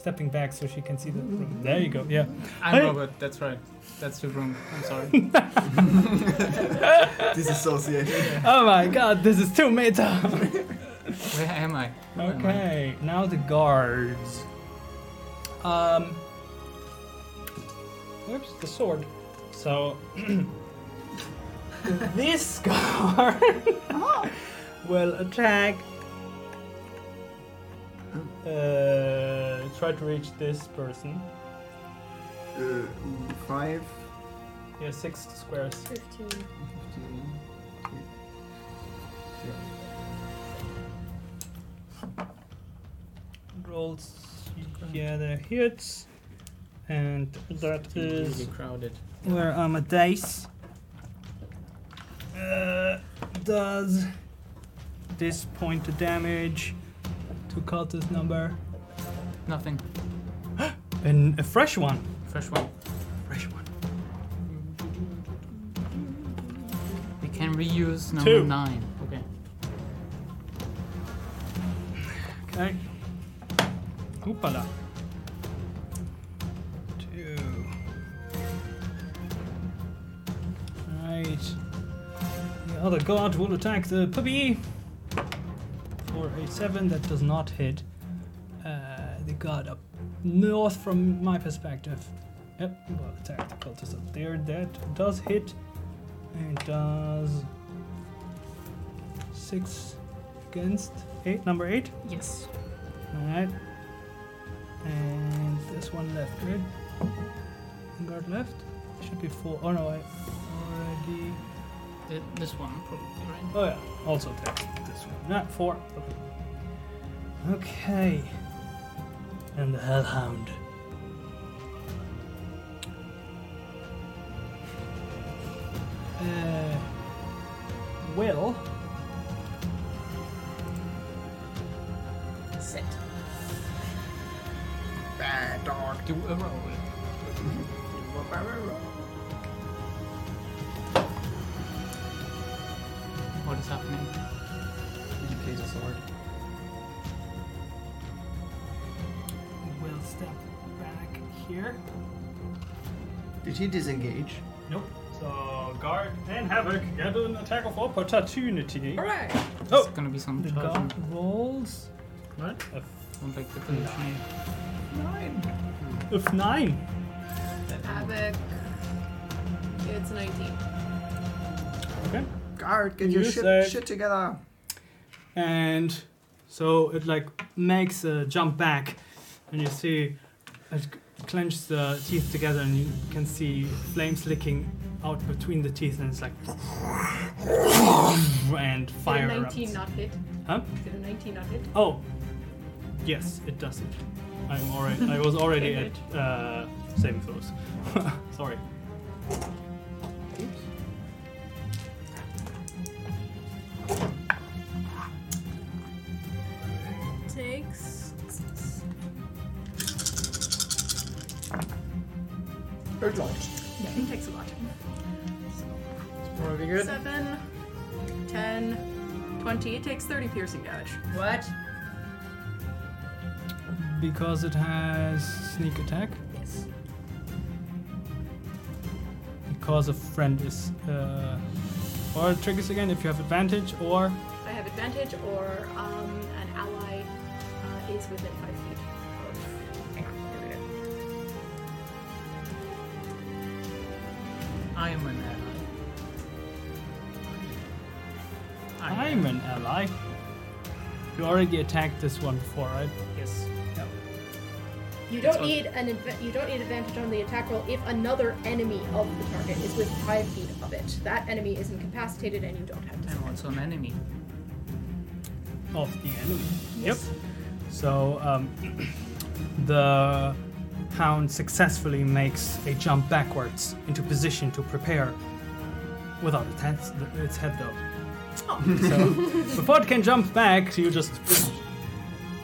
Speaker 1: stepping back so she can see the room. There you go. Yeah.
Speaker 3: I'm
Speaker 1: Hey.
Speaker 3: Robert, that's right. That's the room. I'm sorry.
Speaker 6: Disassociated.
Speaker 1: Oh my God, this is too meta.
Speaker 3: Where am I? Where am I?
Speaker 1: Okay, now the guards. Um. Oops, the sword. So. this guard will attack. Uh, try to reach this person.
Speaker 6: Uh, five.
Speaker 1: Yeah, six squares.
Speaker 2: 15.
Speaker 6: 15,
Speaker 1: Rolls. Yeah, that hits. And that
Speaker 3: Really
Speaker 1: is
Speaker 3: crowded.
Speaker 1: where I'm a dice. Uh, does this point to damage to cultist number?
Speaker 3: Nothing.
Speaker 1: And a fresh one.
Speaker 3: Fresh one.
Speaker 1: Fresh one.
Speaker 3: We can reuse number
Speaker 1: Two.
Speaker 3: nine. Okay.
Speaker 1: Okay. Hoopala. Two. Right. The other guard will attack the puppy. For a seven that does not hit. Uh, the guard up north from my perspective. Yep, will attack the cultist up there. That does hit. And does six against eight, number eight.
Speaker 18: Yes.
Speaker 1: Alright. And this one left, right? Guard left. Should be four. Oh no, I already.
Speaker 3: Th- This one, probably, right?
Speaker 1: Oh yeah, also attack this one. Not four. Okay. And the Hellhound. Uh, will
Speaker 18: Sit.
Speaker 3: Bad dog do a roll. What is happening?
Speaker 6: You play the sword.
Speaker 1: will step back here.
Speaker 6: Did he disengage?
Speaker 1: Nope. So guard and havoc get an er attack of opportunity.
Speaker 2: Alright.
Speaker 1: Oh!
Speaker 3: It's gonna be some
Speaker 1: The
Speaker 3: charging.
Speaker 1: guard rolls
Speaker 3: What?
Speaker 1: a
Speaker 3: Don't like the conditioning.
Speaker 1: nine. Of nine.
Speaker 9: Havoc. It's 19.
Speaker 1: Okay.
Speaker 6: Guard, get your
Speaker 1: You
Speaker 6: shit,
Speaker 1: said-
Speaker 6: shit together.
Speaker 1: and so it like makes a jump back and you see it c- clenches the teeth together and you can see flames licking out between the teeth and it's like and fire
Speaker 2: Did a 19
Speaker 1: erupts.
Speaker 2: not hit?
Speaker 1: Huh?
Speaker 2: Did a 19 not hit?
Speaker 1: oh yes it does it i'm already i was already at uh saving throws sorry
Speaker 9: Takes.
Speaker 6: Hurt lot.
Speaker 9: Yeah, it takes a lot.
Speaker 3: Probably good.
Speaker 9: 7, 10, 20. It takes 30 piercing damage.
Speaker 2: What?
Speaker 1: because it has sneak attack
Speaker 9: Yes.
Speaker 1: because a friend is uh, or it triggers again if you have advantage or
Speaker 2: I have advantage or um, an ally uh, is within five feet.
Speaker 3: I am an ally. I
Speaker 1: I'm an ally. You already attacked this one before, right?
Speaker 3: Yes.
Speaker 18: You don't
Speaker 3: It's on-
Speaker 18: need an adva- you don't need advantage on the attack roll if another enemy of the target is within five feet of it. That enemy is incapacitated, and you don't have to.
Speaker 3: I'm also an enemy.
Speaker 1: Of the enemy. Yep. So um, the hound successfully makes a jump backwards into position to prepare without its head, its head though. So before it can jump back, you just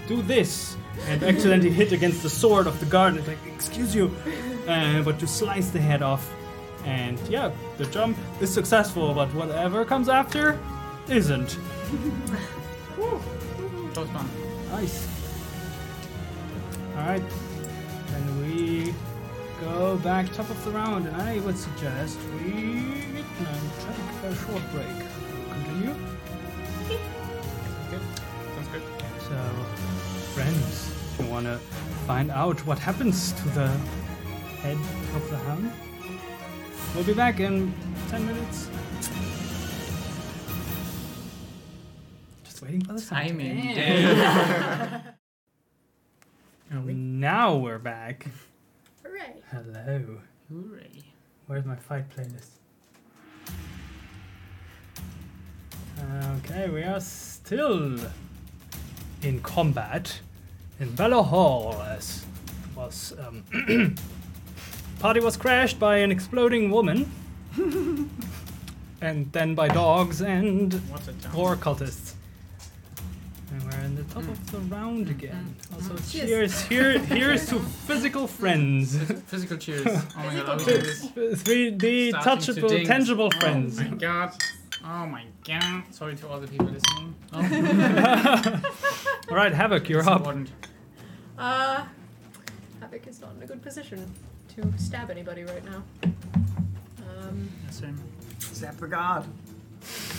Speaker 1: do this and accidentally hit against the sword of the guard. It's like, excuse you, uh, but you slice the head off. And yeah, the jump is successful, but whatever comes after isn't.
Speaker 3: Close one.
Speaker 1: Nice. Alright. Then we go back top of the round, and I would suggest we um, take a short break. Continue.
Speaker 3: Sounds good.
Speaker 1: So, friends, if you want to find out what happens to the head of the hound, we'll be back in 10 minutes. Just waiting for the sound.
Speaker 3: Timing.
Speaker 1: Now we're back.
Speaker 18: Hooray!
Speaker 1: Hello.
Speaker 3: Hooray.
Speaker 1: Where's my fight playlist? Okay, we are still in combat in Valor Hall as was um, party was crashed by an exploding woman and then by dogs and
Speaker 3: What a jump.
Speaker 1: war cultists. And we're in the top of the round again. Also cheers here here's to physical friends.
Speaker 3: Phys- Physical cheers. Oh my god, I was doing this.
Speaker 1: Three D
Speaker 3: Starting to
Speaker 1: touchable,
Speaker 3: ding.
Speaker 1: tangible friends.
Speaker 3: Oh my god. Oh my god. Sorry to all the people listening. Oh,
Speaker 1: All right, Havoc, you're
Speaker 3: it's
Speaker 1: up.
Speaker 3: important.
Speaker 9: Uh, Havoc is not in a good position to stab anybody right now. Um,
Speaker 3: Yes, sir.
Speaker 6: Zap the guard.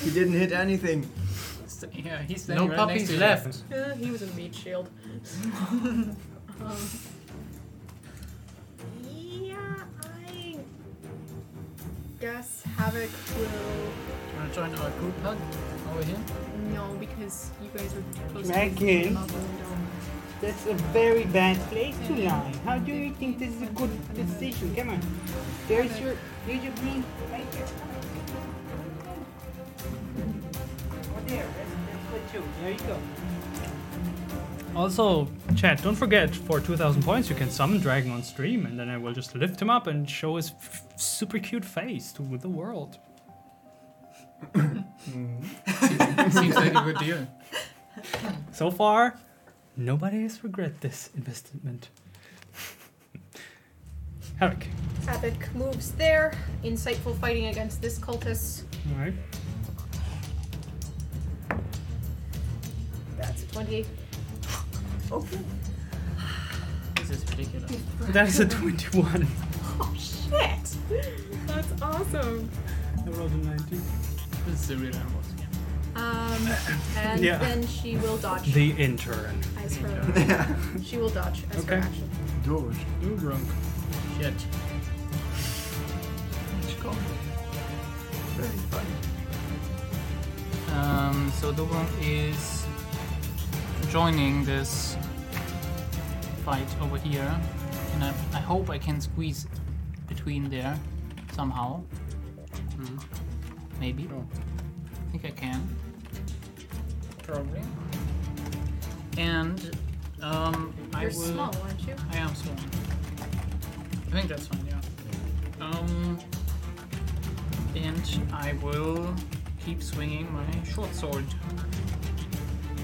Speaker 6: He didn't hit anything.
Speaker 3: Sta- Yeah, he's
Speaker 19: No
Speaker 3: standing right next
Speaker 19: puppies
Speaker 3: to you.
Speaker 19: left.
Speaker 9: uh, he was in meat shield. um,
Speaker 2: Yeah, I guess Havoc will.
Speaker 3: You wanna join our group hug over here?
Speaker 9: no, because you guys were close
Speaker 1: Megan.
Speaker 9: to up and down.
Speaker 1: That's a very bad place to lie. How do you think this is a good decision? Come on. There's your, there's your green right there. Oh, there. That's, that's good too. There you go. Also, chat, don't forget for 2,000 points you can summon Dragon on stream, and then I will just lift him up and show his f- super cute face to the world.
Speaker 3: Seems like a good deal.
Speaker 1: So far, nobody has regret this investment. Herrick.
Speaker 2: Havoc moves there. Insightful fighting against this cultist.
Speaker 1: Alright.
Speaker 2: That's a 20.
Speaker 18: Okay.
Speaker 3: This is ridiculous.
Speaker 1: That is a 21.
Speaker 18: Oh shit!
Speaker 2: That's awesome.
Speaker 1: I rolled a 19.
Speaker 3: This is a real animal.
Speaker 2: Um, and
Speaker 1: Yeah.
Speaker 2: then she will dodge
Speaker 1: The intern.
Speaker 2: as her. she will dodge as
Speaker 1: Okay.
Speaker 2: her action.
Speaker 6: Doge.
Speaker 3: Ooh, drunk. Shit.
Speaker 6: Very funny.
Speaker 3: Um, so Dobrunk is joining this fight over here, and I, I hope I can squeeze between there somehow. Maybe. I think I can. Probably. And um, I
Speaker 2: You're
Speaker 3: will.
Speaker 2: small, aren't you?
Speaker 3: I am small. I think that's fine, yeah. Um, and I will keep swinging my short sword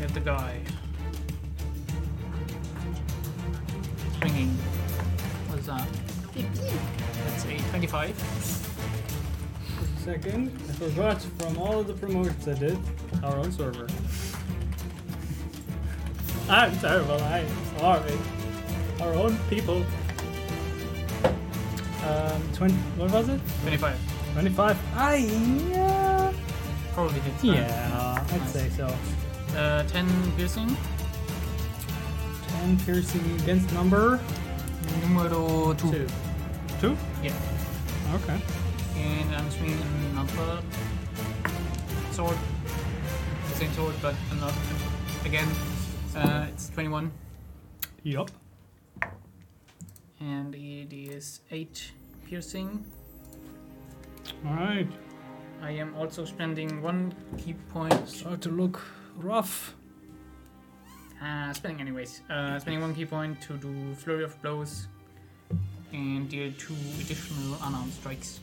Speaker 3: at the guy. Swinging. What's that? That's a 25.
Speaker 1: Second, I forgot from all of the promotions I did, our own server. I'm terrible, I'm sorry. Our own people. Um, 20, what was it?
Speaker 3: 25.
Speaker 1: 25. I, yeah.
Speaker 3: Probably hits. right?
Speaker 1: Yeah, I'd
Speaker 3: Nice.
Speaker 1: say so.
Speaker 3: Uh, 10 piercing.
Speaker 1: 10 piercing against number
Speaker 3: Numero 2.
Speaker 1: two. Two?
Speaker 3: Yeah.
Speaker 1: Okay.
Speaker 3: And I'm swinging another sword. The same sword, but I'm not. Again, uh, it's 21.
Speaker 1: Yup.
Speaker 3: And it is 8 piercing.
Speaker 1: Alright.
Speaker 3: I am also spending one key point.
Speaker 1: Start to look rough.
Speaker 3: Uh, spending, anyways. Uh, spending one key point to do Flurry of Blows and deal 2 additional unarmed strikes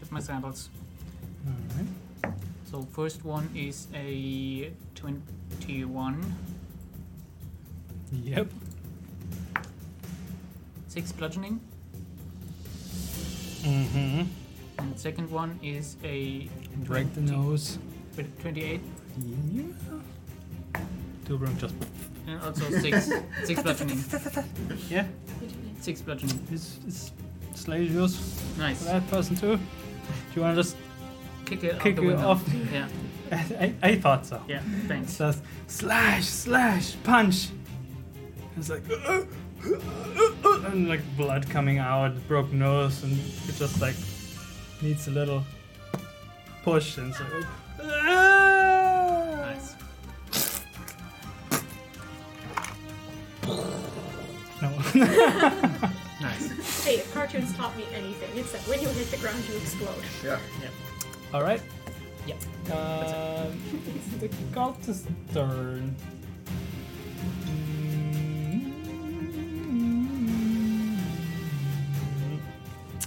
Speaker 3: with my sandals.
Speaker 1: Alright.
Speaker 3: So, first one is a 21.
Speaker 1: Yep.
Speaker 3: 6 bludgeoning.
Speaker 1: Mm-hmm.
Speaker 3: And second one is a
Speaker 1: Break the
Speaker 3: 20
Speaker 1: nose.
Speaker 3: with 28
Speaker 1: Yeah. Dobrum just.
Speaker 3: and also 6 6 bludgeoning
Speaker 1: Yeah.
Speaker 3: 6 bludgeoning
Speaker 1: Is is slays yours for
Speaker 3: nice
Speaker 1: that person too? Do you want to just?
Speaker 3: kick it
Speaker 1: Kick
Speaker 3: out the
Speaker 1: it
Speaker 3: window
Speaker 1: off.
Speaker 3: yeah
Speaker 1: I, I, I thought so.
Speaker 3: yeah thanks
Speaker 1: So slash slash punch. It's like uh, and like blood coming out, broke nose, and it just like needs a little push and so.
Speaker 3: nice
Speaker 1: No.
Speaker 3: nice
Speaker 2: Hey, if cartoons taught me anything, it's that when you hit the ground, you explode.
Speaker 6: Yeah.
Speaker 1: All right.
Speaker 3: Yeah.
Speaker 1: Um, it's the cultist's turn.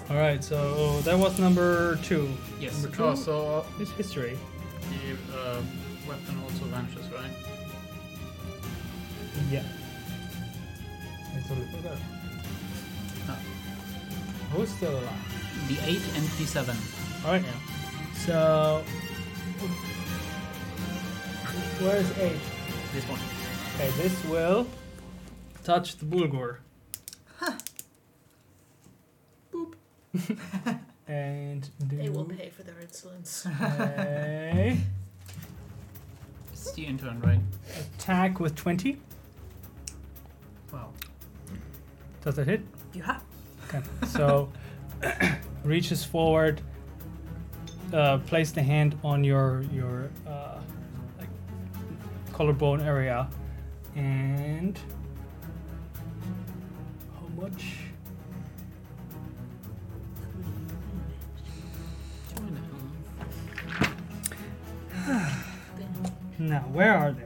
Speaker 1: All right. So that was number two.
Speaker 3: yes
Speaker 1: Number two.
Speaker 3: oh so
Speaker 1: It's history.
Speaker 3: the uh, weapon also vanishes right
Speaker 1: Yeah. I totally forgot.
Speaker 3: No.
Speaker 1: Who's still alive?
Speaker 3: the 8 and the 7
Speaker 1: All right.
Speaker 3: yeah
Speaker 1: So where is eight?
Speaker 3: this one
Speaker 1: Okay, this will touch the Bulgur. Boop. and do
Speaker 2: They will pay for their insolence.
Speaker 1: a
Speaker 3: it's the intern right
Speaker 1: attack with 20.
Speaker 3: wow
Speaker 1: Does that hit?
Speaker 9: Yeah.
Speaker 1: Okay. So reaches forward, uh, place the hand on your your uh, like collarbone area, and how much? Now, where are they?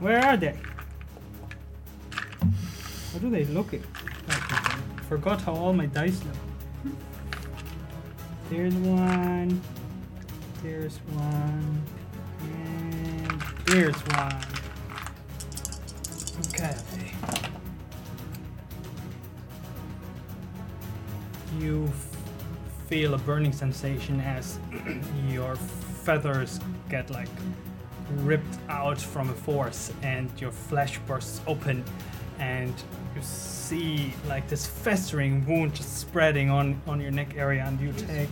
Speaker 1: Where are they? What do they look at? forgot how all my dice look. There's one. There's one. And there's one. Okay. You f- feel a burning sensation as your feathers get like ripped out from a force and your flesh bursts open and you see like this festering wound just spreading on on your neck area and you take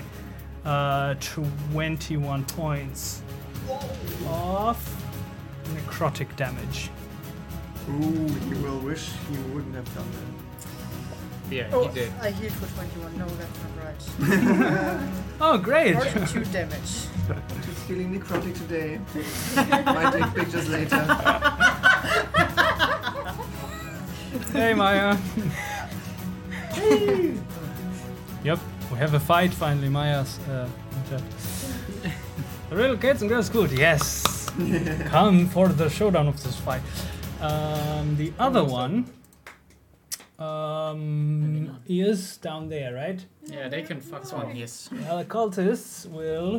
Speaker 1: uh 21 points of necrotic damage
Speaker 6: Ooh, you will wish you wouldn't have done
Speaker 3: Yeah,
Speaker 9: Oh,
Speaker 3: he did.
Speaker 9: I healed for 21. No, that's not right.
Speaker 1: oh great
Speaker 9: Fortitude damage.
Speaker 6: that. Just feeling necrotic today. Might take pictures later.
Speaker 1: hey maya yep we have a fight finally maya's uh the real kids and girls good yes come for the showdown of this fight um the other one um is down there right
Speaker 3: Yeah, they can fuck one. Yes.
Speaker 1: Now the cultists will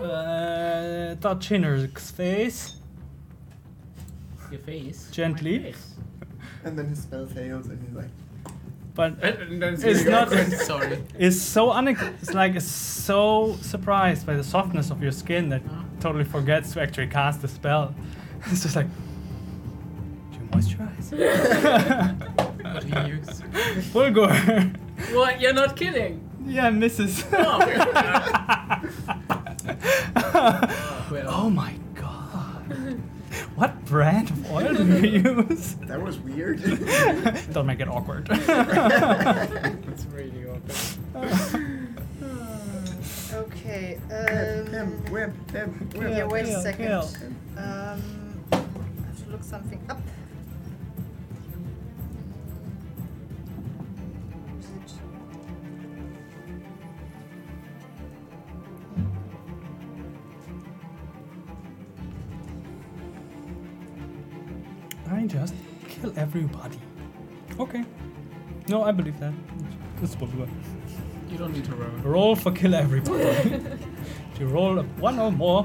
Speaker 1: uh, touch Hinner's face
Speaker 3: Your face.
Speaker 1: Gently.
Speaker 3: My face.
Speaker 6: And then his spell fails and he's like,
Speaker 1: but
Speaker 3: it's
Speaker 1: It's not-
Speaker 3: sorry.
Speaker 1: is so unex- it's like is so surprised by the softness of your skin that
Speaker 3: Uh-huh.
Speaker 1: totally forgets to actually cast the spell. It's just like do you moisturize?
Speaker 3: What do you use?
Speaker 1: Bulgur.
Speaker 3: What? You're not kidding.
Speaker 1: yeah, misses.
Speaker 3: Oh, well,
Speaker 1: oh my god. What brand of oil do you use?
Speaker 6: that was weird.
Speaker 1: Don't make it awkward.
Speaker 3: it's really awkward.
Speaker 9: Hmm, Okay.
Speaker 6: Whip
Speaker 9: Um,
Speaker 6: him, whip him, whip
Speaker 9: yeah,
Speaker 6: him.
Speaker 9: wait
Speaker 1: kill,
Speaker 9: a second.
Speaker 1: kill.
Speaker 9: Um, I have to look something up. Is it-
Speaker 1: I just kill everybody. Okay. No, I believe that. It's Bulgur.
Speaker 3: You don't need to roll.
Speaker 1: Roll for kill everybody. If you roll a one or more,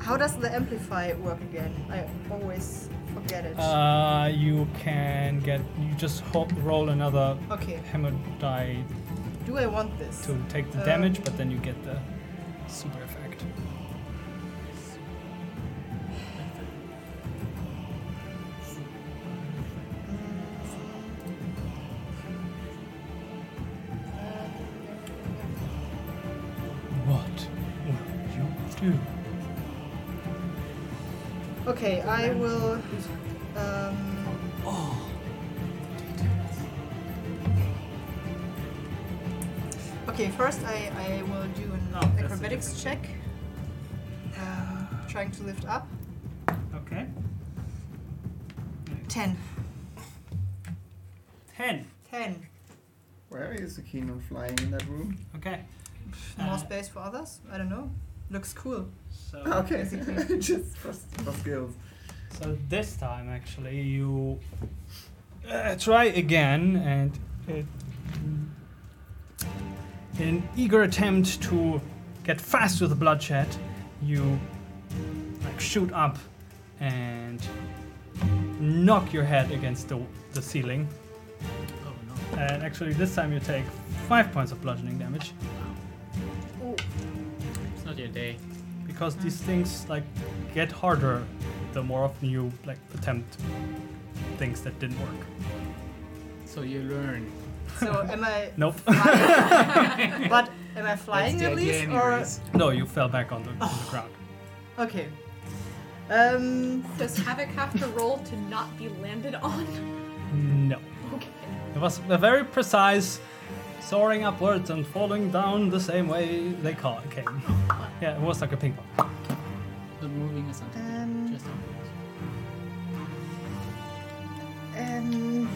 Speaker 9: How does the amplify work again? I always forget it.
Speaker 1: uh, you can get. You just ho- roll another
Speaker 9: okay.
Speaker 1: hammer die
Speaker 9: Do I want this?
Speaker 1: to take the
Speaker 9: Um,
Speaker 1: damage, but then you get the super effect. What will you do?
Speaker 9: Okay, I will. Um, okay, first I, I will do an
Speaker 19: No, that's a
Speaker 9: acrobatics check. Um, trying to lift up.
Speaker 1: Okay.
Speaker 9: Ten.
Speaker 1: Ten.
Speaker 9: Ten.
Speaker 6: Where is the keen on flying in that room?
Speaker 1: Okay.
Speaker 9: More
Speaker 1: Uh,
Speaker 9: space for others? I don't know. Looks cool.
Speaker 1: So.
Speaker 6: Okay,
Speaker 9: basically.
Speaker 6: just for, for skills.
Speaker 1: So this time, actually, you uh, try again, and it, in an eager attempt to get fast with the bloodshed, you like shoot up and knock your head against the, the ceiling.
Speaker 3: Oh no.
Speaker 1: And actually, this time you take five points of bludgeoning damage
Speaker 3: It's not your day.
Speaker 1: because these things like get harder the more often you like attempt things that didn't work.
Speaker 3: So you learn.
Speaker 9: So am I.
Speaker 1: Nope.
Speaker 9: flying? but am I
Speaker 3: That's
Speaker 9: flying
Speaker 3: the
Speaker 9: at
Speaker 3: idea
Speaker 9: least? Or.
Speaker 3: anyways.
Speaker 1: No, you fell back on the, on the ground.
Speaker 9: Okay. Um,
Speaker 2: Does Havoc have to roll to not be landed on?
Speaker 1: No.
Speaker 2: Okay.
Speaker 1: It was a very precise soaring upwards and falling down the same way they ca- came. Yeah, it was like a ping pong.
Speaker 3: Not moving or something.
Speaker 9: um,
Speaker 3: Just upwards.
Speaker 9: Um,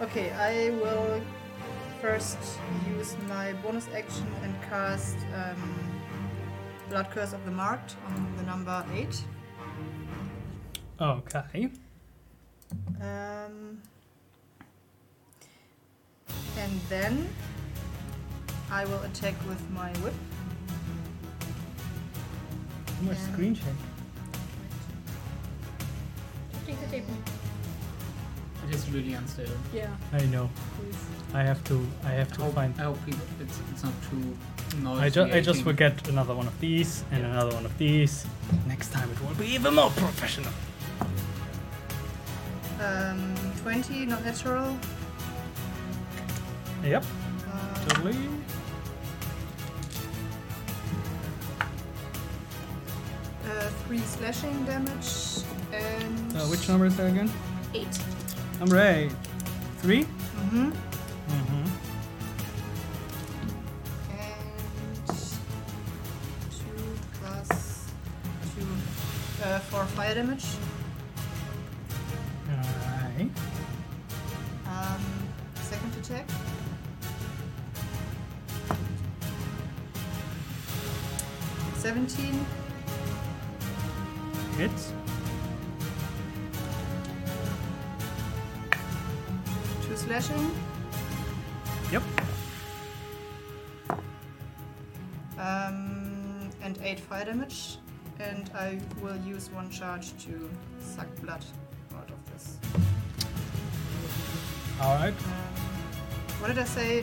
Speaker 9: okay, I will first use my bonus action and cast um, Blood Curse of the Marked on the number 8.
Speaker 1: Okay.
Speaker 9: Um, and then I will attack with my whip.
Speaker 1: Too much
Speaker 9: Yeah.
Speaker 1: screen check.
Speaker 2: Take the table.
Speaker 3: It is really unstable.
Speaker 2: Yeah,
Speaker 1: I know.
Speaker 2: please.
Speaker 1: I have to. I have to
Speaker 3: I hope,
Speaker 1: find.
Speaker 3: I hope it, it's, it's not too noisy.
Speaker 1: Oh, I just. I just
Speaker 3: creating.
Speaker 1: will get another one of these and another one of these. Next time it will be even more professional.
Speaker 9: Um, 20, not natural.
Speaker 1: Yep.
Speaker 9: Uh,
Speaker 1: Totally.
Speaker 9: uh, 3 slashing damage and.
Speaker 1: Uh, which number is that again?
Speaker 18: Eight.
Speaker 1: Number eight. Three.
Speaker 9: Mm-hmm.
Speaker 1: Mm-hmm.
Speaker 9: And 2 plus 2 uh, for fire damage.
Speaker 1: Alright.
Speaker 9: Um, second attack. Seventeen
Speaker 1: Hits.
Speaker 9: two slashing.
Speaker 1: Yep.
Speaker 9: Um, and eight fire damage. And I will use one charge to suck blood out of this.
Speaker 1: Alright.
Speaker 9: Um, what did I say?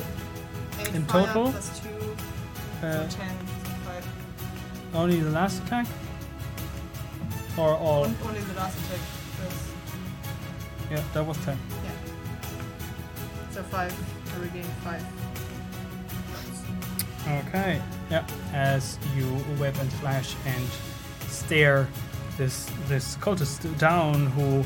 Speaker 9: Eight
Speaker 1: In
Speaker 9: fire
Speaker 1: total?
Speaker 9: plus two, so
Speaker 1: Uh,
Speaker 9: ten, five.
Speaker 1: only the last attack. Or all.
Speaker 9: On- Only the last attack. was-
Speaker 1: Yeah, that was ten.
Speaker 9: So five to regain five. Nice.
Speaker 1: Okay. Yeah. As you web and flash and stare this this cultist down, who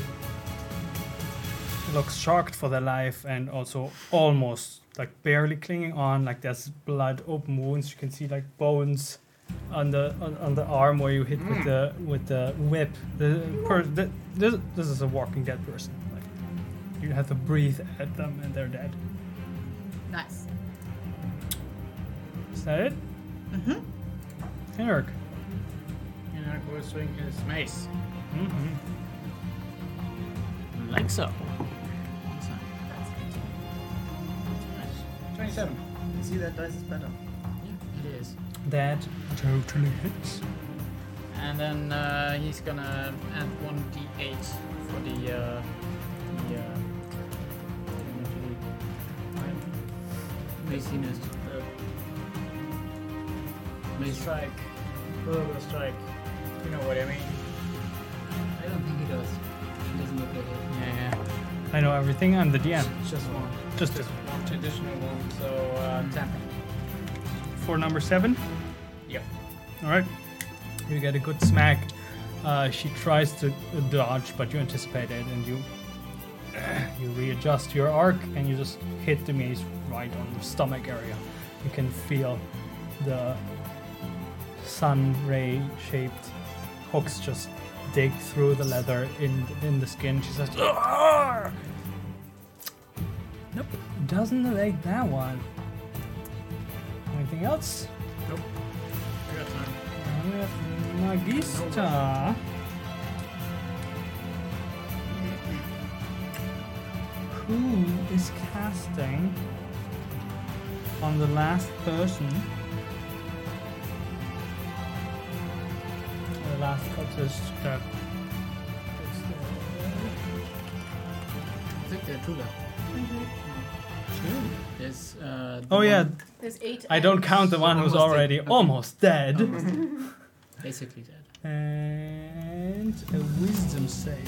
Speaker 1: looks shocked for their life and also almost like barely clinging on. Like there's blood, open wounds. You can see like bones on the on, on the arm where you hit with the with the whip. The, per, the this this is a walking dead person. Like you have to breathe at them and they're dead.
Speaker 9: Nice.
Speaker 1: Is that it?
Speaker 9: Mhm.
Speaker 1: Eric.
Speaker 19: And I will swing his mace.
Speaker 1: Mm-hmm.
Speaker 19: Like so. That's nice. 27.
Speaker 6: You see, that dice is better.
Speaker 19: Yeah, it is.
Speaker 1: That totally hits.
Speaker 19: And then uh, he's gonna add 1d8 for the. Uh, the uh, Macinus. Uh, Mace strike. Verbal strike. You know what I mean?
Speaker 3: I don't think he does. He doesn't look like it.
Speaker 19: Yeah, yeah.
Speaker 1: I know everything. I'm the DM.
Speaker 19: It's Just one.
Speaker 1: Just this
Speaker 19: One traditional one. So, uh,
Speaker 3: Mm-hmm.
Speaker 19: 10.
Speaker 1: for number seven.
Speaker 19: Yep.
Speaker 1: All right. You get a good smack. Uh, she tries to dodge, but you anticipate it, and you you readjust your arc, and you just hit the mace right on the stomach area. You can feel the sun ray shaped hooks just dig through the leather in in the skin. She says, "Argh!" "Nope, doesn't like that one." Anything else?
Speaker 19: I got time.
Speaker 1: We have Magista. Who is casting on the last person? The last cultist that.
Speaker 3: I think they're two left. There's, uh, the
Speaker 1: Oh, yeah,
Speaker 3: one
Speaker 2: There's eight.
Speaker 1: I don't
Speaker 2: and-
Speaker 1: count the one who's
Speaker 3: Almost dead.
Speaker 1: already
Speaker 3: Okay.
Speaker 1: almost dead.
Speaker 3: Basically dead.
Speaker 1: And a wisdom save.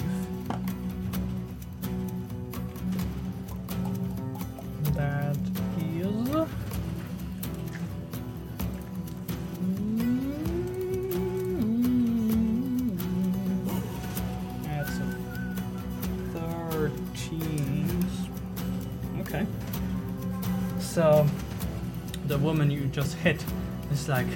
Speaker 1: That is. That's a 13. Okay. So, the woman you just hit is like.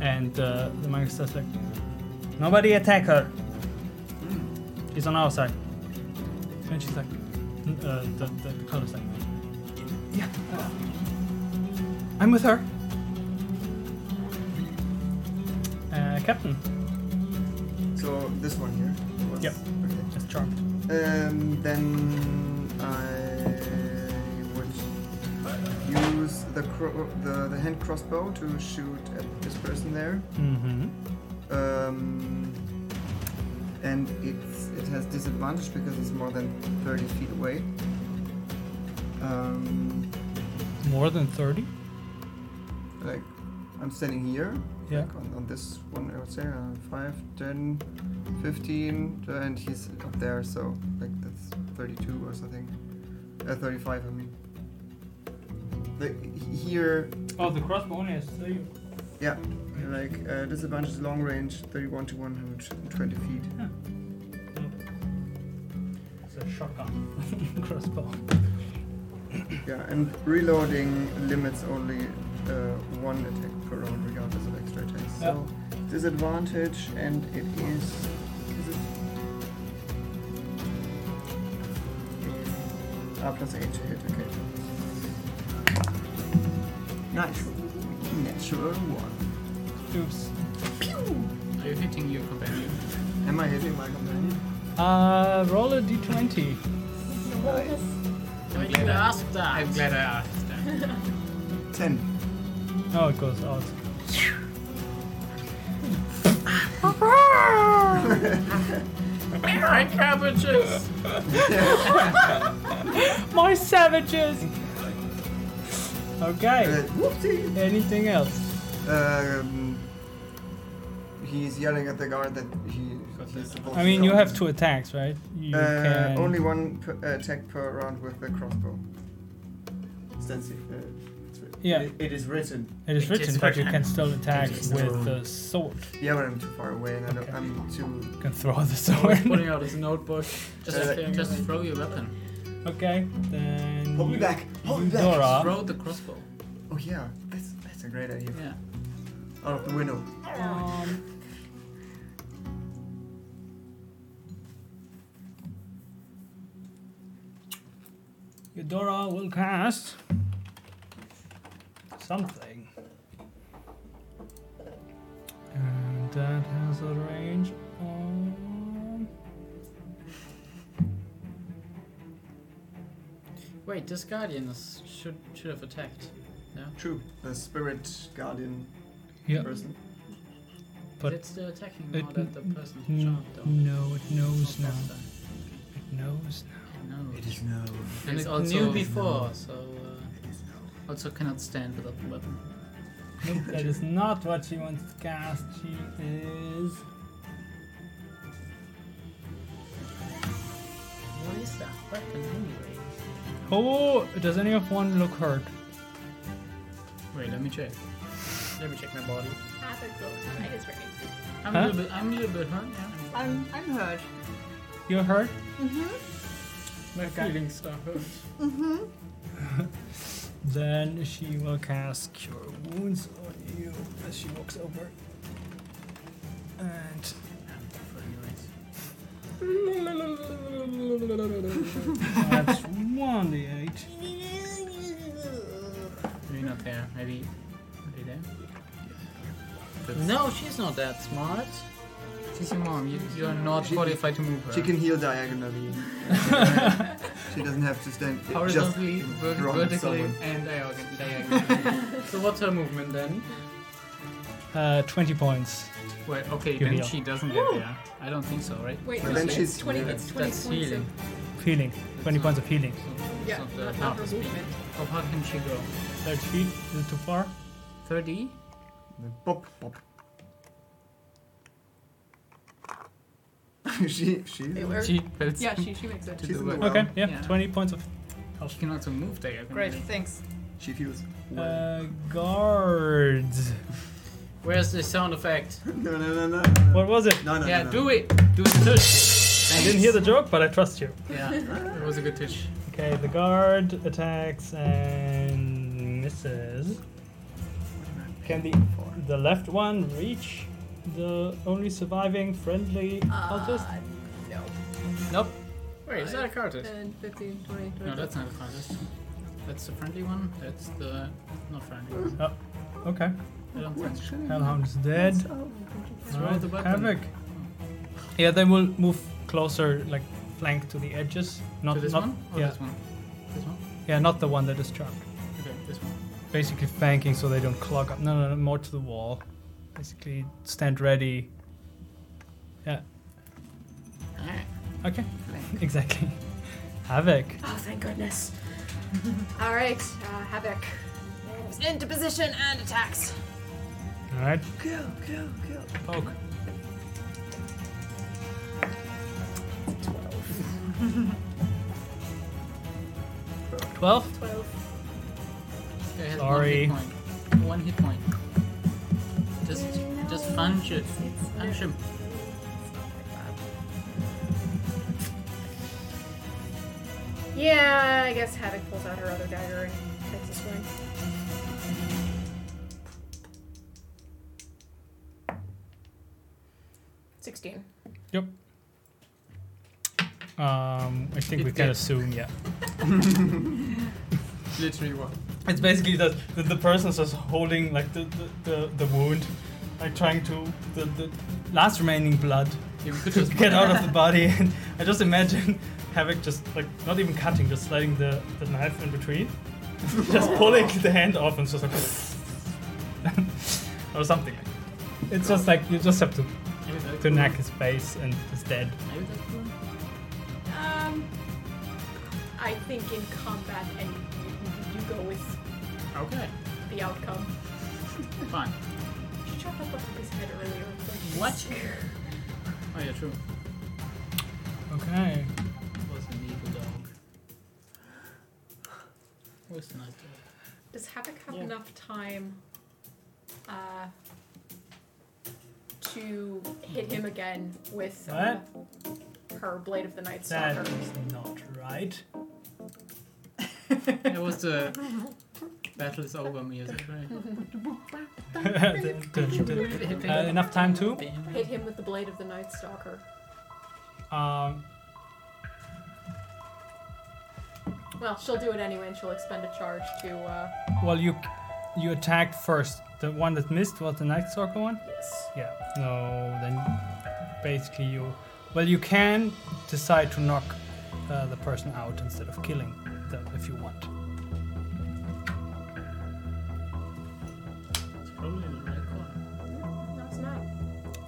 Speaker 1: And uh, the magister's like, nobody attack her. She's on our side. And she's like, n- uh, the, the color's like, yeah, uh, I'm with her. Uh, captain.
Speaker 6: So this one here. was-
Speaker 1: Yep.
Speaker 6: Okay.
Speaker 1: That's charmed.
Speaker 6: Um, then I would use the, cro- the the hand crossbow to shoot at this person there.
Speaker 1: Mm-hmm.
Speaker 6: Um, and it's, it has disadvantage because it's more than 30 feet away. Um,
Speaker 1: More than 30?
Speaker 6: like, I'm standing here.
Speaker 1: Yeah.
Speaker 6: Like on, on this one, I would say uh, 5, 10, 15, uh, and he's up there, so like that's 32 or something. Uh, 35, I mean. Like, he- here,
Speaker 1: Oh, the crossbow only has 30.
Speaker 6: like, uh, disadvantage is long range 31 to 120 feet.
Speaker 1: It's a shotgun crossbow.
Speaker 6: Yeah, and reloading limits only uh, one attack per round, regardless of extra attacks. So disadvantage, and it is. Is it? Ah, plus eight to hit. Okay. Nice. Natural one.
Speaker 1: Oops.
Speaker 3: Are you hitting your companion?
Speaker 6: Am I hitting my companion?
Speaker 1: Uh, roll a d20.
Speaker 3: I'm glad I asked that. I'm glad I asked that.
Speaker 6: Ten.
Speaker 1: Oh, it goes out.
Speaker 3: My cabbages!
Speaker 1: My savages!
Speaker 6: Uh,
Speaker 1: Okay.
Speaker 6: whoopsie.
Speaker 1: Anything else?
Speaker 6: Um, he's yelling at the guard that he. He's supposed
Speaker 1: I
Speaker 6: to
Speaker 1: mean, you
Speaker 6: help
Speaker 1: have
Speaker 6: him.
Speaker 1: two attacks, right? You
Speaker 6: Uh,
Speaker 1: can.
Speaker 6: only one per, uh, attack per round with the crossbow. Extensive. Uh, it's writ-
Speaker 1: Yeah.
Speaker 20: It- it is written.
Speaker 1: It is
Speaker 3: It
Speaker 1: written,
Speaker 3: is
Speaker 1: but you
Speaker 3: written.
Speaker 1: can still attack
Speaker 3: It is
Speaker 1: with
Speaker 3: written.
Speaker 1: the sword.
Speaker 6: yeah, but I'm too far away and I don't,
Speaker 1: Okay.
Speaker 6: I'm too.
Speaker 1: You can throw the
Speaker 19: Always
Speaker 1: sword.
Speaker 19: pulling out his notebook.
Speaker 3: Just,
Speaker 6: Uh,
Speaker 3: just throw your weapon.
Speaker 1: okay, then.
Speaker 20: Hold me
Speaker 1: you-
Speaker 20: back. Hold me back.
Speaker 1: Zora.
Speaker 3: Throw the crossbow.
Speaker 6: Oh yeah, that's that's a great idea.
Speaker 3: Yeah.
Speaker 6: Out of the window.
Speaker 1: Um, Eudora will cast something. And that has a range of.
Speaker 19: Wait, this guardian is, should should have attacked.
Speaker 6: True. The spirit guardian
Speaker 1: Yeah.
Speaker 6: person.
Speaker 1: But
Speaker 19: That's the attacking
Speaker 1: it-
Speaker 19: now that the person
Speaker 1: n-
Speaker 19: charmed though.
Speaker 1: Hmm. No, it knows now.
Speaker 19: Not that.
Speaker 1: It knows
Speaker 19: No.
Speaker 20: It is no.
Speaker 19: And
Speaker 3: It's
Speaker 19: it
Speaker 3: also-
Speaker 19: knew before, so uh,
Speaker 20: It is no.
Speaker 3: Also cannot stand without the weapon.
Speaker 1: Nope, that is not what she wants to cast. She is.
Speaker 3: What is that weapon anyway?
Speaker 1: Oh, does any of one look hurt?
Speaker 3: Wait, let me check. Let me check my body. I'm
Speaker 1: Huh?
Speaker 3: a little bit I'm a little bit hurt, yeah.
Speaker 9: I'm, I'm hurt.
Speaker 1: You're hurt?
Speaker 3: My feelings are hurt.
Speaker 1: Then she will cast Cure Wounds on you as she walks over. And. That's 1d8.
Speaker 3: Maybe not there. Maybe maybe there. no, she's not that smart. She's your mom. You, you're not
Speaker 6: She-
Speaker 3: qualified to move her.
Speaker 6: She can heal diagonally. she doesn't have to stand it just
Speaker 3: horizontally,
Speaker 6: in
Speaker 3: ver-
Speaker 6: front of
Speaker 3: vertically,
Speaker 6: someone.
Speaker 3: and diag- diagonally. so what's her movement then?
Speaker 1: Uh, 20 points.
Speaker 3: Well, okay,
Speaker 1: You
Speaker 3: then
Speaker 1: heal.
Speaker 3: she doesn't get there. I don't think so, right?
Speaker 2: Wait,
Speaker 6: But
Speaker 2: no,
Speaker 6: then
Speaker 2: it's
Speaker 6: she's-
Speaker 2: 20,
Speaker 6: yeah,
Speaker 2: it's 20
Speaker 3: that's
Speaker 2: points
Speaker 3: healing.
Speaker 2: of,
Speaker 1: Healing. 20
Speaker 3: not-
Speaker 1: points of healing.
Speaker 3: It's
Speaker 2: yeah,
Speaker 3: not the-
Speaker 2: that's not
Speaker 3: no,
Speaker 2: her
Speaker 3: speed.
Speaker 2: movement.
Speaker 3: How far can she go?
Speaker 1: 30 feet? Is it too far?
Speaker 3: 30?
Speaker 6: Bop, bop. she she.
Speaker 2: It works.
Speaker 3: She builds
Speaker 2: Yeah, she, she makes it.
Speaker 3: to
Speaker 6: she's
Speaker 3: the
Speaker 6: in the
Speaker 3: web.
Speaker 6: Well,
Speaker 1: okay, yeah,
Speaker 3: yeah.
Speaker 1: 20 points of.
Speaker 3: Oh, She can also move diagonally.
Speaker 9: Great, thanks.
Speaker 6: She feels.
Speaker 1: Uh,
Speaker 6: Well.
Speaker 1: guards.
Speaker 3: Where's the sound effect?
Speaker 6: no no no no.
Speaker 1: What was it?
Speaker 6: No no.
Speaker 3: yeah,
Speaker 6: no, no.
Speaker 3: do it! Do the tush!
Speaker 1: I didn't hear the joke, but I trust you.
Speaker 3: Yeah, it was a good tush.
Speaker 1: Okay, the guard attacks and misses. Can the the left one reach the only surviving friendly
Speaker 3: Ah.
Speaker 1: cultist?
Speaker 2: Uh, no.
Speaker 3: Nope. Wait, is that a cartist?
Speaker 2: 10, 15, 20, 20.
Speaker 3: No, that's not a cartist. That's the friendly one. That's the not friendly.
Speaker 1: Okay.
Speaker 3: I don't think so.
Speaker 1: Hellhound's dead.
Speaker 3: Throw the weapon.
Speaker 1: Havoc. Yeah, they will move closer, like flank to the edges. Not
Speaker 3: to this
Speaker 1: not
Speaker 3: one? Or
Speaker 1: yeah.
Speaker 3: this one? This one?
Speaker 1: yeah, not the one that is trapped.
Speaker 3: Okay, this one.
Speaker 1: Basically flanking so they don't clog up. No, no, no, more to the wall. Basically stand ready. Yeah. Okay. exactly. Havoc.
Speaker 18: Oh, thank goodness. All right, uh, Havoc. moves Into position and attacks.
Speaker 1: All right.
Speaker 6: Kill, kill, kill.
Speaker 1: Poke. 12
Speaker 18: 12.
Speaker 3: This guy has
Speaker 1: Sorry.
Speaker 3: One hit point. One hit point. Just, just punch it. Punch him.
Speaker 18: Yeah, I guess Havoc pulls out her other dagger and takes a swing. Sixteen.
Speaker 1: um i think
Speaker 3: It
Speaker 1: we can
Speaker 3: did.
Speaker 1: assume yeah
Speaker 3: Literally what?
Speaker 1: It's basically that the, the person is just holding like the, the, the, the wound, like trying to the, the last remaining blood
Speaker 3: Yeah, we could
Speaker 1: to
Speaker 3: just
Speaker 1: get out of the body. And I just imagine Havoc just like not even cutting, just sliding the, the knife in between, just pulling the hand off and just like or something. like that. It's just like you just have to,
Speaker 3: Maybe that's
Speaker 1: to
Speaker 3: cool.
Speaker 1: knack his face and he's dead.
Speaker 3: Maybe that's cool.
Speaker 2: Um, I think in combat, and you, you go with
Speaker 3: Okay,
Speaker 2: the outcome.
Speaker 3: fine.
Speaker 2: She chopped up his head earlier.
Speaker 3: What? Oh yeah, true.
Speaker 1: Okay.
Speaker 3: Was an evil dog. Was not dog.
Speaker 2: Does Havoc have
Speaker 3: Yeah.
Speaker 2: enough time uh, to hit him again with uh, her blade of the night stalker?
Speaker 1: That is not right.
Speaker 3: It was the battle is over music, right?
Speaker 1: Uh, enough time to
Speaker 2: Hit him with the blade of the night stalker.
Speaker 1: um,
Speaker 2: Well, she'll do it anyway, and she'll expend a charge to. Uh,
Speaker 1: Well, you you attacked first. The one that missed was the Night Stalker one.
Speaker 2: yes.
Speaker 1: Yeah. No. Then basically you. Well, you can decide to knock uh, the person out instead of killing them if you want.
Speaker 3: It's probably the right call.
Speaker 2: No, it's not.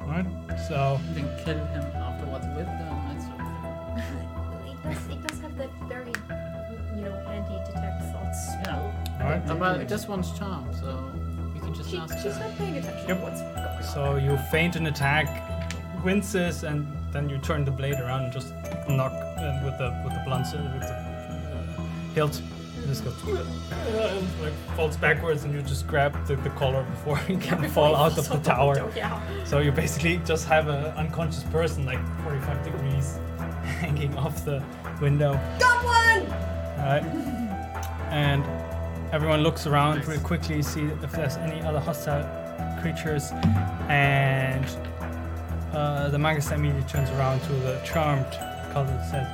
Speaker 1: All right. So
Speaker 3: Then kill him afterwards with the night stalker.
Speaker 18: It does, it does have that very, you know, handy detect thoughts.
Speaker 3: Yeah.
Speaker 1: all right.
Speaker 3: Uh, But it just wants charm, so we could just
Speaker 18: She,
Speaker 3: ask
Speaker 18: she's
Speaker 3: her.
Speaker 18: not paying attention
Speaker 1: Yep.
Speaker 18: to what's going on.
Speaker 1: So you feint an attack, winces, and then you turn the blade around and just knock uh, with the with the blunt uh, with the uh, hilt. It Just goes and, like falls backwards, and you just grab the, the collar before he can fall out of the tower. So you basically just have an unconscious person like 45 degrees hanging off the window.
Speaker 18: Goblin!
Speaker 1: Alright. And everyone looks around real quickly, see if there's any other hostile creatures. And uh, the Magus immediately turns around to the charmed cousin and says,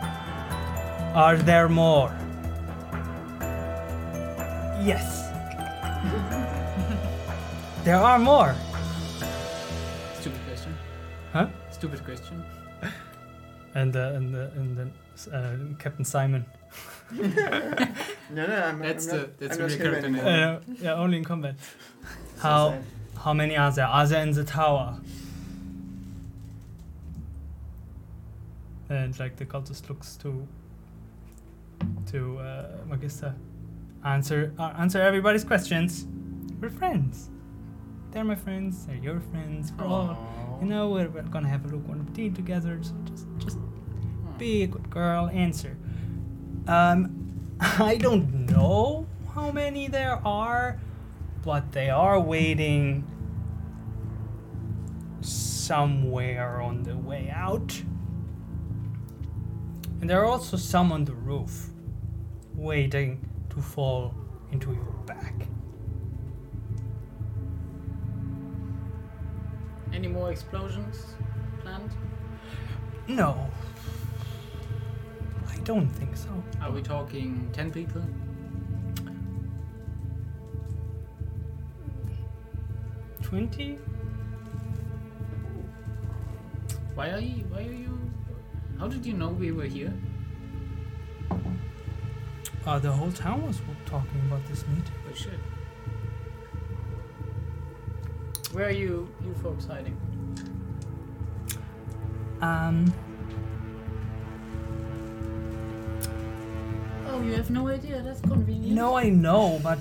Speaker 1: Are there more? Yes. there are more.
Speaker 3: Stupid question.
Speaker 1: Huh?
Speaker 3: Stupid question.
Speaker 1: And, uh, and, the, and the, uh, Captain Simon.
Speaker 6: No, no, I'm,
Speaker 3: That's
Speaker 6: I'm
Speaker 3: the-
Speaker 6: not,
Speaker 3: that's really
Speaker 6: I'm not here
Speaker 3: character name.
Speaker 6: anymore.
Speaker 1: Uh, yeah, only in combat.
Speaker 6: So
Speaker 1: How,
Speaker 6: sad.
Speaker 1: how many are there? Are there in the tower? And like the cultist looks to to uh, Magister, answer uh, answer everybody's questions. We're friends. They're my friends. They're your friends. We're all you know. We're, we're gonna have a look on tea together. So just just be a good girl. Answer. Um, I don't know how many there are, but they are waiting somewhere on the way out. And there are also some on the roof waiting to fall into your back.
Speaker 3: Any more explosions planned?
Speaker 1: No. I don't think so.
Speaker 3: Are we talking 10 people?
Speaker 1: 20.
Speaker 3: Why are you? Why are you? How did you know we were here?
Speaker 1: Uh, the whole town was talking about this meeting.
Speaker 3: Oh shit. Where are you, you folks hiding?
Speaker 1: Um,
Speaker 3: Oh, you have no idea. That's convenient.
Speaker 1: no, I know, but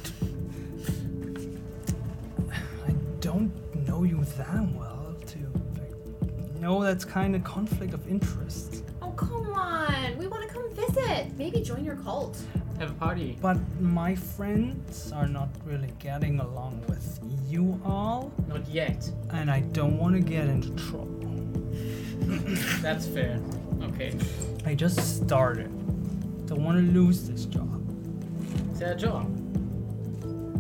Speaker 1: I don't know you that well to like, know that's kind of conflict of interest.
Speaker 21: Oh, come on. We want to come visit. Maybe join your cult.
Speaker 3: Have a party.
Speaker 1: But my friends are not really getting along with you all,
Speaker 3: Not yet.
Speaker 1: and I don't want to get into trouble.
Speaker 3: That's fair. Okay.
Speaker 1: I just started. Don't want to lose this job.
Speaker 3: Is that a job?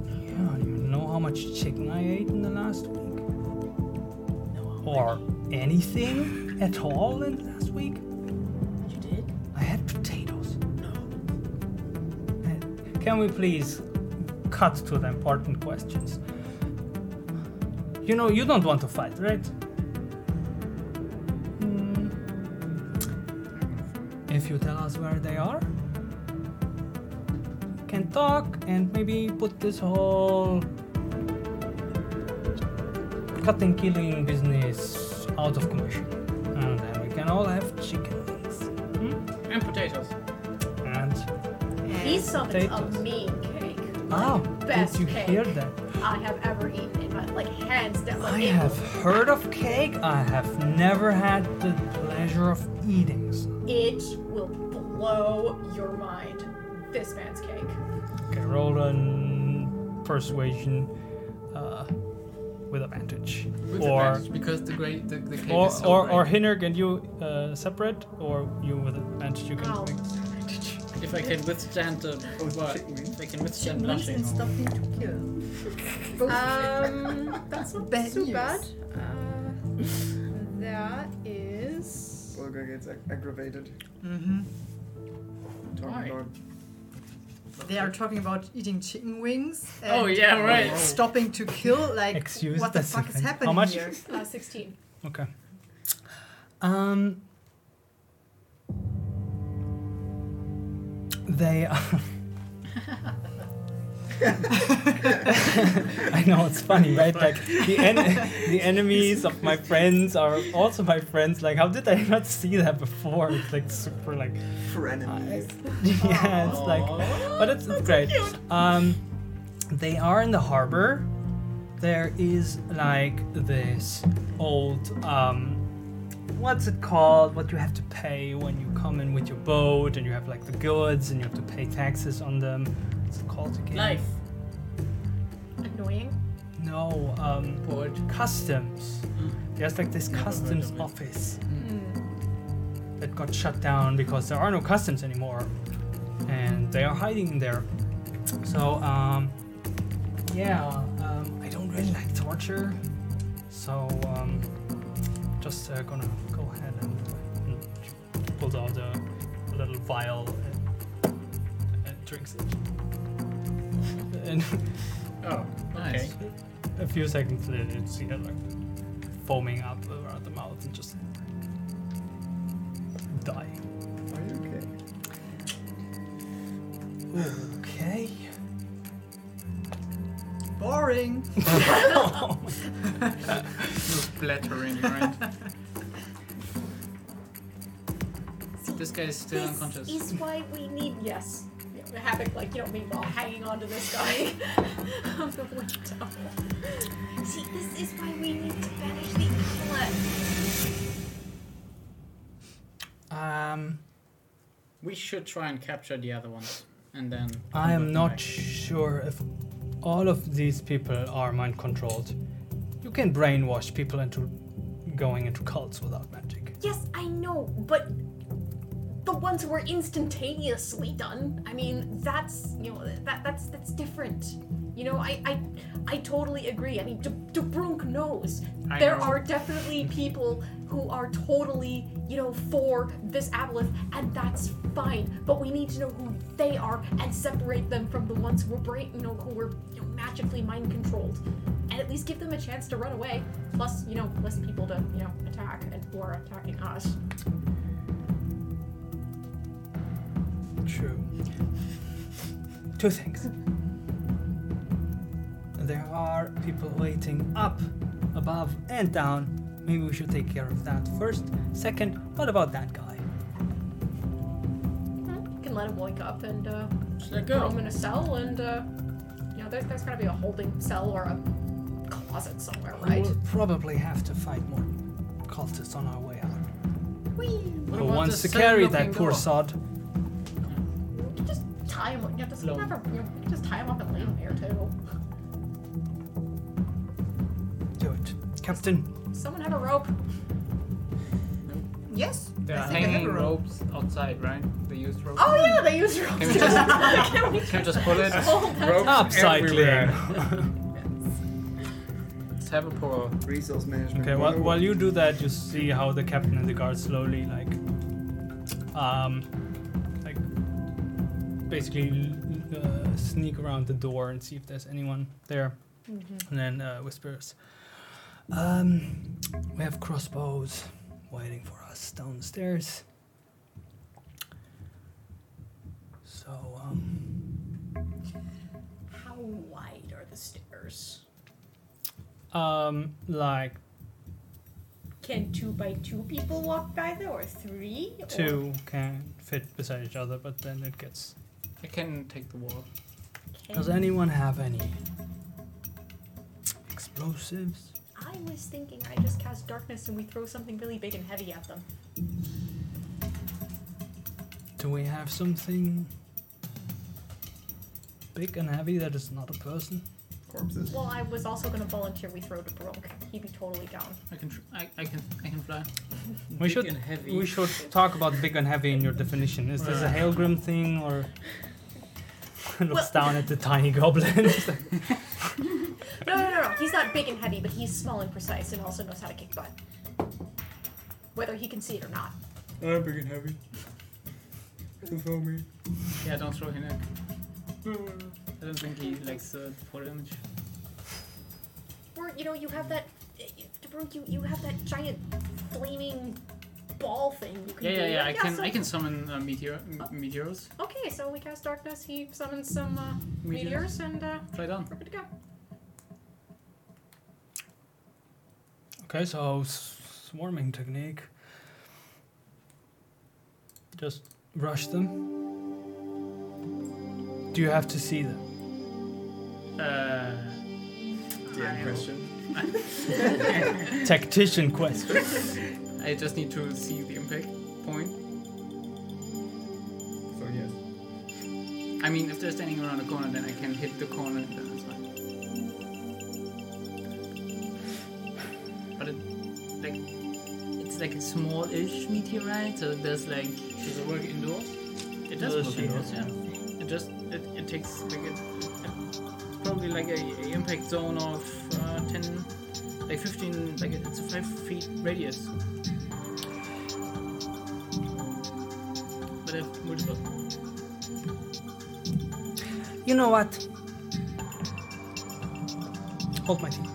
Speaker 1: Yeah, I don't even know how much chicken I ate in the last week. Or anything at all in the last week.
Speaker 9: You did?
Speaker 1: I had potatoes. No. Can we please cut to the important questions? You know, you don't want to fight, right? Hmm. If you tell us where they are, we can talk and maybe put this whole cutting killing business out of commission. And then we can all have chicken wings.
Speaker 3: And potatoes.
Speaker 1: And
Speaker 21: He summoned
Speaker 1: potatoes.
Speaker 21: a mean cake.
Speaker 1: Oh,
Speaker 21: best
Speaker 1: did you
Speaker 21: cake
Speaker 1: hear that?
Speaker 21: I have ever eaten in my like hands down.
Speaker 1: I
Speaker 21: It
Speaker 1: have heard of cake. I have never had the pleasure of eating. some.
Speaker 21: It will blow your mind. This man's cake.
Speaker 1: Okay, roll on persuasion uh, with advantage,
Speaker 3: With
Speaker 1: or
Speaker 3: advantage, because the great the, the cake
Speaker 1: or
Speaker 3: is so
Speaker 1: or,
Speaker 3: great.
Speaker 1: or Hinnerk and you uh, separate, or you with advantage you can.
Speaker 21: Ow.
Speaker 1: make-
Speaker 3: If I can withstand the
Speaker 21: Oh,
Speaker 3: what? If I can withstand blushing.
Speaker 9: stuffing to kill.
Speaker 2: Um, that's not
Speaker 9: Bad
Speaker 2: too
Speaker 9: news.
Speaker 2: bad. Uh, that is.
Speaker 6: Olga gets ag- aggravated.
Speaker 9: Mm-hmm.
Speaker 6: Talking
Speaker 3: Why?
Speaker 6: about
Speaker 9: They are talking about eating chicken wings.
Speaker 3: Oh,
Speaker 9: and
Speaker 3: yeah, right.
Speaker 9: Stopping to kill. Like,
Speaker 1: Excuse
Speaker 9: what the
Speaker 1: that's
Speaker 9: fuck
Speaker 1: a
Speaker 9: is
Speaker 1: thing. How
Speaker 9: happening
Speaker 1: much?
Speaker 9: here?
Speaker 2: Uh, 16.
Speaker 1: Okay. Um. They are. I know it's funny, right? Like the en- the enemies of my friends are also my friends. Like, how did I not see that before? It's like super, like,
Speaker 6: frenemies.
Speaker 1: yeah, it's like, but it's, it's great. Um, they are in the harbor. There is like this old um, what's it called? What you have to pay when you come in with your boat, and you have like the goods, and you have to pay taxes on them. What's it called again?
Speaker 3: Life.
Speaker 21: Annoying.
Speaker 1: No, um,
Speaker 3: Port.
Speaker 1: customs. There's like this
Speaker 3: Never heard
Speaker 1: customs
Speaker 3: of it.
Speaker 1: office that got shut down because there are no customs anymore, and they are hiding there. So, um, yeah, um, I don't really like torture, so um, just uh, gonna go ahead and, and she pulls out a little vial and, and drinks it. And
Speaker 3: Oh, nice.
Speaker 1: a few seconds later, you see her like foaming up around the mouth and just die.
Speaker 6: Are you okay?
Speaker 1: Okay.
Speaker 9: Boring.
Speaker 3: Splattering, right? this guy is still
Speaker 21: This
Speaker 3: unconscious.
Speaker 21: is why we need yes. Yeah, Havoc, like you know, meanwhile hanging on to this guy of the window. See, this is why we need to banish the outlet.
Speaker 1: Um,
Speaker 3: We should try and capture the other ones, and then.
Speaker 1: I am
Speaker 3: convert them
Speaker 1: not
Speaker 3: back.
Speaker 1: sure if all of these people are mind controlled. You can brainwash people into going into cults without magic.
Speaker 21: Yes, I know, but the ones who were instantaneously done. I mean, that's you know that that's that's different.
Speaker 18: You know, I I, I totally agree. I mean, De, DeBrunk knows
Speaker 3: I
Speaker 18: there
Speaker 3: know.
Speaker 18: are definitely people who are totally, you know, for this aboleth, and that's fine. But we need to know who they are and separate them from the ones who are brain, you know, who were you know, magically mind controlled, and at least give them a chance to run away. Plus, you know, less people to you know attack and who are attacking us.
Speaker 1: True. Two things. There are people waiting up, above, and down. Maybe we should take care of that first. Second, what about that guy?
Speaker 18: You can let him wake up and uh,
Speaker 19: Just let
Speaker 18: put him
Speaker 19: go.
Speaker 18: in a cell, and uh, you know, there's there's gotta be a holding cell or a closet somewhere,
Speaker 1: We
Speaker 18: right?
Speaker 1: will probably have to fight more cultists on our way out.
Speaker 19: What
Speaker 1: Who
Speaker 19: about
Speaker 1: wants to
Speaker 19: the
Speaker 1: carry
Speaker 19: sun-looking
Speaker 1: that poor
Speaker 19: door?
Speaker 1: sod?
Speaker 18: You can just tie him. You know, just
Speaker 19: Long.
Speaker 18: never. You know, you can just tie him up and leave him there too.
Speaker 1: Do it. Captain,
Speaker 18: Someone have a rope.
Speaker 9: Yes.
Speaker 3: There
Speaker 9: I
Speaker 3: are
Speaker 9: think I have
Speaker 3: hanging
Speaker 9: a rope.
Speaker 3: ropes outside, right? They use ropes.
Speaker 18: Oh yeah, they use ropes.
Speaker 3: Can we just- Can we just pull it? Ropes everywhere. Let's have a pull.
Speaker 6: Resource management.
Speaker 1: Okay, while,
Speaker 6: 101.
Speaker 1: while you do that, you see how the captain and the guard slowly, like, um, like, basically uh, sneak around the door and see if there's anyone there, and then uh, whispers, um, "We have crossbows waiting for us downstairs." So, um,
Speaker 18: How wide are the stairs?
Speaker 1: um, like
Speaker 18: Can two by two people walk by there, or three? or-
Speaker 1: two can fit beside each other, but then it gets.
Speaker 3: I can take the wall.
Speaker 18: Can-
Speaker 1: Does anyone have any explosives?
Speaker 18: I was thinking I just cast darkness and we throw something really big and heavy at them.
Speaker 1: Do we have something big and heavy that is not a person?
Speaker 6: corpses.
Speaker 18: Well, I was also gonna volunteer we throw to Brooke. He'd be totally down.
Speaker 3: I can. Tr- I, I can. I can fly.
Speaker 1: We
Speaker 19: Big
Speaker 1: should
Speaker 19: and heavy.
Speaker 1: we should talk about big and heavy in your definition. Is this a Hailgrim thing or? looks down at the tiny goblin.
Speaker 18: No, no, no, no. He's not big and heavy, but he's small and precise and also knows how to kick butt. Whether he can see it or not.
Speaker 6: I'm big and heavy. Follow me.
Speaker 3: Yeah, don't throw him. I don't think he likes the full image.
Speaker 18: Or, you know, you have that. Brooke, you, you have that giant flaming ball thing you can
Speaker 3: Yeah,
Speaker 18: do.
Speaker 3: yeah, yeah. I can.
Speaker 18: so-
Speaker 3: I can summon uh, meteor m- meteors.
Speaker 18: Okay, so we cast darkness, he summons some uh, meteors, and uh,
Speaker 3: Fly down.
Speaker 18: we're good to go.
Speaker 1: okay, so s- swarming technique. Just rush them. Do you have to see them?
Speaker 3: Uh,
Speaker 6: Damn question.
Speaker 1: Tactician quest.
Speaker 3: I just need to see the impact point.
Speaker 6: So yes.
Speaker 3: I mean, if they're standing around the corner, then I can hit the corner, and then it's fine. But it, like, it's like a small-ish meteorite, so there's like
Speaker 19: Does it work indoors?
Speaker 3: it does
Speaker 1: Does
Speaker 3: work
Speaker 1: she
Speaker 3: indoors, yeah. It just it, it takes like it, it's probably like a, a impact zone of uh, ten, like fifteen, like it's a five feet radius. But I have multiple.
Speaker 1: You know what? Hold my tea.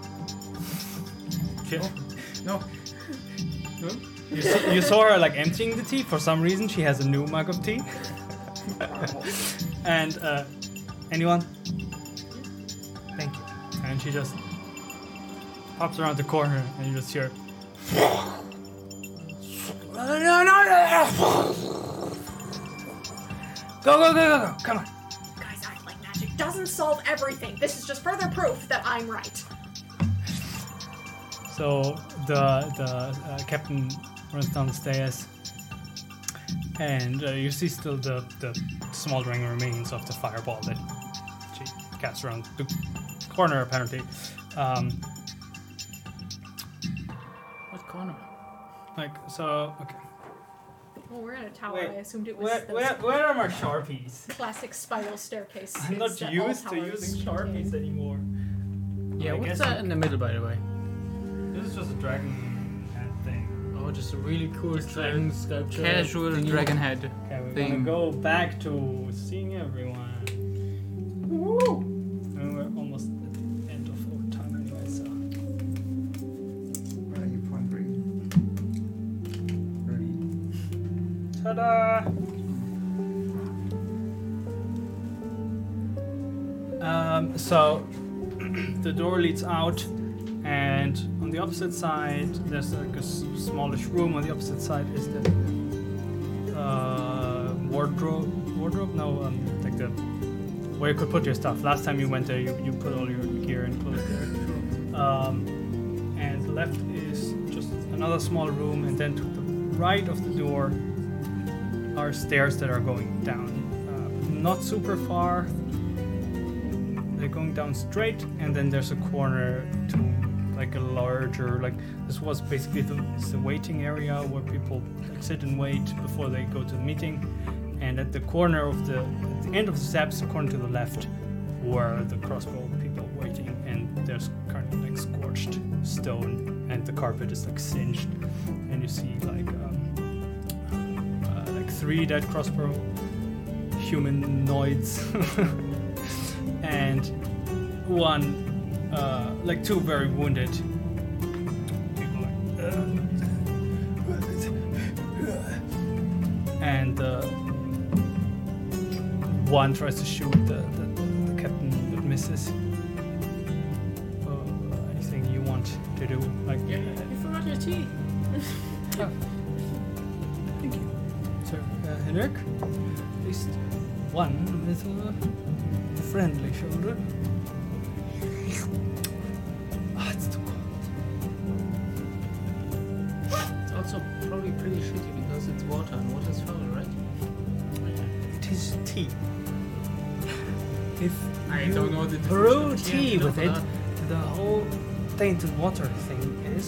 Speaker 6: No.
Speaker 1: You saw, you saw her like emptying the tea. For some reason, she has a new mug of tea. and uh, anyone? Thank you. And she just pops around the corner, and you just hear. Go go go go go! Come on.
Speaker 18: Guys, act like magic doesn't solve everything. This is just further proof that I'm right.
Speaker 1: So the the uh, captain runs down the stairs, and uh, you see still the, the smoldering remains of the fireball that she cast around the corner, apparently. Um,
Speaker 3: What corner?
Speaker 1: like so, okay.
Speaker 2: Well, we're in a tower.
Speaker 1: Wait,
Speaker 2: I assumed it was
Speaker 1: Where,
Speaker 2: the
Speaker 1: where, where are my sharpies?
Speaker 2: classic spiral staircase.
Speaker 1: I'm
Speaker 2: It's
Speaker 1: not
Speaker 2: that all
Speaker 1: used to
Speaker 2: towers
Speaker 1: using sharpies
Speaker 2: contain.
Speaker 1: anymore.
Speaker 3: Yeah,
Speaker 1: I
Speaker 3: what's
Speaker 1: guess
Speaker 3: that in the middle, by the way?
Speaker 1: This is just a dragon head thing.
Speaker 3: Oh, just a really cool uh,
Speaker 1: Dragon sculpture.
Speaker 3: Casual
Speaker 1: thingy.
Speaker 3: dragon head.
Speaker 1: Okay, we're
Speaker 3: thing.
Speaker 1: gonna go back to seeing everyone. And we're almost at the end of our time anyway, so.
Speaker 6: Where are you pondering? Ernie.
Speaker 1: Ta-da! Um, so the door leads out, and on the opposite side, there's like a s- smallish room. On the opposite side is the uh, wardrobe. Wardrobe? No, um, like the where you could put your stuff. Last time you went there, you, you put all your gear and clothes there. Um, and left is just another small room, and then to the right of the door are stairs that are going down. Uh, not super far. They're going down straight, and then there's a corner to like a larger like this was basically the, it's the waiting area where people like, sit and wait before they go to the meeting. And at the corner of the, at the end of the steps, the corner to the left, were the crossbow people waiting, and there's currently like scorched stone, and the carpet is like singed, and you see like um, uh, like three dead crossbow humanoids and one uh, like two very wounded people like, "Ugh." and uh, one tries to shoot the, the, the captain but misses Uh, anything you want to do like
Speaker 19: Yeah, you forgot your tea.
Speaker 1: Thank you. So, uh, Henrik, at least one little friendly shoulder. Ah, it's too cold.
Speaker 3: It's also probably pretty shitty because it's water and water's foul, right?
Speaker 1: It is tea. If
Speaker 3: I
Speaker 1: you
Speaker 3: don't know the
Speaker 1: brew
Speaker 3: difference between
Speaker 1: tea
Speaker 3: tea and
Speaker 1: with it,
Speaker 3: vanilla.
Speaker 1: the whole tainted water thing is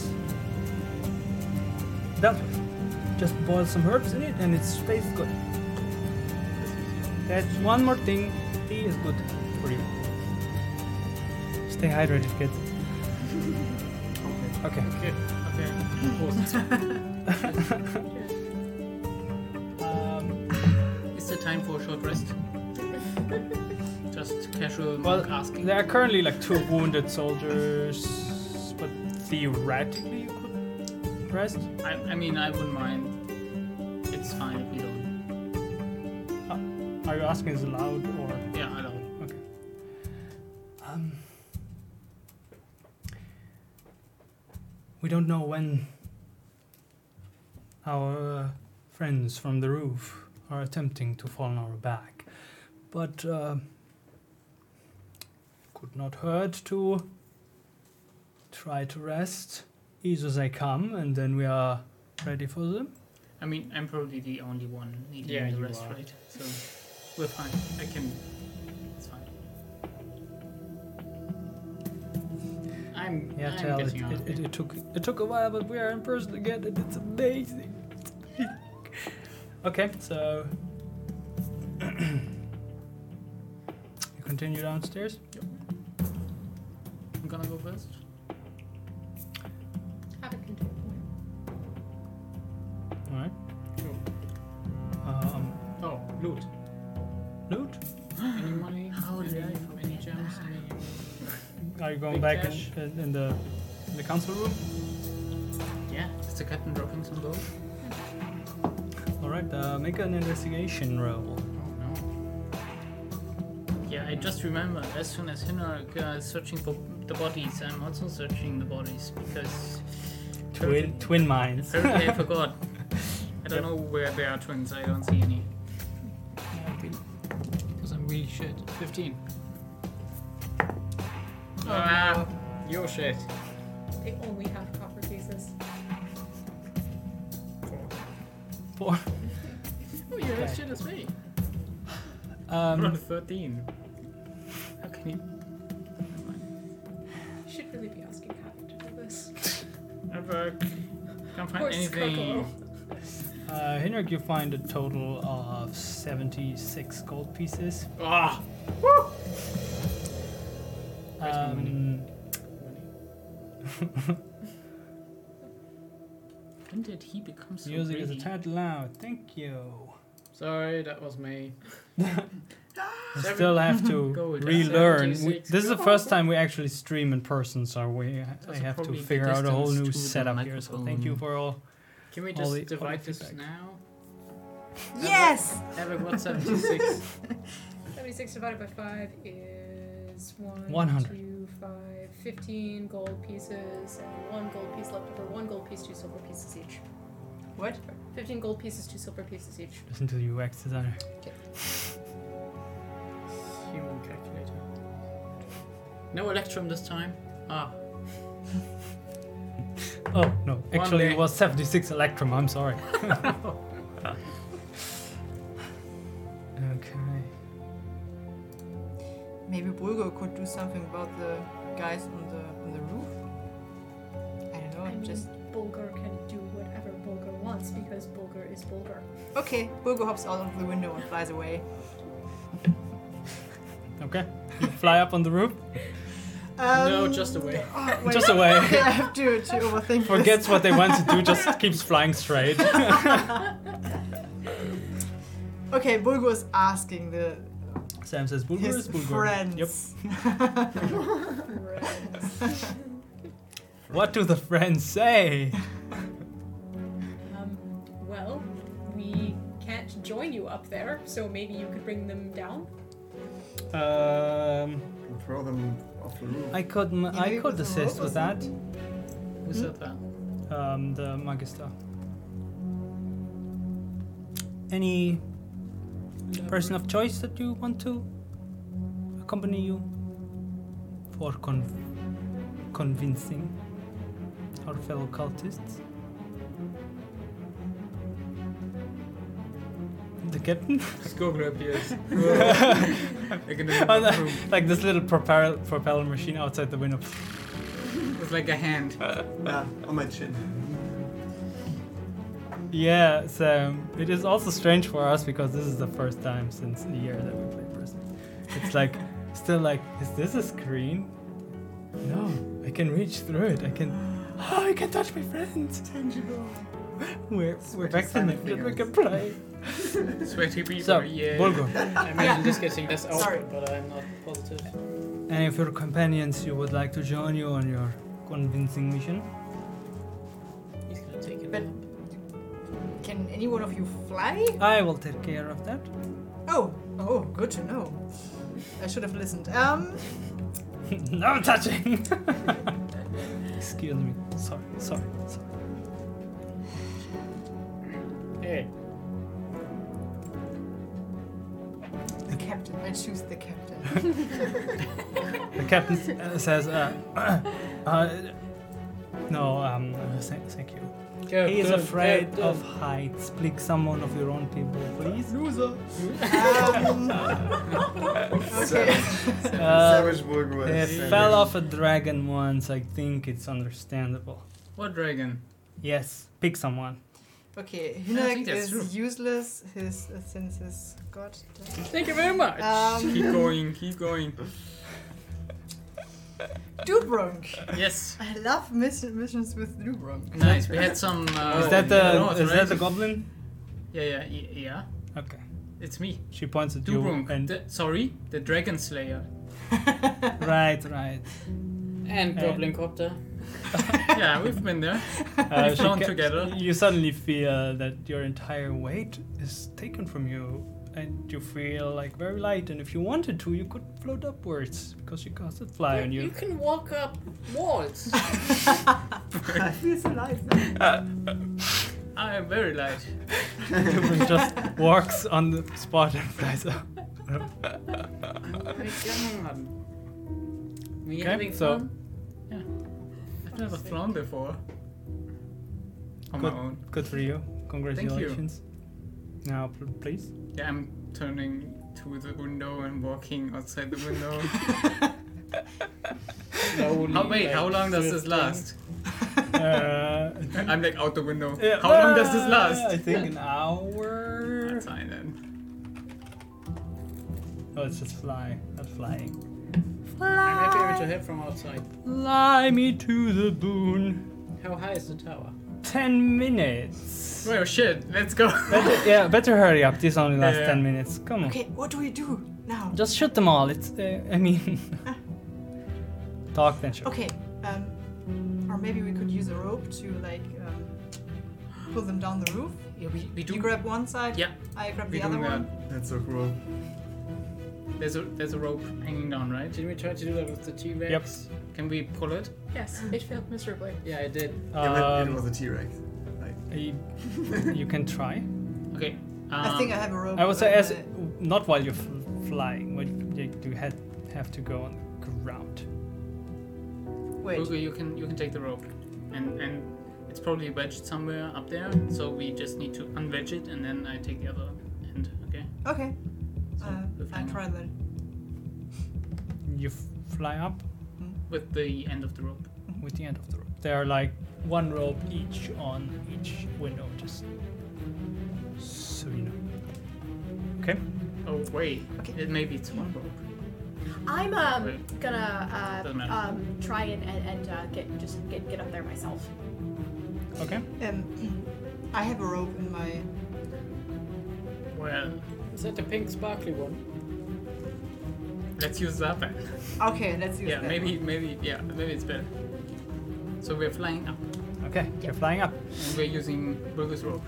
Speaker 1: dealt with. Just boil some herbs in it, and it tastes good. That's one more thing. Tea is good for you. Stay hydrated, kid. Okay.
Speaker 3: Okay, okay. Prost.
Speaker 1: Um,
Speaker 3: Is there time for a short rest? Just casual
Speaker 1: Well,
Speaker 3: asking.
Speaker 1: there are currently like two wounded soldiers, but theoretically you could rest.
Speaker 3: I, I mean, I wouldn't mind. It's fine if you don't.
Speaker 1: Are you asking is allowed or?
Speaker 3: Yeah, I don't.
Speaker 1: Okay. Um, we don't know when our uh, friends from the roof are attempting to fall on our back, but uh, could not hurt to try to rest ease as they come, and then we are ready for them.
Speaker 3: I mean, I'm probably the only one needing
Speaker 19: Yeah,
Speaker 3: the
Speaker 19: you
Speaker 3: rest,
Speaker 19: are.
Speaker 3: right? So we're fine. I can. It's fine. I'm.
Speaker 1: Yeah,
Speaker 3: I'm
Speaker 1: tell it,
Speaker 3: getting out
Speaker 1: it,
Speaker 3: of
Speaker 1: it,
Speaker 3: it.
Speaker 1: it took it took a while, but we are in person again, and it's amazing. okay, so you continue downstairs.
Speaker 3: I'm gonna go first.
Speaker 2: Have a control point.
Speaker 1: All right. Um,
Speaker 3: Oh, loot.
Speaker 1: loot.
Speaker 3: Any money? How did I from any gems? Any...
Speaker 1: Are you going
Speaker 3: Big
Speaker 1: back in,
Speaker 3: cash.
Speaker 1: in, in the in the council room?
Speaker 3: Yeah, is the captain dropping some gold?
Speaker 1: All right. Uh, make an investigation roll.
Speaker 3: Oh no. Yeah, I just remember as soon as Hinark uh, is searching for the bodies, I'm also searching the bodies because
Speaker 1: Twin twin minds.
Speaker 3: apparently I forgot. I don't know where there are twins. I don't see any. Because I'm really shit. Fifteen. Ah, your shit.
Speaker 2: They only have copper pieces.
Speaker 1: Four.
Speaker 3: Oh, you're
Speaker 1: Okay.
Speaker 3: as shit as me. I'm on
Speaker 1: Um,
Speaker 3: thirteen. How can you?
Speaker 2: You should really be asking Havoc to do this.
Speaker 3: Ever can't find
Speaker 2: Or
Speaker 3: anything.
Speaker 2: Skrokolo.
Speaker 1: Uh, Henrik, you find a total of 76 gold pieces.
Speaker 3: Ah! Where's my money?
Speaker 1: Um,
Speaker 22: When did he become so
Speaker 1: music is a
Speaker 22: greedy?
Speaker 1: tad loud. Thank you.
Speaker 3: Sorry, that was me.
Speaker 1: I still have to
Speaker 3: Go with that.
Speaker 1: relearn. We,
Speaker 3: 76.
Speaker 1: this is the first time we actually stream in person, so we I
Speaker 22: Also
Speaker 1: have to
Speaker 22: probably the
Speaker 1: figure out a whole
Speaker 22: distance
Speaker 1: new
Speaker 22: to the
Speaker 1: setup here. So thank you
Speaker 22: microphone.
Speaker 1: for all.
Speaker 3: Can we
Speaker 1: All
Speaker 3: just
Speaker 1: the- all the
Speaker 3: divide this
Speaker 1: feedback.
Speaker 3: now?
Speaker 9: Yes!
Speaker 3: Eric, what's 76?
Speaker 2: 76 divided by 5 is 1,
Speaker 1: 100.
Speaker 2: two, five, 15 gold pieces, and 1 gold piece left over, 1 gold piece, 2 silver pieces each.
Speaker 9: What?
Speaker 2: 15 gold pieces, 2 silver pieces each.
Speaker 1: Listen to the UX designer.
Speaker 3: Human calculator. No Electrum this time. Ah,
Speaker 1: Oh no, actually
Speaker 3: day.
Speaker 1: it was 76 Electrum. I'm sorry. okay.
Speaker 9: Maybe Bulgo could do something about the guys on the on the roof. I don't know.
Speaker 2: I
Speaker 9: I'm
Speaker 2: mean,
Speaker 9: just
Speaker 2: Bulgar can do whatever Bulgar wants because Bulgar is Bulgar.
Speaker 9: okay. Bulgo hops out of the window and flies away.
Speaker 1: Okay. You fly up on the roof.
Speaker 3: no,
Speaker 9: Um,
Speaker 3: just away.
Speaker 9: oh, wait.
Speaker 1: Just away.
Speaker 9: Okay, I have to, to overthink.
Speaker 1: Forgets what they want to do. Just keeps flying straight.
Speaker 9: This. Okay, Bulgo is asking the
Speaker 1: Sam says, "Bulgur
Speaker 9: his
Speaker 1: is Bulgur."
Speaker 9: friends.
Speaker 1: Yep.
Speaker 2: Friends.
Speaker 1: What do the friends say?
Speaker 2: Um, well, we can't join you up there, so maybe you could bring them down.
Speaker 1: Um,
Speaker 6: And throw them off the roof.
Speaker 1: I could m-
Speaker 9: maybe
Speaker 1: I
Speaker 9: with
Speaker 1: could
Speaker 9: a
Speaker 1: assist
Speaker 9: rope or
Speaker 1: with that.
Speaker 3: Who said that?
Speaker 1: Um, the magister. Any person of choice that you want to accompany you for con- convincing our fellow cultists? The captain,
Speaker 3: Skogler appears. They're gonna leave
Speaker 1: Oh,
Speaker 3: the
Speaker 1: no.
Speaker 3: room.
Speaker 1: like this little propeller, propeller machine outside the window.
Speaker 3: It's like a hand.
Speaker 6: Yeah, on my chin.
Speaker 1: Yeah, so it is also strange for us because this is the first time since a year that we play person. It's like still like, is this a screen? No, I can reach through it. I can. Oh, I can touch my friends.
Speaker 6: Tangible.
Speaker 1: We're we're
Speaker 6: Sweaty
Speaker 1: vaccinated. We
Speaker 6: fingers.
Speaker 1: can play.
Speaker 3: Sweaty people,
Speaker 1: So,
Speaker 3: yeah.
Speaker 1: Bulgo,
Speaker 3: I imagine this getting less awkward,
Speaker 9: Sorry.
Speaker 3: but I'm not positive.
Speaker 1: any of your companions you would like to join you on your convincing mission?
Speaker 3: He's gonna take it
Speaker 9: But-
Speaker 3: up.
Speaker 9: Can any one of you fly?
Speaker 1: I will take care of that.
Speaker 9: Oh, oh, good to know. I should have listened. Um,
Speaker 1: no touching. Excuse me. Sorry. Sorry. Sorry.
Speaker 3: Hey,
Speaker 9: the captain. I choose the captain.
Speaker 1: The captain s- uh, says, uh, uh, "No, um, uh, th- thank you."
Speaker 3: go,
Speaker 1: He is
Speaker 3: go,
Speaker 1: afraid
Speaker 3: go,
Speaker 1: of heights. Pick someone of your own people, please.
Speaker 6: Loser.
Speaker 9: Um, okay.
Speaker 1: Uh,
Speaker 6: Savage Bulgur.
Speaker 1: he
Speaker 6: Savage.
Speaker 1: fell off a dragon once. I think it's understandable.
Speaker 3: What dragon?
Speaker 1: Yes, pick someone.
Speaker 9: Okay.
Speaker 3: I think
Speaker 9: Hinak
Speaker 3: that's
Speaker 9: is
Speaker 3: true.
Speaker 9: useless. His uh, senses got. damaged.
Speaker 3: Thank you very much.
Speaker 9: Um.
Speaker 3: keep going, keep going.
Speaker 9: Dubrunk.
Speaker 3: Yes.
Speaker 9: I love miss- missions with Dubrunk.
Speaker 3: Nice. We had some. Uh,
Speaker 1: Is that the
Speaker 3: North,
Speaker 1: is
Speaker 3: right?
Speaker 1: that the goblin?
Speaker 3: Yeah, yeah, y- yeah.
Speaker 1: Okay.
Speaker 3: It's me,
Speaker 1: She points at you.
Speaker 3: Dubrunk.
Speaker 1: And
Speaker 3: The- sorry, the Dragon Slayer
Speaker 1: right, right.
Speaker 3: and
Speaker 1: Uh,
Speaker 3: Goblin Copter. yeah, we've been there.
Speaker 1: Uh,
Speaker 3: We've
Speaker 1: she
Speaker 3: flown
Speaker 1: ca-
Speaker 3: together.
Speaker 1: You suddenly feel uh, that your entire weight is taken from you, and you feel like very light. And if you wanted to, you could float upwards because you cast a fly on you.
Speaker 3: can walk up walls.
Speaker 6: I feel so light now.
Speaker 3: I am very light.
Speaker 1: Dubrun just walks on the spot and flies up.
Speaker 3: Hey, come on. We
Speaker 1: Okay,
Speaker 3: having
Speaker 1: so-
Speaker 3: fun? Yeah. I've never flown before. On
Speaker 1: Good,
Speaker 3: my own.
Speaker 1: good for you. Congratulations. Now, pl- please.
Speaker 3: Yeah, I'm turning to the window and walking outside the window.
Speaker 1: Slowly,
Speaker 3: how, wait, how long does this last?
Speaker 1: uh,
Speaker 3: I'm like out the window.
Speaker 1: yeah,
Speaker 3: How long does this
Speaker 1: I
Speaker 3: last?
Speaker 1: think an hour.
Speaker 3: That's fine then.
Speaker 1: Oh, it's just flying. Not flying.
Speaker 19: I'm happy to help from outside.
Speaker 1: Fly me to the moon.
Speaker 19: How high is the tower?
Speaker 1: Ten minutes.
Speaker 3: Well, shit, let's go.
Speaker 1: Better- yeah, better hurry up. These only last
Speaker 3: Yeah.
Speaker 1: ten minutes. Come on.
Speaker 9: Okay, what do we do now?
Speaker 1: Just shoot them all. It's. Uh, I mean. Talk then shoot.
Speaker 9: Okay, um, or maybe we could use a rope to like um, pull them down the roof.
Speaker 3: yeah, we, we do.
Speaker 9: You grab one side.
Speaker 3: Yeah,
Speaker 9: I grab
Speaker 3: we
Speaker 9: the
Speaker 3: do
Speaker 9: other
Speaker 3: that.
Speaker 9: one.
Speaker 6: That's so cool.
Speaker 3: There's a there's a rope hanging down, right?
Speaker 19: Did we try to do that with the T-Rex?
Speaker 1: Yep.
Speaker 3: Can we pull it?
Speaker 2: Yes, it failed miserably.
Speaker 19: Yeah, I did.
Speaker 6: Yeah, it
Speaker 1: Um,
Speaker 6: was a T Rex.
Speaker 1: you, you can try.
Speaker 3: Okay. Um,
Speaker 9: I think I have a rope.
Speaker 1: I would
Speaker 9: uh,
Speaker 1: say as not while you're f- flying. When you do have, have to go on the ground.
Speaker 9: Wait.
Speaker 3: Ugo, you can you can take the rope, and and it's probably wedged somewhere up there. So we just need to unwedge it, and then I take the other end. Okay.
Speaker 9: Okay.
Speaker 3: So
Speaker 9: Uh,
Speaker 3: we'll
Speaker 9: I
Speaker 3: find out.
Speaker 9: try that.
Speaker 1: You f- fly up
Speaker 3: with the end of the rope.
Speaker 1: with the end of the rope. They are like one rope each on each window, just so you know. Okay.
Speaker 3: Oh wait,
Speaker 9: Okay.
Speaker 3: it maybe it's one rope.
Speaker 18: I'm um, gonna
Speaker 3: Doesn't
Speaker 18: uh,
Speaker 3: matter.
Speaker 18: um, try and, and, and uh, get just get, get up there myself.
Speaker 1: Okay.
Speaker 9: Um, I have a rope in my.
Speaker 3: Well,
Speaker 19: Is that the pink sparkly one?
Speaker 3: let's use that then.
Speaker 9: Okay, let's use
Speaker 3: Yeah,
Speaker 9: that
Speaker 3: maybe maybe yeah maybe it's better. So we're flying up,
Speaker 1: Okay. You're flying up.
Speaker 3: and we're using Burger's rope,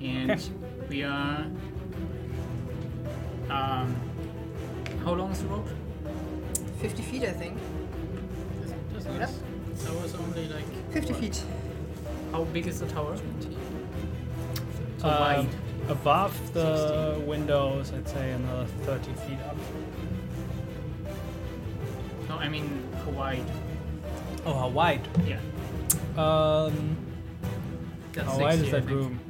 Speaker 3: and
Speaker 1: Okay.
Speaker 3: we are. Um, how long is the rope?
Speaker 9: one. 50 feet, I think.
Speaker 3: That's nice. I was only like
Speaker 9: 50 feet.
Speaker 3: How big is the tower? So
Speaker 1: Um,
Speaker 3: wide.
Speaker 1: Above the windows, I'd say another 30 feet up.
Speaker 3: No, I mean how wide.
Speaker 1: Oh, how wide?
Speaker 3: Yeah.
Speaker 1: Um,
Speaker 3: That's
Speaker 1: how wide
Speaker 3: 60,
Speaker 1: is
Speaker 3: I
Speaker 1: that
Speaker 3: think.
Speaker 1: room?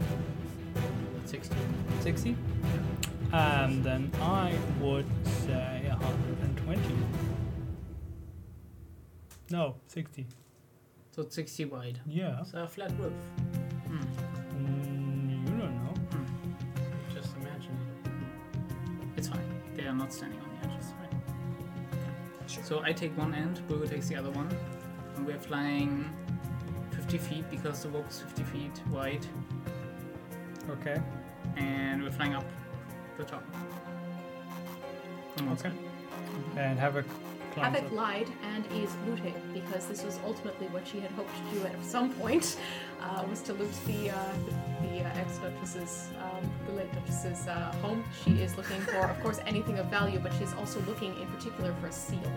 Speaker 3: Sixty.
Speaker 1: 60? Um, then I would say 120. No, 60.
Speaker 3: So it's sixty wide. Hmm.
Speaker 1: Yeah.
Speaker 19: So a flat roof.
Speaker 1: Mm, you don't know.
Speaker 19: Just imagine.
Speaker 3: It's fine. They are not standing on the edges, right? So I take one end, Burgo takes the other one, and we're flying 50 feet because the rope is 50 feet wide,
Speaker 1: Okay.
Speaker 3: and we're flying up the top. On one
Speaker 1: Okay.
Speaker 3: side.
Speaker 1: And Havoc climbs
Speaker 18: Havoc
Speaker 1: up.
Speaker 18: lied and is looting because this was ultimately what she had hoped to do at some point uh, was to loot the uh, the uh, ex duchess's um, the late duchess's uh, home. She is looking for, of course, anything of value, but she's also looking in particular for a seal.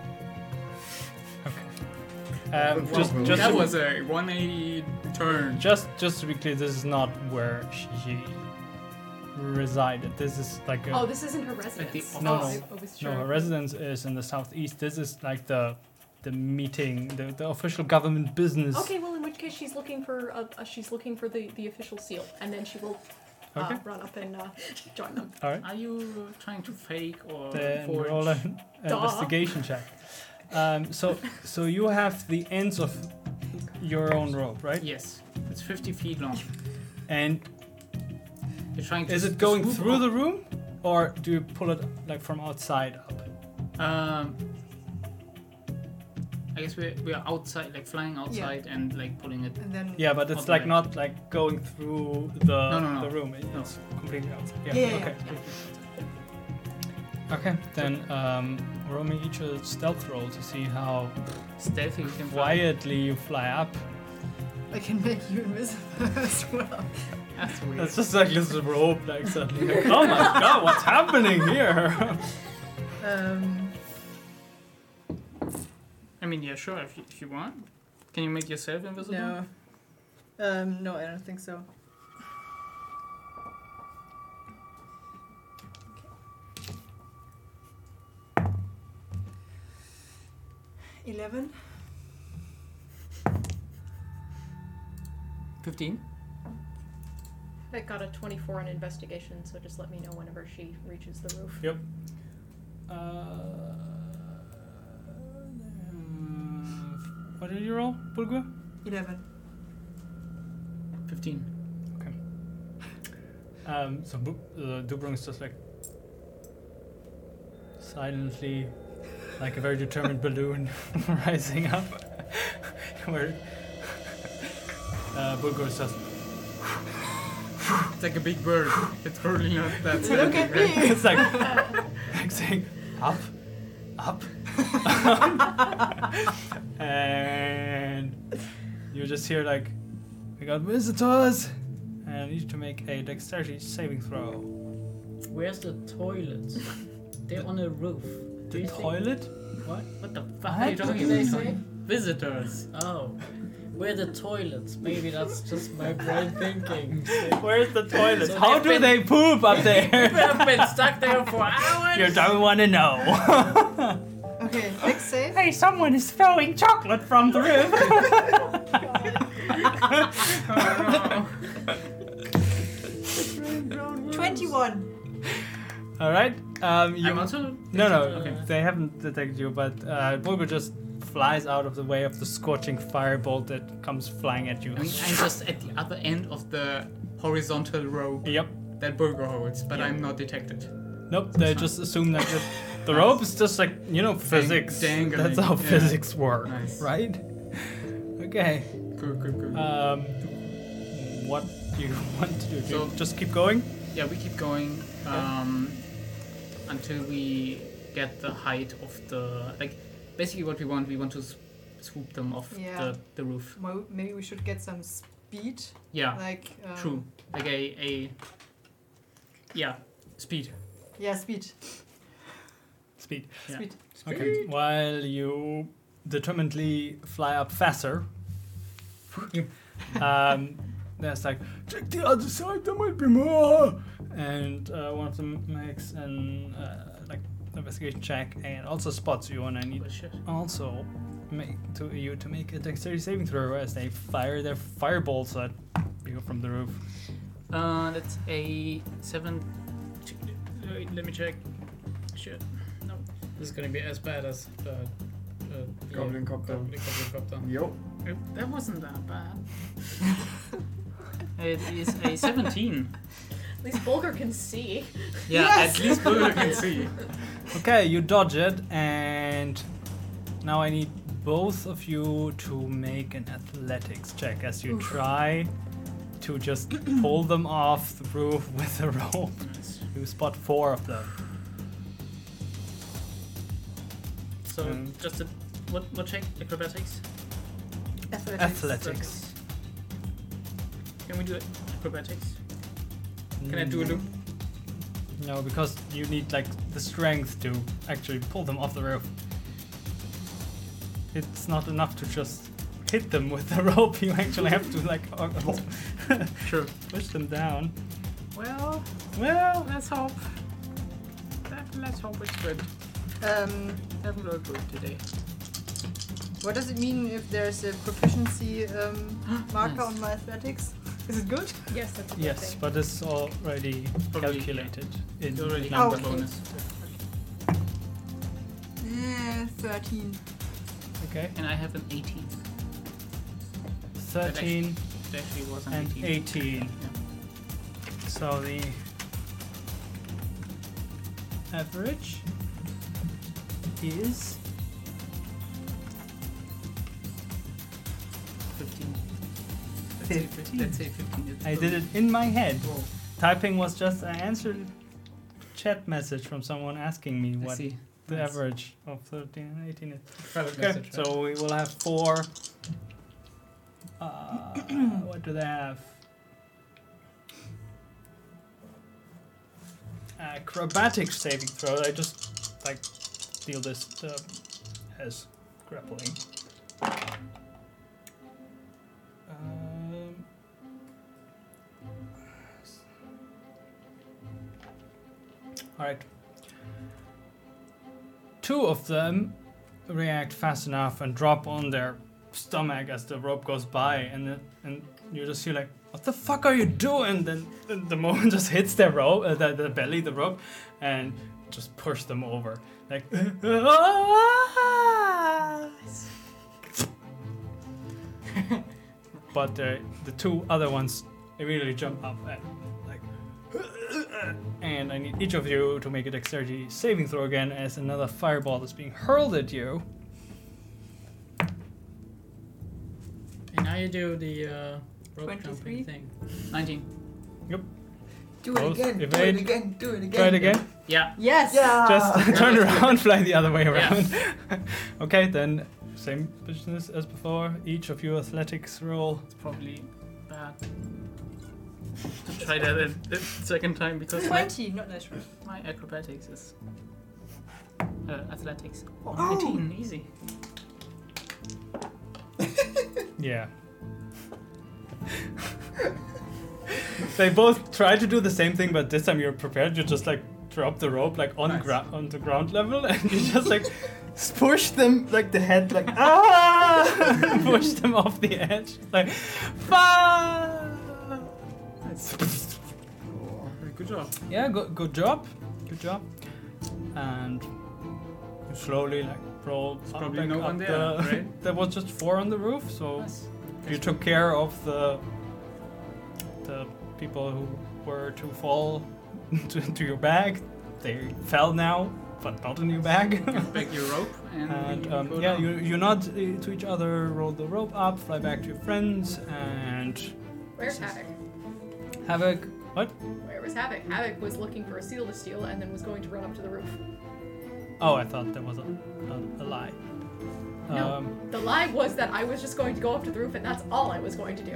Speaker 1: Um, just,
Speaker 6: Wow.
Speaker 1: just,
Speaker 3: that
Speaker 1: to,
Speaker 3: was a 180 turn.
Speaker 1: just, just to be clear, this is not where she resided. This is like a,
Speaker 18: Oh, this isn't her residence.
Speaker 3: office.
Speaker 1: No, no.
Speaker 18: oh, I, I was
Speaker 1: no,
Speaker 18: sure.
Speaker 1: her residence is in the southeast. This is like the the meeting, the, the official government business.
Speaker 18: Okay, well, in which case she's looking for a, a, she's looking for the, the official seal, and then she will uh,
Speaker 1: Okay.
Speaker 18: run up and uh, join them.
Speaker 1: All right.
Speaker 3: Are you trying to fake or
Speaker 1: Then
Speaker 3: forge?
Speaker 1: roll an
Speaker 18: Duh.
Speaker 1: investigation check. Um, so, so you have the ends of your own rope, right?
Speaker 3: Yes, it's 50 feet long.
Speaker 1: And
Speaker 3: You're trying to
Speaker 1: is it going through the room, or do you pull it like from outside up?
Speaker 3: Um, I guess we're, we're outside, like flying outside and like pulling it.
Speaker 9: And then.
Speaker 1: Yeah, but it's
Speaker 3: Okay.
Speaker 1: like not like going through the
Speaker 3: no,
Speaker 1: the
Speaker 3: no.
Speaker 1: room. It-
Speaker 3: No.
Speaker 1: It's completely outside. Yeah.
Speaker 9: Yeah, yeah,
Speaker 1: okay. Okay. Then um, roll me each a stealth roll to see how
Speaker 3: Stealthy, we can fly.
Speaker 1: quietly you fly up.
Speaker 9: I can make you invisible as well.
Speaker 3: That's weird.
Speaker 1: That's just like this rope, like suddenly. Like, oh my god, what's happening here?
Speaker 9: Um,
Speaker 3: I mean, yeah, sure, if you, if you want. Can you make yourself invisible?
Speaker 9: no. Um, no, I don't think so. Eleven.
Speaker 3: 15?
Speaker 18: I got a 24 on investigation, so just let me know whenever she reaches the roof.
Speaker 1: Uh, what What did you roll, Bulgur?
Speaker 9: 11.
Speaker 19: 15.
Speaker 1: Um, so Bu- uh, Dubrung is just like silently, like a very determined balloon, rising up. Where uh, Bulgur is just
Speaker 3: It's like a big bird. It's hurling up that.
Speaker 18: Look at me.
Speaker 1: it's like, like saying up, up, and you just hear like we got visitors, and I need to make a dexterity saving throw.
Speaker 19: Where's the toilet? They're on a roof. Do
Speaker 1: The
Speaker 19: you think-
Speaker 1: toilet.
Speaker 19: What? What the fuck are you talking
Speaker 2: they
Speaker 19: about?
Speaker 2: say?
Speaker 19: Visitors. Oh. Where the toilets? Maybe that's just my brain thinking. They
Speaker 1: Where's the toilet?
Speaker 19: So
Speaker 1: How
Speaker 19: they've
Speaker 1: do
Speaker 19: been-
Speaker 1: they poop up there?
Speaker 19: have been stuck there for hours.
Speaker 1: you don't want to know.
Speaker 9: Okay, next save.
Speaker 1: hey, someone is throwing chocolate from the roof.
Speaker 9: Twenty-one.
Speaker 1: All right. Um, you.
Speaker 3: I'm also.
Speaker 1: no, no.
Speaker 19: Okay.
Speaker 1: They haven't detected you, but uh, Bulgur just flies out of the way of the scorching firebolt that comes flying at you.
Speaker 3: I mean, I'm just at the other end of the horizontal rope
Speaker 1: Yep.
Speaker 3: that Burger holds, but I'm not detected.
Speaker 1: Nope. They just assume that the, the rope is just like you know physics.
Speaker 3: dangling,
Speaker 1: That's how
Speaker 3: yeah.
Speaker 1: physics work,
Speaker 3: Nice.
Speaker 1: right? Okay.
Speaker 3: Cool, cool, cool.
Speaker 1: Um, what do you want to do? Do you
Speaker 3: So-
Speaker 1: just keep going?
Speaker 3: yeah, we keep going um, until we get the height of the. Like, basically, what we want, we want to s- swoop them off
Speaker 9: Yeah.
Speaker 3: the, the roof.
Speaker 9: Well, maybe we should get some speed.
Speaker 3: Yeah,
Speaker 9: Like um,
Speaker 3: true. Like a, a. Yeah, speed.
Speaker 9: Yeah, speed.
Speaker 1: Speed.
Speaker 3: Yeah.
Speaker 9: Speed.
Speaker 1: Okay. While you determinedly fly up faster, um, there's like check the other side. There might be more. And uh, one of them makes an uh, like investigation check and also spots you. And I need
Speaker 3: Oh, shit.
Speaker 1: also make to you to make a dexterity saving throw as they fire their fireballs at you from the roof.
Speaker 3: Uh, that's a seven. two- Wait, let me check. Shit, no.
Speaker 19: This is gonna be as bad as the. Uh, the
Speaker 6: Goblin copter.
Speaker 19: Goblin copter.
Speaker 6: Yo.
Speaker 3: Uh, That wasn't that bad. it is a 17.
Speaker 2: At least Bulger can see.
Speaker 3: Yeah, at least Bulger can see.
Speaker 1: Okay, you dodge it, and now I need both of you to make an athletics check as you try to just pull them off the roof with a rope. You spot four of them.
Speaker 3: So
Speaker 1: Um,
Speaker 3: just a what what check? Acrobatics?
Speaker 9: Athletics.
Speaker 1: Athletics.
Speaker 3: Can we do acrobatics? Can I do a loop?
Speaker 1: Mm, No, because you need like the strength to actually pull them off the roof. It's not enough to just hit them with the rope. You actually have to like uh,
Speaker 3: Sure.
Speaker 1: push them down.
Speaker 3: Well,
Speaker 1: Well,
Speaker 3: let's hope. That, let's hope it's good.
Speaker 9: Um,
Speaker 3: That'll look good today.
Speaker 9: what does it mean if there's a proficiency um, marker
Speaker 3: Nice.
Speaker 9: on my athletics? Is it good?
Speaker 2: Yes, that's a good
Speaker 1: Yes,
Speaker 2: thing.
Speaker 1: but it's already
Speaker 3: Probably, yeah.
Speaker 1: calculated in
Speaker 3: You already
Speaker 1: the
Speaker 3: have
Speaker 9: Oh,
Speaker 3: the
Speaker 9: okay.
Speaker 3: bonus.
Speaker 9: Uh, Thirteen.
Speaker 1: Okay,
Speaker 3: And I have an 18.
Speaker 1: 13
Speaker 3: It actually was an
Speaker 1: and
Speaker 3: 18.
Speaker 1: 18. So the average is
Speaker 3: 15. Let's say 15. Let's say 15. It's
Speaker 1: I
Speaker 3: good.
Speaker 1: did it in my head.
Speaker 3: Whoa.
Speaker 1: Typing was just I answered chat message from someone asking me
Speaker 3: I
Speaker 1: what
Speaker 3: see.
Speaker 1: the
Speaker 3: Nice.
Speaker 1: average of 13 and 18 is.
Speaker 19: Private
Speaker 1: Okay,
Speaker 19: message, right?
Speaker 1: so we will have four. Uh, what do they have? Acrobatic saving throw. I just like deal this um, as grappling. Um, all right. Two of them react fast enough and drop on their stomach as the rope goes by, and then, and you just see like, what the fuck are you doing? Then then the moment just hits their rope, uh, the, the belly, the rope, and just push them over. Like, but the the two other ones immediately jump up and like. And I need each of you to make a dexterity saving throw again as another fireball is being hurled at you.
Speaker 19: And now you do the uh, rope
Speaker 9: 23?
Speaker 19: jumping thing. 19.
Speaker 6: Do it
Speaker 1: Both
Speaker 6: again. Do
Speaker 1: evade.
Speaker 6: it again. Do it again.
Speaker 1: Try it again.
Speaker 19: Yeah.
Speaker 9: Yes.
Speaker 6: Yeah.
Speaker 1: Just turn around, fly the other way
Speaker 19: Yeah.
Speaker 1: around. okay, then same business as before. Each of you athletics roll.
Speaker 3: It's probably bad to try that a, a second time because my,
Speaker 9: Twenty, not natural.
Speaker 3: my acrobatics is uh, athletics. 19, easy.
Speaker 1: Yeah. they both try to do the same thing, but this time you're prepared. You just like drop the rope like on
Speaker 19: Nice.
Speaker 1: gra- on the ground level, and you just like s- push them like the head like ah, push them off the edge like fuck.
Speaker 19: Good job.
Speaker 1: Yeah, good, good job. Good job. And you slowly like roll up,
Speaker 3: probably
Speaker 1: back
Speaker 3: no
Speaker 1: up
Speaker 3: one there,
Speaker 1: the-
Speaker 3: right?
Speaker 1: there was just four on the roof, so
Speaker 3: Nice.
Speaker 1: you took care of the the people who were to fall to, to your bag. They fell now, but not in your bag.
Speaker 3: Back your rope and,
Speaker 1: and
Speaker 3: we
Speaker 1: um,
Speaker 3: go
Speaker 1: yeah,
Speaker 3: down.
Speaker 1: you you nod uh, to each other, roll the rope up, fly back to your friends, and
Speaker 2: Where is Havoc?
Speaker 1: havoc. What?
Speaker 2: Where was Havoc? Havoc was looking for a seal to steal and then was going to run up to the roof.
Speaker 1: Oh, I thought that was a, a, a lie.
Speaker 2: No.
Speaker 1: Um,
Speaker 2: The lie was that I was just going to go up to the roof and that's all I was going to do.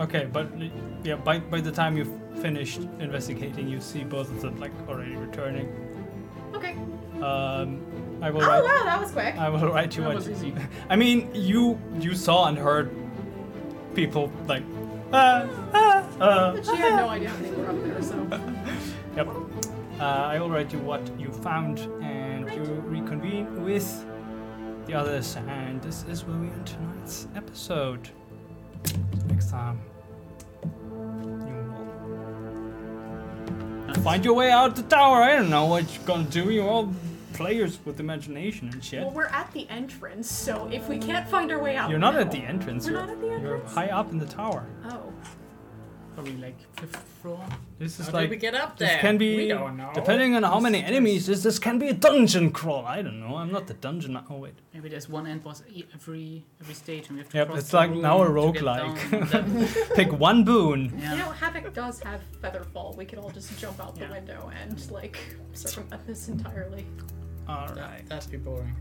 Speaker 1: Okay, but l- yeah, by, by the time you've finished investigating, you see both of them like already returning.
Speaker 2: Okay.
Speaker 1: Um, I will
Speaker 2: Oh
Speaker 1: write.
Speaker 2: wow, that was quick.
Speaker 1: I will write you
Speaker 3: That
Speaker 1: what.
Speaker 3: was easy.
Speaker 1: I mean, you you saw and heard people like ah ah ah.
Speaker 2: But she had no idea how many were up there, so
Speaker 1: Yep. Uh, I will write you what you found, and you reconvene with the others. And this is where we end tonight's episode. Next time, you will find your way out the tower. I don't know what you're gonna do. You're all players with imagination and shit.
Speaker 2: well we're at the entrance, so if we can't find our way out
Speaker 1: You're not at
Speaker 2: now-
Speaker 1: the entrance.
Speaker 2: We're
Speaker 1: You're,
Speaker 2: not at the
Speaker 1: you're
Speaker 2: entrance.
Speaker 1: high up in the tower.
Speaker 2: Oh.
Speaker 3: Probably like fifth floor.
Speaker 1: This is
Speaker 19: How
Speaker 1: like
Speaker 19: did we get up there?
Speaker 1: This can be
Speaker 19: We don't know.
Speaker 1: depending on how many enemies. This this can be a dungeon crawl. I don't know. I'm not the dungeon. ma- Oh wait.
Speaker 3: Maybe there's one end boss e- every every stage, and we have to
Speaker 1: Yep,
Speaker 3: cross
Speaker 1: it's
Speaker 3: the
Speaker 1: like now a
Speaker 3: room to get
Speaker 1: roguelike.
Speaker 3: down that-
Speaker 1: Pick one boon.
Speaker 3: yeah.
Speaker 2: You know, Havoc does have feather fall. We could all just jump out the
Speaker 3: Yeah.
Speaker 2: window and like circumvent this entirely.
Speaker 1: All
Speaker 19: That, that'd be boring.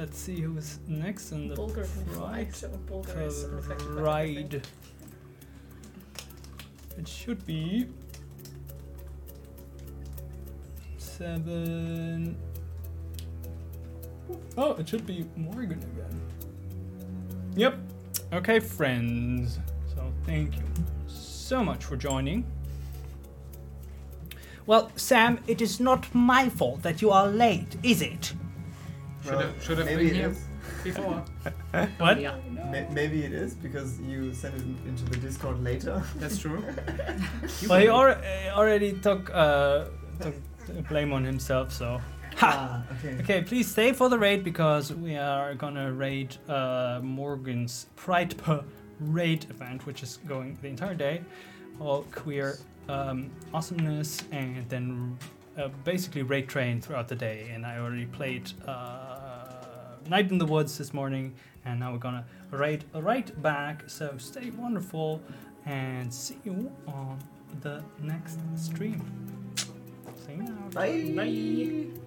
Speaker 1: Let's see who's next in the
Speaker 2: Bulgar can fly,
Speaker 1: right
Speaker 2: so Bulgar is unaffected by everything.
Speaker 1: ride. It should be seven. Oh, it should be Morgan again. Yep. Okay, friends. So thank you so much for joining. Well, Sam, it is not my fault that you are late, is it?
Speaker 3: Should have- should have
Speaker 6: maybe
Speaker 3: been
Speaker 6: it
Speaker 3: here.
Speaker 6: is.
Speaker 3: Before.
Speaker 1: What?
Speaker 3: Yeah,
Speaker 6: May- Maybe it is because you sent it into the Discord later.
Speaker 3: that's true.
Speaker 1: Well, he al- uh, already took, uh, took blame on himself, so. Ha!
Speaker 6: Ah, okay.
Speaker 1: Okay, please stay for the raid because we are gonna raid uh, Morgan's Pride Per Raid event, which is going the entire day. All queer um, awesomeness, and then uh, basically raid train throughout the day. And I already played uh, Night in the Woods this morning, and now we're gonna raid right back. So stay wonderful, and see you on the next stream. See you out.
Speaker 6: Bye.
Speaker 3: Bye.